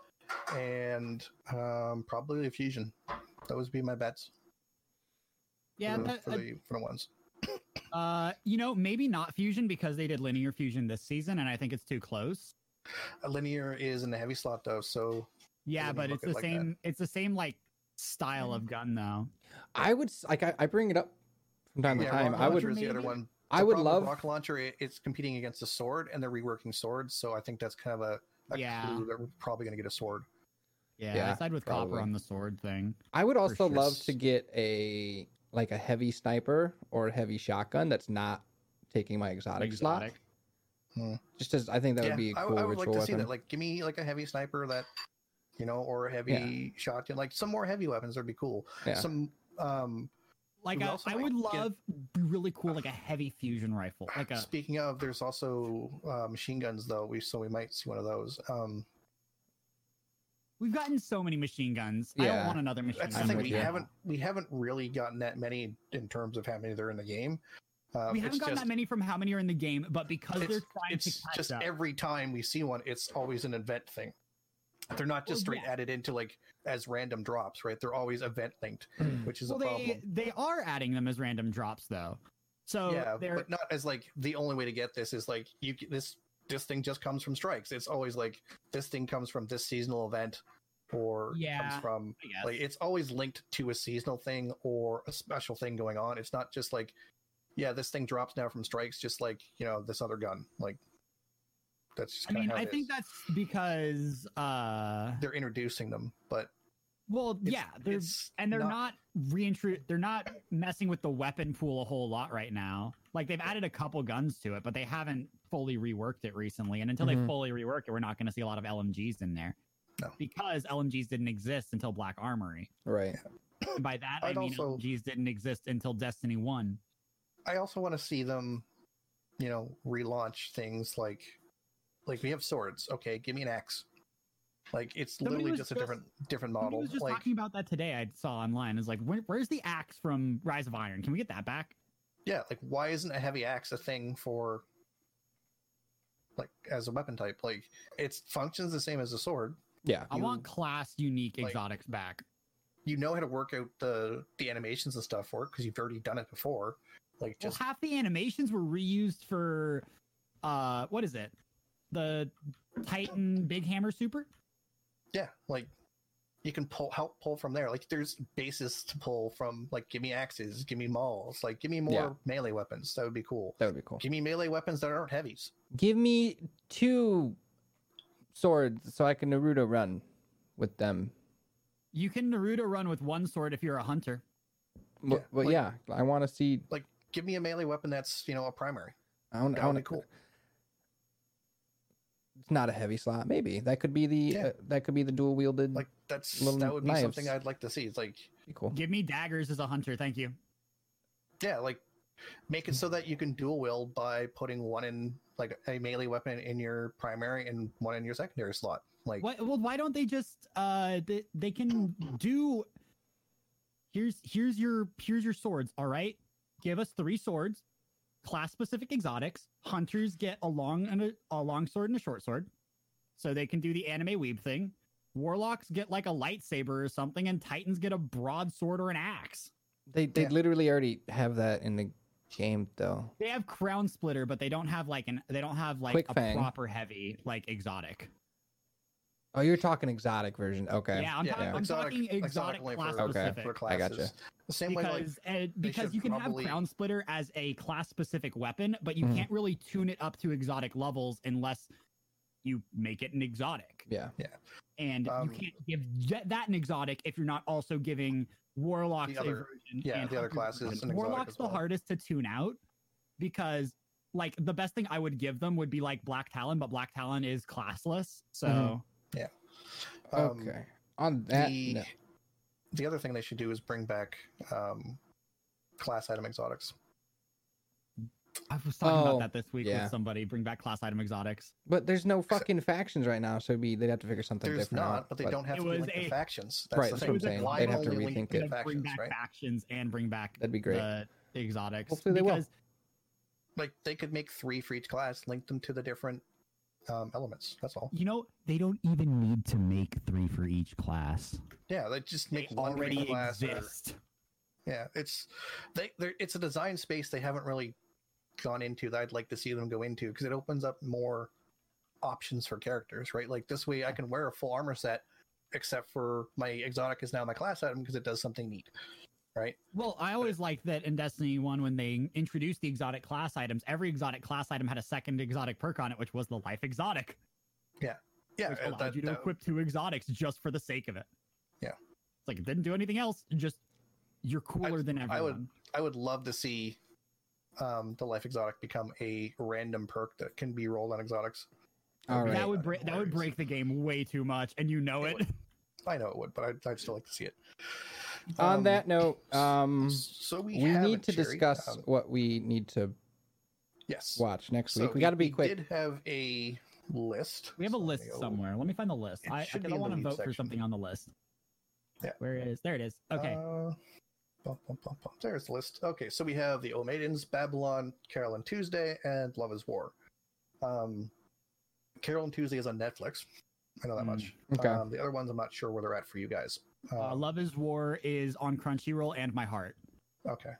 Speaker 3: and um, probably a fusion. Those would be my bets.
Speaker 4: Yeah,
Speaker 3: for, the-
Speaker 4: that-
Speaker 3: for the for the ones.
Speaker 4: uh, you know, maybe not fusion because they did linear fusion this season, and I think it's too close.
Speaker 3: A linear is in the heavy slot though, so
Speaker 4: Yeah,
Speaker 3: Doesn't
Speaker 4: but
Speaker 3: look
Speaker 4: it's
Speaker 3: it
Speaker 4: the
Speaker 3: like that.
Speaker 4: same. It's the same like style of gun though.
Speaker 2: I would s- like I, I bring it up from time to
Speaker 3: yeah,
Speaker 2: time.
Speaker 3: rocket
Speaker 2: I would
Speaker 3: launcher is the other one.
Speaker 2: I
Speaker 3: The
Speaker 2: would
Speaker 3: problem with
Speaker 2: love
Speaker 3: rocket launcher. i- It's competing against a sword, and they're reworking swords, so I think that's kind of a, a
Speaker 4: Yeah.
Speaker 3: clue that we're probably gonna get a sword.
Speaker 4: Yeah, I
Speaker 2: Yeah,
Speaker 4: side with
Speaker 2: probably.
Speaker 4: copper on the sword thing.
Speaker 2: I would also
Speaker 4: sure.
Speaker 2: love to get a like a heavy sniper or a heavy shotgun that's not taking my exotic, slot.
Speaker 4: Exotic.
Speaker 3: Hmm.
Speaker 2: Just as I think that
Speaker 3: yeah,
Speaker 2: would be a
Speaker 3: I
Speaker 2: cool
Speaker 3: w- I, would like
Speaker 2: ritual
Speaker 3: to see
Speaker 2: weapon.
Speaker 3: that. Like, give me like a heavy sniper that, you know, or a heavy shotgun. Like some more heavy weapons would be cool.
Speaker 2: Yeah.
Speaker 3: Some um,
Speaker 4: Like
Speaker 3: We
Speaker 4: a,
Speaker 3: also
Speaker 4: I
Speaker 3: might
Speaker 4: would
Speaker 3: get-
Speaker 4: love be really cool like a heavy fusion rifle, like a
Speaker 3: Speaking of, there's also uh, machine guns though. We so we might see one of those. Um,
Speaker 4: We've gotten so many machine guns. I
Speaker 2: Yeah.
Speaker 4: don't want another machine
Speaker 3: that's
Speaker 4: gun.
Speaker 3: the thing.
Speaker 2: with
Speaker 3: We
Speaker 2: you.
Speaker 3: haven't we haven't really gotten that many in terms of how many there are in the game. Um,
Speaker 4: We haven't
Speaker 3: it's
Speaker 4: gotten
Speaker 3: just,
Speaker 4: that many from how many are in the game, but because they're
Speaker 3: It's,
Speaker 4: trying to
Speaker 3: it's
Speaker 4: catch
Speaker 3: just
Speaker 4: up.
Speaker 3: every time we see one, it's always an event thing. They're not just
Speaker 4: Well,
Speaker 3: straight added into like as random drops, right? They're always event linked, which is
Speaker 4: Hmm. well,
Speaker 3: a
Speaker 4: they
Speaker 3: problem.
Speaker 4: they are adding them as random drops though. So
Speaker 3: yeah,
Speaker 4: they're
Speaker 3: but not as like the only way to get this is like you c- this this thing just comes from strikes. It's always like this thing comes from this seasonal event, or
Speaker 4: Yeah.
Speaker 3: comes from
Speaker 4: I guess.
Speaker 3: like it's always linked to a seasonal thing or a special thing going on it's not just like yeah this thing drops now from strikes just like you know this other gun like that's just
Speaker 4: I
Speaker 3: kind
Speaker 4: mean,
Speaker 3: of how
Speaker 4: I
Speaker 3: it
Speaker 4: think
Speaker 3: is.
Speaker 4: that's because uh
Speaker 3: they're introducing them but
Speaker 4: well,
Speaker 3: it's,
Speaker 4: yeah, they're
Speaker 3: it's
Speaker 4: and they're not, reintro they're not messing with the weapon pool a whole lot right now. Like they've added a couple guns to it, but they haven't fully reworked it recently. And until they
Speaker 2: Mhm.
Speaker 4: fully rework it, we're not going to see a lot of LMGs in there.
Speaker 3: No.
Speaker 4: Because LMGs didn't exist until Black Armory.
Speaker 2: right.
Speaker 4: And by that, i
Speaker 3: I'd
Speaker 4: mean
Speaker 3: also-
Speaker 4: LMGs didn't exist until Destiny 1.
Speaker 3: i also want to see them you know relaunch things like like we have swords okay give me an axe like it's
Speaker 4: Somebody
Speaker 3: literally
Speaker 4: was
Speaker 3: just a
Speaker 4: just-
Speaker 3: different different
Speaker 4: Somebody
Speaker 3: model
Speaker 4: was just
Speaker 3: like
Speaker 4: talking about that today. I saw online. It's like, where, where's the axe from Rise of Iron? Can we get that back?
Speaker 3: yeah like why isn't a heavy axe a thing for like as a weapon type like it functions the same as a sword
Speaker 2: Yeah.
Speaker 4: I
Speaker 3: You-
Speaker 4: want class unique
Speaker 3: like-
Speaker 4: exotics back.
Speaker 3: you know how to work out the the animations and stuff for it because you've already done it before like
Speaker 4: Well,
Speaker 3: just
Speaker 4: half the animations were reused for, uh, what is it? The Titan Big Hammer Super?
Speaker 3: yeah like you can pull help pull from there like there's bases to pull from like give me axes give me mauls like give me more
Speaker 2: Yeah.
Speaker 3: melee weapons that would be cool
Speaker 2: That would be cool.
Speaker 3: give me melee weapons that aren't heavies
Speaker 2: Give me two swords so I can Naruto run with them.
Speaker 4: You can Naruto run with one sword if you're a hunter.
Speaker 2: Well,
Speaker 3: Yeah,
Speaker 2: yeah, well,
Speaker 3: like-
Speaker 2: yeah I want to see.
Speaker 3: give me a melee weapon that's you know a primary
Speaker 2: I want.
Speaker 3: that
Speaker 2: I
Speaker 3: would
Speaker 2: want
Speaker 3: be
Speaker 2: to.
Speaker 3: cool
Speaker 2: It's not a heavy slot. Maybe that could be the
Speaker 3: Yeah.
Speaker 2: uh, that could be the dual wielded.
Speaker 3: like that's
Speaker 2: Little
Speaker 3: that would be
Speaker 2: knives.
Speaker 3: something i'd like to see it's like
Speaker 2: be cool.
Speaker 4: Give me daggers as a hunter. Thank you.
Speaker 3: yeah like make it so that you can dual wield by putting one in like a melee weapon in your primary and one in your secondary slot like
Speaker 4: Why, well, why don't they just uh they, they can do here's here's your here's your swords, all right? Give us three swords, class specific exotics. Hunters get a long and a, a long sword and a short sword. So they can do the anime weeb thing. Warlocks get like a lightsaber or something, and Titans get a broadsword or an axe.
Speaker 2: They they
Speaker 3: Yeah.
Speaker 2: literally already have that in the game though.
Speaker 4: They have crown splitter, but they don't have like an they don't have like
Speaker 2: Quick
Speaker 4: a
Speaker 2: Fang.
Speaker 4: proper heavy like exotic.
Speaker 2: Oh, you're talking exotic version. Okay.
Speaker 4: Yeah, I'm,
Speaker 3: Yeah,
Speaker 4: talking,
Speaker 3: yeah.
Speaker 4: I'm
Speaker 3: Exotic-
Speaker 4: talking
Speaker 3: exotic
Speaker 4: exotic,
Speaker 3: only
Speaker 4: class
Speaker 3: for-
Speaker 2: Okay.
Speaker 4: specific.
Speaker 3: for
Speaker 2: I
Speaker 3: classes
Speaker 2: gotcha.
Speaker 3: the same way like
Speaker 4: because uh, because
Speaker 3: should
Speaker 4: you can
Speaker 3: probably-
Speaker 4: have crown splitter as a class specific weapon, but you
Speaker 2: Mhm.
Speaker 4: can't really tune it up to exotic levels unless you make it an exotic.
Speaker 2: Yeah.
Speaker 4: And
Speaker 3: Um,
Speaker 4: you can't give th- that an exotic if you're not also giving warlocks
Speaker 3: The other-
Speaker 4: a version.
Speaker 3: yeah,
Speaker 4: and
Speaker 3: the other
Speaker 4: hunters a
Speaker 3: class is
Speaker 4: version.
Speaker 3: an exotic
Speaker 4: warlocks
Speaker 3: as
Speaker 4: the
Speaker 3: well.
Speaker 4: hardest to tune out because like the best thing I would give them would be like Black Talon, but Black Talon is classless, so
Speaker 2: Mhm.
Speaker 3: Um,
Speaker 2: okay. On that,
Speaker 3: the,
Speaker 2: no-
Speaker 3: the other thing they should do is bring back um, class item exotics.
Speaker 4: I was talking
Speaker 2: Oh,
Speaker 4: about that this week
Speaker 2: yeah.
Speaker 4: with somebody. Bring back class item exotics.
Speaker 2: but there's no fucking factions right now, so it'd be they'd have to figure something
Speaker 3: There's
Speaker 2: different.
Speaker 3: not,
Speaker 2: out,
Speaker 3: but they don't have
Speaker 4: It
Speaker 3: to be
Speaker 4: was
Speaker 3: linked to
Speaker 4: a-
Speaker 3: factions. That's
Speaker 2: Right,
Speaker 3: the
Speaker 2: that's
Speaker 3: thing.
Speaker 2: what I'm saying.
Speaker 3: Why
Speaker 2: They'd have
Speaker 3: only
Speaker 2: to rethink
Speaker 3: link to
Speaker 2: it.
Speaker 4: Bring
Speaker 3: Factions,
Speaker 4: back
Speaker 3: right?
Speaker 4: factions and bring back
Speaker 2: That'd be great.
Speaker 4: the exotics.
Speaker 2: Hopefully they will.
Speaker 4: because
Speaker 3: Like they could make three for each class, link them to the different um, elements. That's all.
Speaker 4: You know, they don't even need to make three for each class.
Speaker 3: Yeah, they just
Speaker 4: They
Speaker 3: make one for each
Speaker 4: already
Speaker 3: class. or-
Speaker 4: exist.
Speaker 3: yeah, it's they. they're- It's a design space they haven't really gone into that I'd like to see them go into because it opens up more options for characters, right? Like this way, I can wear a full armor set, except for my exotic is now my class item because it does something neat, right?
Speaker 4: Well, I always liked that in Destiny 1 when they introduced the exotic class items, every exotic class item had a second exotic perk on it, which was the life exotic,
Speaker 3: Yeah,
Speaker 4: which
Speaker 3: uh,
Speaker 4: allowed
Speaker 3: that-
Speaker 4: you to
Speaker 3: that-
Speaker 4: equip two exotics just for the sake of it.
Speaker 3: Yeah.
Speaker 4: It's like it didn't do anything else, just you're cooler than everyone.
Speaker 3: I would- I would love to see um, the life exotic become a random perk that can be rolled on exotics.
Speaker 2: All
Speaker 4: that
Speaker 2: right.
Speaker 4: would break that would
Speaker 3: Hilarious.
Speaker 4: break the game way too much, and you know
Speaker 3: Oh, It
Speaker 4: it.
Speaker 3: would. I know it would, but I'd, I'd still like to see it.
Speaker 2: On
Speaker 3: Um,
Speaker 2: that note, um,
Speaker 3: so we,
Speaker 2: we
Speaker 3: have
Speaker 2: need
Speaker 3: it,
Speaker 2: to
Speaker 3: Jerry.
Speaker 2: discuss
Speaker 3: Um,
Speaker 2: what we need to
Speaker 3: yes.
Speaker 2: watch next
Speaker 3: So
Speaker 2: week. We got to be
Speaker 3: We
Speaker 2: quick.
Speaker 3: did have a list.
Speaker 4: We have a
Speaker 3: so let me
Speaker 4: list
Speaker 3: go-
Speaker 4: somewhere. Let me find the list.
Speaker 3: oh. It
Speaker 4: I, I
Speaker 3: should be
Speaker 4: don't
Speaker 3: in the
Speaker 4: want to
Speaker 3: lead
Speaker 4: vote for
Speaker 3: section.
Speaker 4: something on the list.
Speaker 3: Yeah.
Speaker 4: Where is there? It is okay.
Speaker 3: Uh, bum, bum, bum, bum. There's the list. Okay, so we have the O Maidens, Babylon, Carol and Tuesday, and Love is War. Um, Carol and Tuesday is on Netflix. I know that
Speaker 4: Hmm.
Speaker 3: much.
Speaker 2: Okay.
Speaker 3: Um, the other ones, I'm not sure where they're at for you guys. Um,
Speaker 4: uh, Love is War is on Crunchyroll and My Heart.
Speaker 3: okay.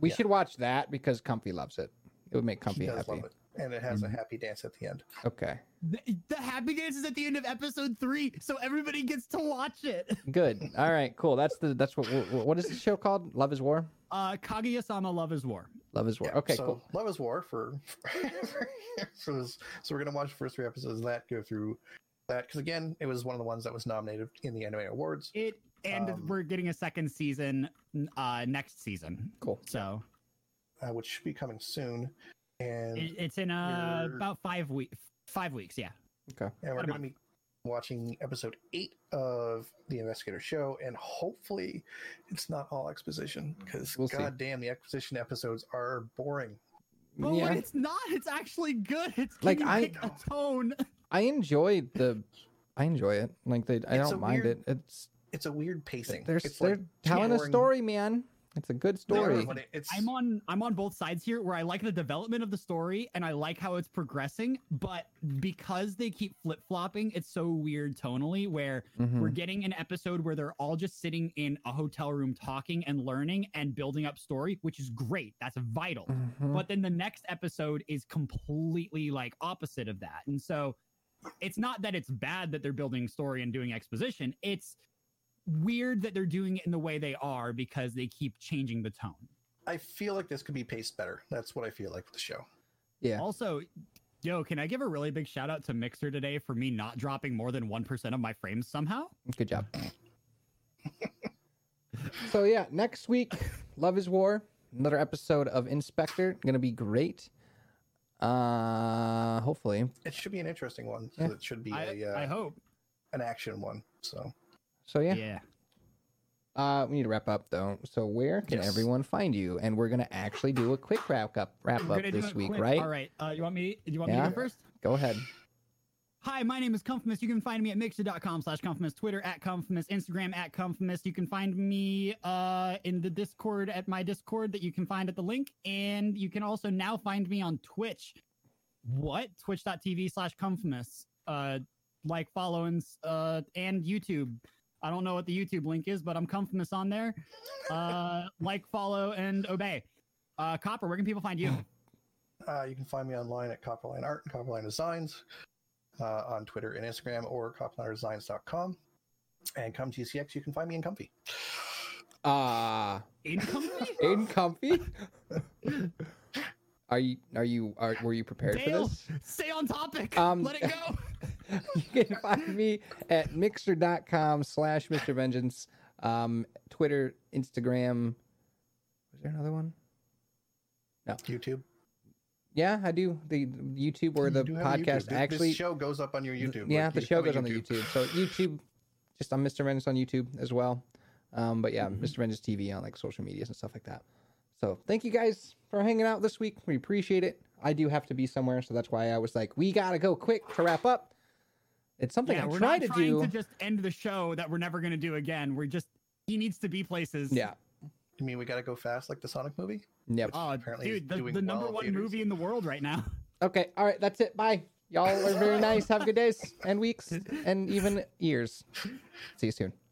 Speaker 2: we
Speaker 3: yeah.
Speaker 2: should watch that because Comfy loves it. It would make Comfy
Speaker 3: He does
Speaker 2: happy. Mm-hmm.
Speaker 3: love it. And it has a
Speaker 4: Mhm.
Speaker 3: happy dance at the end.
Speaker 2: Okay.
Speaker 4: The, the happy dance is at the end of episode three, so everybody gets to watch it.
Speaker 2: Good. All right. Cool. That's the that's what what, what is the show called? Love is war.
Speaker 4: Uh, Kaguya-sama Love is War.
Speaker 2: Love is war.
Speaker 3: Yeah,
Speaker 2: okay.
Speaker 3: so
Speaker 2: cool.
Speaker 3: Love is War for, for this. So we're gonna watch the first three episodes of that, go through that because again, it was one of the ones that was nominated in the anime awards.
Speaker 4: It and
Speaker 3: Um,
Speaker 4: we're getting a second season uh, next season.
Speaker 2: Cool.
Speaker 4: So
Speaker 3: uh, which should be coming soon. And
Speaker 4: it, it's in uh,
Speaker 3: We're-
Speaker 4: about five weeks. Five weeks, yeah.
Speaker 3: and we're
Speaker 4: about a
Speaker 3: going to be watching episode eight of the Investigator Show, and hopefully, it's not all exposition because
Speaker 2: We'll see.
Speaker 3: goddamn, the exposition episodes are boring.
Speaker 4: But when
Speaker 2: yeah.
Speaker 4: it's not, it's actually good. It's can
Speaker 2: Like,
Speaker 4: you
Speaker 2: I-
Speaker 4: pick a tone.
Speaker 2: I enjoy the. I enjoy it. Like they, I
Speaker 3: It's a
Speaker 2: don't mind
Speaker 3: weird
Speaker 2: it. It's
Speaker 3: It's a weird pacing.
Speaker 2: they're
Speaker 3: it's
Speaker 2: they're
Speaker 3: like
Speaker 2: telling a
Speaker 3: boring-
Speaker 2: story, man. It's a good
Speaker 3: they are,
Speaker 2: story.
Speaker 3: but it- it's
Speaker 4: I'm on I'm on both sides here where I like the development of the story and I like how it's progressing, but because they keep flip-flopping, it's so weird tonally where
Speaker 2: Mhm.
Speaker 4: we're getting an episode where they're all just sitting in a hotel room talking and learning and building up story, which is great. That's vital.
Speaker 2: Mhm.
Speaker 4: But then the next episode is completely like opposite of that. And so it's not that it's bad that they're building story and doing exposition. It's weird that they're doing it in the way they are because they keep changing the tone.
Speaker 3: I feel like this could be paced better. That's what I feel like with the show.
Speaker 2: Yeah.
Speaker 4: Also, yo, can I give a really big shout out to Mixer today for me not dropping more than 1% of my frames somehow?
Speaker 2: Good job. so yeah, next week, Love is War, another episode of Inspector. Gonna be great. Uh hopefully.
Speaker 3: It should be an interesting one.
Speaker 2: Yeah.
Speaker 3: It should be
Speaker 4: I,
Speaker 3: a,
Speaker 4: I
Speaker 3: uh,
Speaker 4: hope.
Speaker 3: an action one. So
Speaker 2: So yeah.
Speaker 4: yeah.
Speaker 2: Uh we need to wrap up though. So where can
Speaker 3: Yes.
Speaker 2: everyone find you? And we're gonna actually do a quick wrap up wrap
Speaker 4: We're
Speaker 2: up
Speaker 4: gonna do
Speaker 2: this
Speaker 4: it
Speaker 2: week,
Speaker 4: quick.
Speaker 2: right?
Speaker 4: All right. Uh, you want me? You want me
Speaker 2: Yeah.
Speaker 4: to go first?
Speaker 2: Go ahead.
Speaker 4: Hi, my name is Comfimus. You can find me at mixer.com slash Comfimus, Twitter at Comfimus, Instagram at Comfimus. You can find me uh, in the Discord at my Discord that you can find at the link. And you can also now find me on Twitch. What? Twitch.tv slash Comfimus. Uh, like, follow, and, s- uh, and YouTube. I don't know what the YouTube link is, but I'm Comfimus on there. Uh, like, follow, and obey. Uh, Copper, where can people find you?
Speaker 3: Uh, you can find me online at Copperline Art and Copperline Designs uh, on Twitter and Instagram or copperlinedesigns.com. And come GCX, you can find me in Comfy.
Speaker 2: Uh
Speaker 4: Incomplete?
Speaker 2: in comfy. Are you are you are were you prepared for
Speaker 4: Dale.
Speaker 2: this?
Speaker 4: Stay on topic.
Speaker 2: Um,
Speaker 4: Let it go.
Speaker 2: you can find me at mixer.com slash Mr. Vengeance. Um, Twitter, Instagram. Was there another one?
Speaker 3: YouTube.
Speaker 2: Yeah, I do. The YouTube or
Speaker 3: You
Speaker 2: the
Speaker 3: do have a YouTube.
Speaker 2: podcast
Speaker 3: This-
Speaker 2: actually.
Speaker 3: this show goes up on your YouTube.
Speaker 2: Yeah,
Speaker 3: like,
Speaker 2: the
Speaker 3: you-
Speaker 2: show
Speaker 3: I mean,
Speaker 2: goes on the YouTube. So YouTube, just on Mr. Vengeance on YouTube as well. Um, but yeah, Mr. Vengeance TV on like social medias and stuff like that. So thank you guys for hanging out this week. We appreciate it. I do have to be somewhere, so that's why I was like, we gotta go quick to wrap up. It's something
Speaker 4: yeah,
Speaker 2: I
Speaker 4: we're
Speaker 2: try
Speaker 4: not
Speaker 2: to
Speaker 4: trying
Speaker 2: do.
Speaker 4: to just end the show that we're never gonna do again. We're just he needs to be places.
Speaker 2: yeah.
Speaker 3: You mean we gotta go fast like the Sonic movie?
Speaker 2: Yep.
Speaker 4: Oh,
Speaker 3: Apparently it's
Speaker 4: dude, the,
Speaker 3: doing
Speaker 4: the number
Speaker 3: well in
Speaker 4: one
Speaker 3: theaters.
Speaker 4: movie in the world right now.
Speaker 2: Okay. All right. That's it. Bye. Y'all are very nice. Have good days and weeks and even years. See you soon.